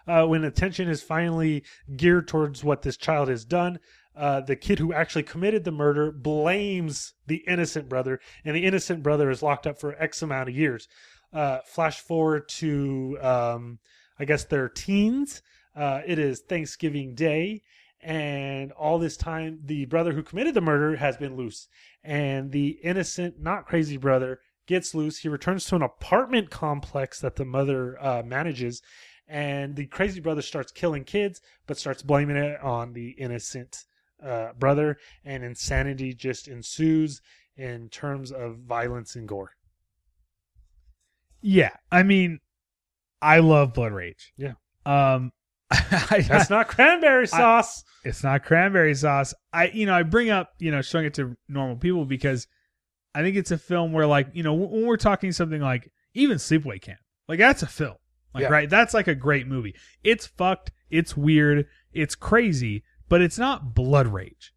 Speaker 2: Uh, when attention is finally geared towards what this child has done, uh, the kid who actually committed the murder blames the innocent brother, and the innocent brother is locked up for X amount of years. Uh, flash forward to, um, I guess, their teens. Uh, it is Thanksgiving Day, and all this time, the brother who committed the murder has been loose, and the innocent, not crazy brother gets loose. He returns to an apartment complex that the mother uh, manages, and the crazy brother starts killing kids, but starts blaming it on the innocent uh, brother, and insanity just ensues in terms of violence and gore.
Speaker 1: Yeah, I mean, I love Blood Rage.
Speaker 2: Yeah.
Speaker 1: um, I,
Speaker 2: That's not cranberry sauce.
Speaker 1: it's not cranberry sauce. I you know I bring up you know showing it to normal people because I think it's a film where like you know when we're talking something like even Sleepaway Camp like that's a film like
Speaker 2: Yeah.
Speaker 1: right that's like a great movie. It's fucked. It's weird. It's crazy, but it's not Blood Rage.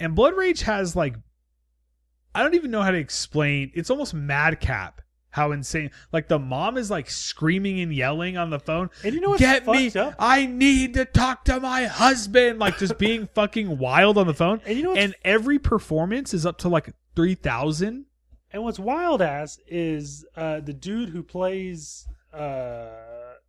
Speaker 1: And Blood Rage has like I don't even know how to explain. It's almost madcap how insane. Like the mom is like screaming and yelling on the phone.
Speaker 2: and you know what's
Speaker 1: Get me!
Speaker 2: fucked up?
Speaker 1: I need to talk to my husband. Like just being fucking wild on the phone.
Speaker 2: And you know what's
Speaker 1: And every performance is up to like three thousand.
Speaker 2: And what's wild ass is uh, the dude who plays. Uh,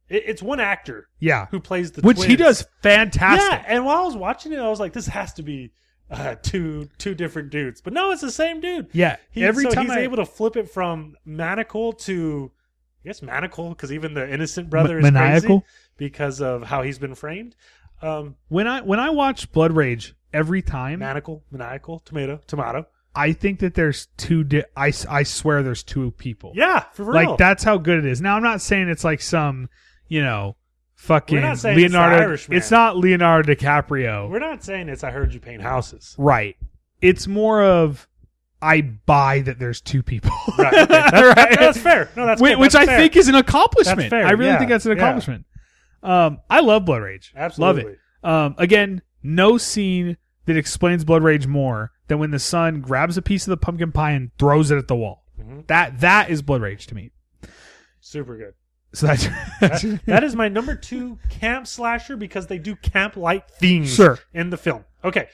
Speaker 2: it, it's one actor
Speaker 1: Yeah,
Speaker 2: who plays the
Speaker 1: which he
Speaker 2: twins.
Speaker 1: does fantastic.
Speaker 2: Yeah, and while I was watching it, I was like, "This has to be uh, two two different dudes," but no, it's the same dude.
Speaker 1: Yeah,
Speaker 2: He,
Speaker 1: every
Speaker 2: so
Speaker 1: time
Speaker 2: he's
Speaker 1: I,
Speaker 2: able to flip it from manacle to, I guess manacle, because even the innocent brother
Speaker 1: Ma-
Speaker 2: is
Speaker 1: maniacal?
Speaker 2: crazy because of how he's been framed. Um,
Speaker 1: when I when I watch Blood Rage, every time
Speaker 2: maniacal, maniacal, tomato, tomato.
Speaker 1: I think that there's two. Di- I s- I swear there's two people.
Speaker 2: Yeah, for real.
Speaker 1: like that's how good it is. Now I'm not saying it's like some you know fucking
Speaker 2: We're not saying it's the
Speaker 1: Leonardo.
Speaker 2: Irishman.
Speaker 1: it's not Leonardo DiCaprio.
Speaker 2: We're not saying it's. I heard you paint houses.
Speaker 1: Right. It's more of I buy that there's two people.
Speaker 2: Right. okay. That's,
Speaker 1: Right.
Speaker 2: that's fair. No, that's
Speaker 1: Whi-
Speaker 2: cool.
Speaker 1: which
Speaker 2: That's
Speaker 1: I
Speaker 2: fair.
Speaker 1: think is an accomplishment.
Speaker 2: That's fair,
Speaker 1: I really
Speaker 2: yeah,
Speaker 1: think that's an
Speaker 2: yeah.
Speaker 1: accomplishment. Um, I love Blood Rage.
Speaker 2: absolutely.
Speaker 1: Love it. Um, again, no scene that explains Blood Rage more than when the son grabs a piece of the pumpkin pie and throws it at the wall.
Speaker 2: Mhm.
Speaker 1: That that is Blood Rage to me.
Speaker 2: Super good.
Speaker 1: So that's,
Speaker 2: That- that is my number two camp slasher because they do camp like themes
Speaker 1: Sure.
Speaker 2: in the film. Okay,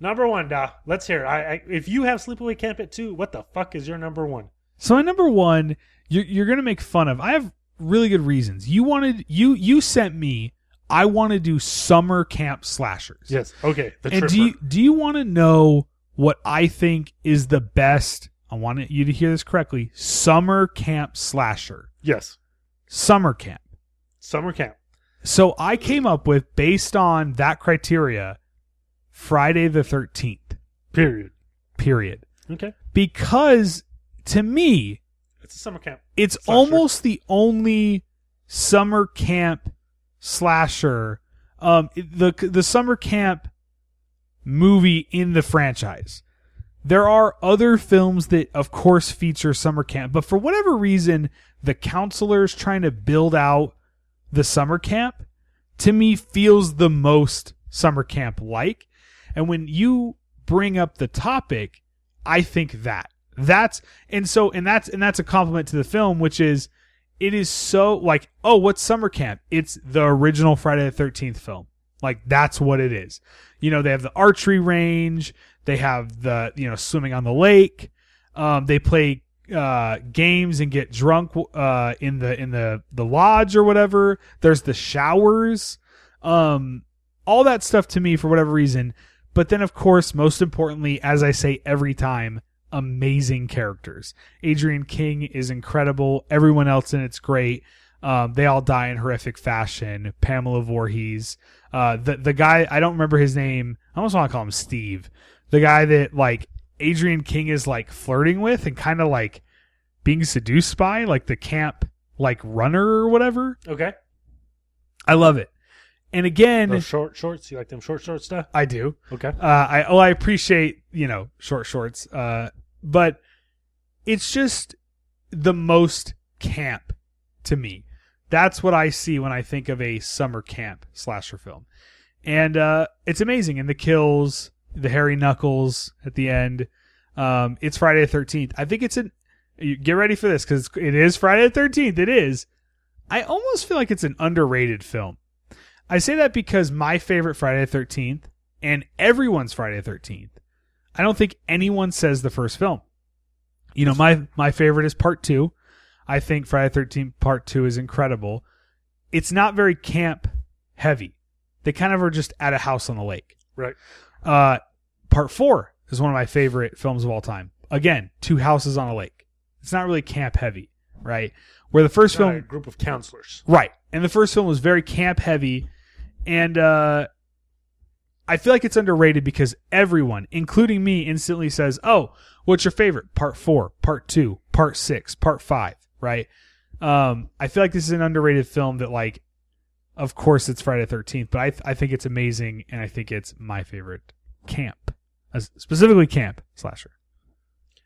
Speaker 2: number one, Da. Let's hear. it. I, I if you have Sleepaway Camp at two, what the fuck is your number one?
Speaker 1: So my number one, you're, you're gonna make fun of. I have really good reasons. You wanted you you sent me. I want to do summer camp slashers.
Speaker 2: Yes. Okay. The
Speaker 1: and
Speaker 2: tripper.
Speaker 1: do you do you want to know what I think is the best? I want you to hear this correctly. Summer camp slasher.
Speaker 2: yes.
Speaker 1: Summer camp.
Speaker 2: Summer camp.
Speaker 1: So I came up with based on that criteria, Friday the Thirteenth.
Speaker 2: Period.
Speaker 1: Period.
Speaker 2: Okay.
Speaker 1: Because to me,
Speaker 2: It's a summer camp.
Speaker 1: it's
Speaker 2: Slasher.
Speaker 1: almost the only summer camp slasher um the the summer camp movie in the franchise there are other films that of course feature summer camp but for whatever reason the counselors trying to build out the summer camp to me feels the most summer camp like and when you bring up the topic i think that that's and so and that's and that's a compliment to the film which is it is so like oh what's summer camp it's the original friday the 13th film like that's what it is you know they have the archery range they have the you know swimming on the lake um, they play uh, games and get drunk uh, in the in the the lodge or whatever there's the showers um, all that stuff to me for whatever reason but then of course most importantly as i say every time amazing characters adrian king is incredible everyone else in it's great um, they all die in horrific fashion pamela Voorhees, uh, the, the guy i don't remember his name i almost want to call him steve the guy that like adrian king is like flirting with and kind of like being seduced by like the camp like runner or whatever
Speaker 2: Okay.
Speaker 1: i love it and again
Speaker 2: Those short shorts. You like them short short stuff?
Speaker 1: i do
Speaker 2: Okay.
Speaker 1: uh, I oh I appreciate you know short shorts, uh, but it's just the most camp to me. That's what I see when I think of a summer camp slasher film, and uh, it's amazing. And the kills, the hairy knuckles at the end. Um, it's Friday the Thirteenth. I think it's an. you- Get ready for this because it is Friday the Thirteenth. It is. I almost feel like it's an underrated film. I say that because my favorite Friday the Thirteenth and everyone's Friday the Thirteenth. I don't think anyone says the first film. You know, my my favorite is Part Two. I think Friday the Thirteenth Part Two is incredible. It's not very camp heavy. They kind of are just at a house on the lake.
Speaker 2: Right.
Speaker 1: Uh, part Four is one of my favorite films of all time. Again, two houses on a lake. It's not really camp heavy, right? Where the first
Speaker 2: Got
Speaker 1: film
Speaker 2: a group of counselors.
Speaker 1: Right. And the first film was very camp heavy and uh I feel like it's underrated because everyone, including me, instantly says, "Oh, what's your favorite? Part 4, Part 2, Part 6, Part 5," right? Um I feel like this is an underrated film that like of course it's Friday the 13th, but I I think it's amazing and I think it's my favorite camp. uh, Specifically camp slasher.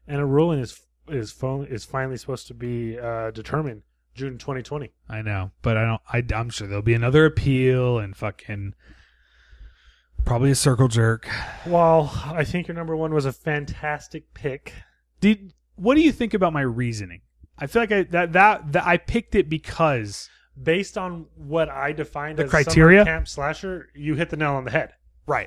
Speaker 2: And a ruling is is phone is finally supposed to be uh, determined June 2020.
Speaker 1: I know, but I don't. I, I'm sure there'll be another appeal and fucking probably a circle jerk.
Speaker 2: Well, I think your number one was a fantastic pick.
Speaker 1: Did what do you think about my reasoning? I feel like I that that, that I picked it because
Speaker 2: Based on what I defined
Speaker 1: The
Speaker 2: as summer
Speaker 1: criteria?
Speaker 2: camp slasher, you hit the nail on the head.
Speaker 1: right.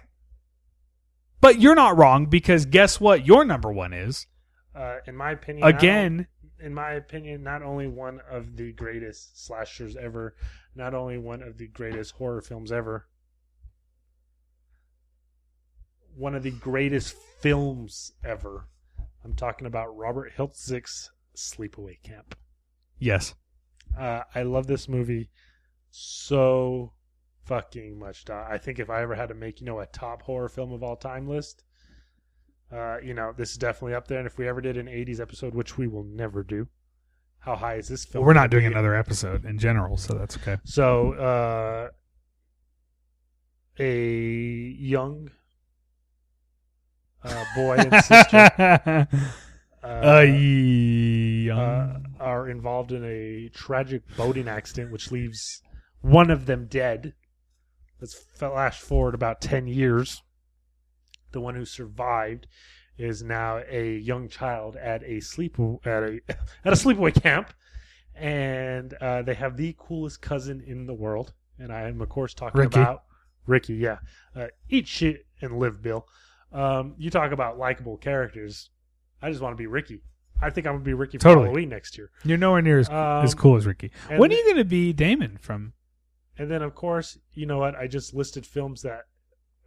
Speaker 1: But you're not wrong because guess what? Your number one is
Speaker 2: Uh, in my opinion, not
Speaker 1: again.
Speaker 2: in my opinion, not only one of the greatest slashers ever, not only one of the greatest horror films ever, one of the greatest films ever. I'm talking about Robert Hiltzick's Sleepaway Camp.
Speaker 1: Yes,
Speaker 2: Uh, I love this movie so fucking much. Doc. I think if I ever had to make, you know, a top horror film of all time list, uh, you know, this is definitely up there. And if we ever did an 80s episode, which we will never do, how high is this film?
Speaker 1: we're not doing
Speaker 2: gonna be?
Speaker 1: another episode in general, so that's okay.
Speaker 2: So, uh, a young uh, boy and sister uh,
Speaker 1: Uh, yeah.
Speaker 2: uh, are involved in a tragic boating accident, which leaves one of them dead. Let's flash forward about 10 years. The one who survived is now a young child at a sleep at a at a sleepaway camp, and uh, they have the coolest cousin in the world. And I am of course talking
Speaker 1: Ricky.
Speaker 2: about Ricky. Yeah, uh, eat shit and live, Bill. Um, you talk about likable characters. I just want to be Ricky. I think I'm gonna be Ricky for
Speaker 1: Totally.
Speaker 2: Halloween next year.
Speaker 1: you're nowhere near as,
Speaker 2: Um,
Speaker 1: as cool as Ricky.
Speaker 2: and
Speaker 1: When are you going to be Damon from?
Speaker 2: And then, of course, you know what? I just listed films that,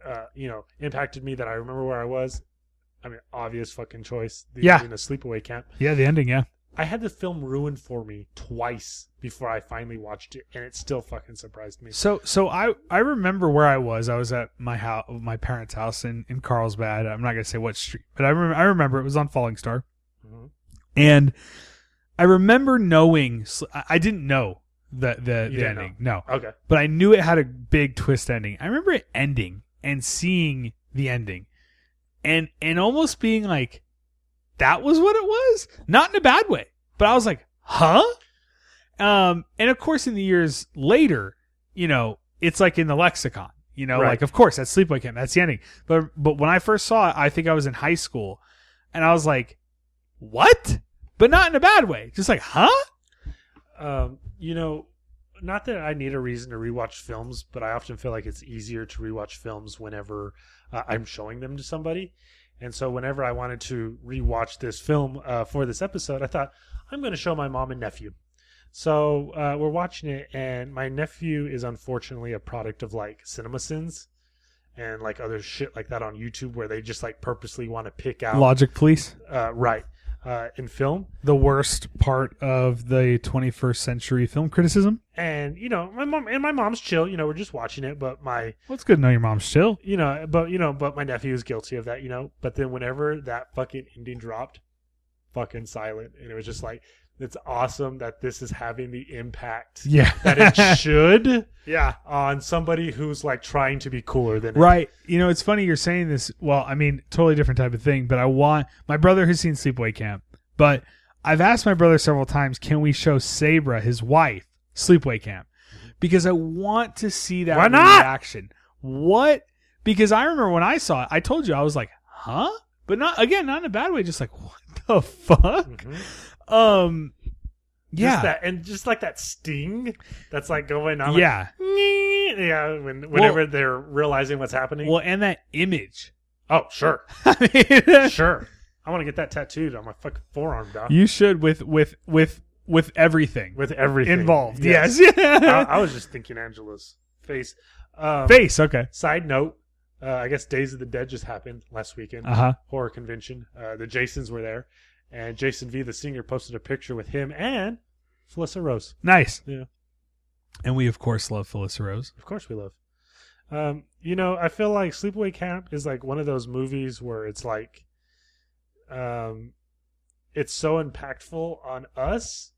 Speaker 2: uh, you know, impacted me that I remember where I was. I mean, obvious fucking choice. The
Speaker 1: Yeah.
Speaker 2: In a sleepaway camp.
Speaker 1: Yeah, the ending. Yeah.
Speaker 2: I had the film ruined for me twice before I finally watched it, and it still fucking surprised me.
Speaker 1: So so I I remember where I was. I was at my house, my parents' house in in
Speaker 2: Mm-hmm.
Speaker 1: Carlsbad. I'm not gonna say what street, but I remember I remember it was on Falling Star,
Speaker 2: Mhm.
Speaker 1: and I remember knowing. Sl- I- I didn't know the the, the
Speaker 2: You didn't Oh,
Speaker 1: ending. No,
Speaker 2: Okay.
Speaker 1: but I knew it had a big twist ending. I remember it ending and seeing the ending, and and almost being like, that was what it was. Not in a bad way, but I was like, huh. Um, and of course, in the years later, you know, it's like in the lexicon. You know,
Speaker 2: Right.
Speaker 1: like of course that's Sleepaway Camp. That's the ending. But but when I first saw it, I think I was in high school, and I was like, what? But not in a bad way. Just like, huh?
Speaker 2: Um, you know, not that I need a reason to rewatch films, but I often feel like it's easier to rewatch films whenever uh, I'm showing them to somebody. And so, whenever I wanted to rewatch this film uh, for this episode, I thought I'm going to show my mom and nephew. So uh, we're watching it, and my nephew is unfortunately a product of like CinemaSins and like other shit like that on YouTube, where they just like purposely want to pick out
Speaker 1: Logic Police.
Speaker 2: uh, right uh, in film.
Speaker 1: the worst part of the 21st century film criticism.
Speaker 2: and you know my mom and my mom's chill you know we're just watching it but my
Speaker 1: Well, it's good to know your mom's chill.
Speaker 2: you know but you know but my nephew is guilty of that you know but then whenever that fucking ending dropped fucking silent and it was just like it's awesome that this is having the impact
Speaker 1: Yeah.
Speaker 2: that it should
Speaker 1: yeah.
Speaker 2: on somebody who's like trying to be cooler than it.
Speaker 1: Right. You know, it's funny you're saying this. Well, I mean, totally different type of thing, but I want my brother has seen Sleepaway Camp, but I've asked my brother several times, can we show Sabra, his wife, Sleepaway Camp? Because I want to see that
Speaker 2: Mm-hmm. Why not?
Speaker 1: reaction. What? Because I remember when I saw it, I told you, I was like, huh? But not, again, not in a bad way, just like, what the fuck?
Speaker 2: Mhm. Just
Speaker 1: Um, yeah.
Speaker 2: that, and just like that sting that's like going on. like,
Speaker 1: yeah.
Speaker 2: yeah. When, whenever they're realizing what's happening.
Speaker 1: Well, and that image.
Speaker 2: oh, sure,
Speaker 1: I mean,
Speaker 2: sure. I want to get that tattooed on my fucking forearm, dog.
Speaker 1: you should with with with with everything
Speaker 2: with everything
Speaker 1: involved. Yes.
Speaker 2: I, I was just thinking Angela's face. Um,
Speaker 1: Face. Okay.
Speaker 2: Side note: uh, I guess Days of the Dead just happened last weekend.
Speaker 1: Uh huh.
Speaker 2: Horror convention. Uh, the Jasons were there, and Jason V, the singer, posted a picture with him and Felissa Rose.
Speaker 1: Nice.
Speaker 2: Yeah.
Speaker 1: And we of course love Phyllis Rose.
Speaker 2: Of course, we love. Um, you know, I feel like Sleepaway Camp is like one of those movies where it's like, um, it's so impactful on us,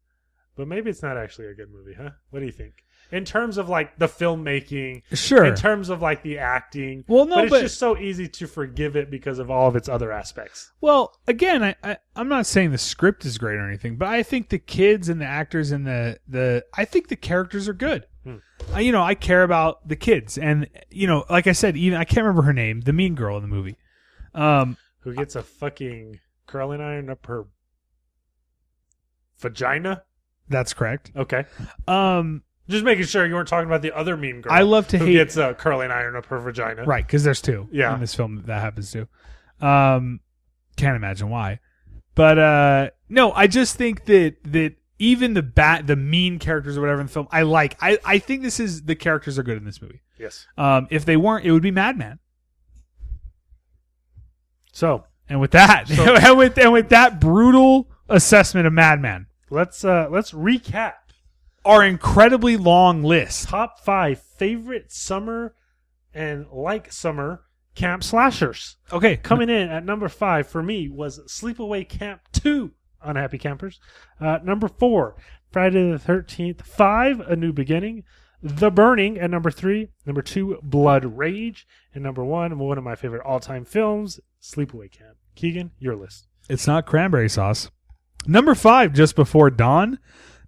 Speaker 2: but maybe it's not actually a good movie, huh? What do you think? In terms of like the filmmaking,
Speaker 1: Sure.
Speaker 2: in terms of like the acting.
Speaker 1: Well, no,
Speaker 2: but it's
Speaker 1: but-
Speaker 2: just so easy to forgive it because of all of its other aspects.
Speaker 1: Well, again, I, I I'm not saying the script is great or anything, but I think the kids and the actors and the the I think the characters are good.
Speaker 2: Hmm.
Speaker 1: I, you know, I care about the kids, and you know, like I said, even I can't remember her name, the mean girl in the movie. Um,
Speaker 2: Who gets a fucking curling iron up her vagina?
Speaker 1: that's correct.
Speaker 2: Okay,
Speaker 1: Um,
Speaker 2: just making sure you weren't talking about the other mean girl.
Speaker 1: I love to
Speaker 2: who
Speaker 1: hate
Speaker 2: gets a curling iron up her vagina.
Speaker 1: Right, because there's two.
Speaker 2: Yeah.
Speaker 1: In this film that, that happens to. Um can't imagine why. But uh no, I just think that that even the bat the mean characters or whatever in the film, I like. I, I think this is the characters are good in this movie.
Speaker 2: Yes.
Speaker 1: Um if they weren't, it would be Madman.
Speaker 2: So
Speaker 1: And with that
Speaker 2: So-
Speaker 1: and with and with that brutal assessment of Madman,
Speaker 2: let's uh let's recap
Speaker 1: our incredibly long list.
Speaker 2: top five favorite summer and like summer camp slashers.
Speaker 1: Okay.
Speaker 2: Coming in at number five for me was Sleepaway Camp 2, Unhappy Campers. Uh, number four, Friday the 13th, 5, A New Beginning. The Burning at number three. Number two, Blood Rage. And number one, one of my favorite all time films, Sleepaway Camp. Keegan, your list.
Speaker 1: It's not cranberry sauce. Number five, just before dawn.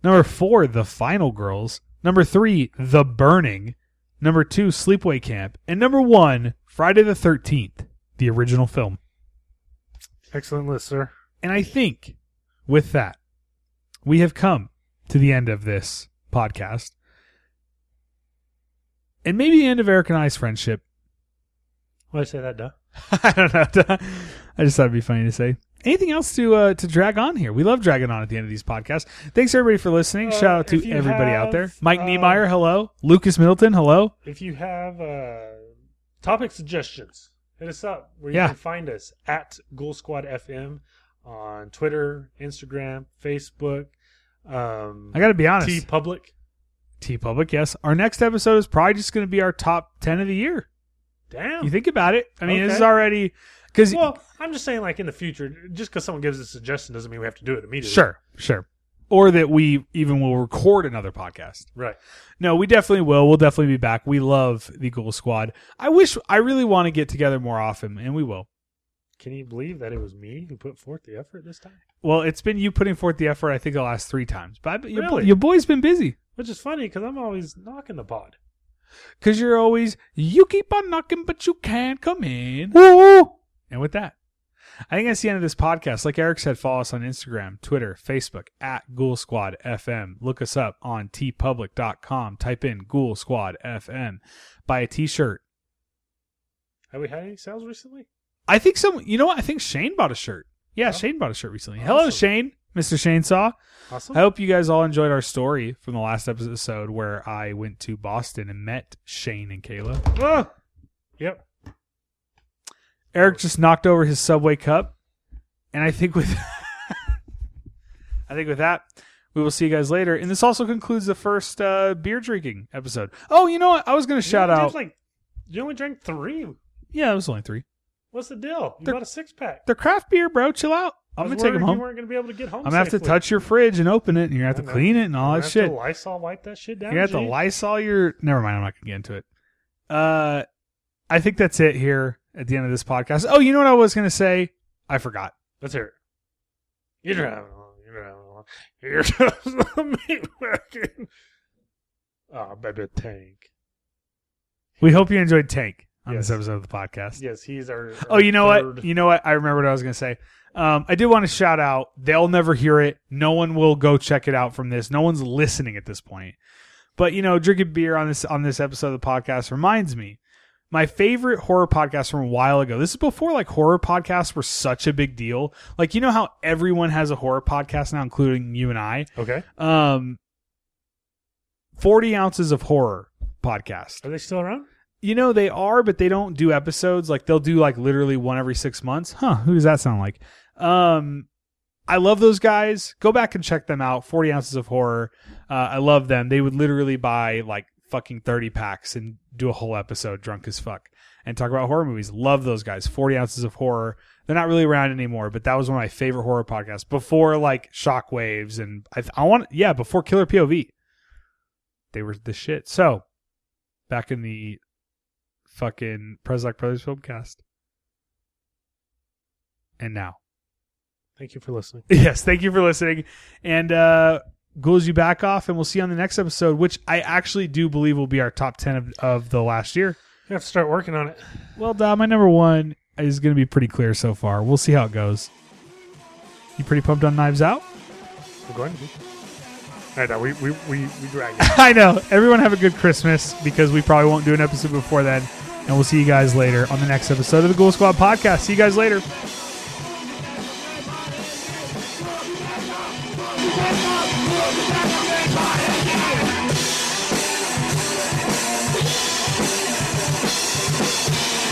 Speaker 1: Number four, the final girls. Number three, the burning. Number two, sleepaway camp. And number one, Friday the 13th, the original film.
Speaker 2: Excellent list, sir.
Speaker 1: And I think with that, we have come to the end of this podcast. And maybe the end of Eric and I's friendship.
Speaker 2: Why did I say that, duh?
Speaker 1: I don't know. I just thought it'd be funny to say. Anything else to uh, to drag on here? We love dragging on at the end of these podcasts. Thanks everybody for listening.
Speaker 2: Uh,
Speaker 1: Shout out
Speaker 2: if
Speaker 1: to
Speaker 2: you
Speaker 1: everybody out
Speaker 2: have,
Speaker 1: there. Mike
Speaker 2: uh,
Speaker 1: Niemeyer, hello. Lucas Middleton, hello.
Speaker 2: If you have uh, topic suggestions, hit us up where you
Speaker 1: Yeah.
Speaker 2: can find us at Ghoul Squad FM on Twitter, Instagram, Facebook. Um,
Speaker 1: I got to be honest.
Speaker 2: T
Speaker 1: T-,
Speaker 2: Public.
Speaker 1: Public, yes. Our next episode is probably just going to be our top ten of the year.
Speaker 2: Damn.
Speaker 1: You think about it. I mean, this
Speaker 2: Okay.
Speaker 1: is already because
Speaker 2: well, I'm just saying, like in the future, just because someone gives a suggestion doesn't mean we have to do it immediately.
Speaker 1: sure, sure. or that we even will record another podcast.
Speaker 2: Right.
Speaker 1: No, we definitely will. We'll definitely be back. We love the Ghoul Squad. I wish I really want to get together more often, and we will.
Speaker 2: Can you believe that it was me who put forth the effort this time?
Speaker 1: Well, it's been you putting forth the effort. I think the last three times, but I, your,
Speaker 2: Really?
Speaker 1: your boy's been busy
Speaker 2: Which is funny because I'm always knocking the pod.
Speaker 1: because you're always you keep on knocking, but you can't come in. Woo! And with that, I think that's the end of this podcast. Like Eric said, follow us on Instagram, Twitter, Facebook at Ghoul Squad FM. Look us up on tpublic.com. Type in Ghoul Squad FM. Buy a T-shirt.
Speaker 2: Have we had any sales recently?
Speaker 1: I think some. You know what? I think Shane bought a shirt. Yeah,
Speaker 2: Oh.
Speaker 1: Shane bought a shirt recently. Hello,
Speaker 2: Awesome.
Speaker 1: Shane, Mister Shane Saw.
Speaker 2: Awesome.
Speaker 1: I hope you guys all enjoyed our story from the last episode where I went to Boston and met Shane and Kayla.
Speaker 2: Ah! Yep.
Speaker 1: Eric just knocked over his Subway cup, and I think with I think with that, we will see you guys later. And this also concludes the first uh, beer drinking episode. Oh, you know what? I was going to shout
Speaker 2: you only did,
Speaker 1: out.
Speaker 2: Like, you only drank three.
Speaker 1: yeah, it was only three.
Speaker 2: What's the deal? You
Speaker 1: They're-
Speaker 2: bought a six pack.
Speaker 1: They're craft beer, bro. Chill out. I'm
Speaker 2: I
Speaker 1: gonna
Speaker 2: was
Speaker 1: take them
Speaker 2: worried
Speaker 1: home.
Speaker 2: You weren't gonna be able to get home.
Speaker 1: I'm gonna have to
Speaker 2: safely.
Speaker 1: touch your fridge and open it, and you're gonna have
Speaker 2: I
Speaker 1: to
Speaker 2: know.
Speaker 1: clean it and all
Speaker 2: You're
Speaker 1: that
Speaker 2: gonna
Speaker 1: shit.
Speaker 2: have to Lysol wipe that shit down.
Speaker 1: You got to
Speaker 2: G.
Speaker 1: Lysol your. Never mind. I'm not going to get into it. Uh, I think that's it here at the end of this podcast. Oh, you know what I was going to say? I forgot.
Speaker 2: Let's hear it. You're driving along. You're driving along. Here comes the meat wagon. Oh, baby tank.
Speaker 1: We hope you enjoyed Tank on this
Speaker 2: Yes.
Speaker 1: episode of the podcast.
Speaker 2: Yes, he's our.
Speaker 1: Oh,
Speaker 2: our
Speaker 1: you know
Speaker 2: third-
Speaker 1: what? You know what? I remember what I was going to say. Um, I did want to shout out. They'll never hear it. No one will go check it out from this. No one's listening at this point. But you know, drinking beer on this on this episode of the podcast reminds me my favorite horror podcast from a while ago. This is before like horror podcasts were such a big deal. Like you know how everyone has a horror podcast now, including you and I.
Speaker 2: Okay.
Speaker 1: Um, Forty ounces of horror podcast.
Speaker 2: Are they still around?
Speaker 1: You know they are, but they don't do episodes. Like they'll do like literally one every six months. Huh? Who does that sound like? Um, I love those guys. Go back and check them out. Forty ounces of horror. Uh, I love them. They would literally buy like fucking thirty packs and do a whole episode drunk as fuck and talk about horror movies. Love those guys. Forty ounces of horror. They're not really around anymore, but that was one of my favorite horror podcasts before like Shockwaves and I, I want yeah before Killer POV. They were the shit. So back in the fucking Prezak Brothers Filmcast. And now.
Speaker 2: Thank you for listening.
Speaker 1: Yes, thank you for listening. And uh ghouls you back off and we'll see you on the next episode, which I actually do believe will be our top ten of, of the last year.
Speaker 2: You have to start working on it.
Speaker 1: Well Dom, my number one is gonna be pretty clear so far. We'll see how it goes. You pretty pumped on knives out?
Speaker 2: We're going to be. All right, now we we we we drag it.
Speaker 1: I know. Everyone have a good Christmas because we probably won't do an episode before then. And we'll see you guys later on the next episode of the Ghoul Squad podcast. See you guys later.
Speaker 5: Everybody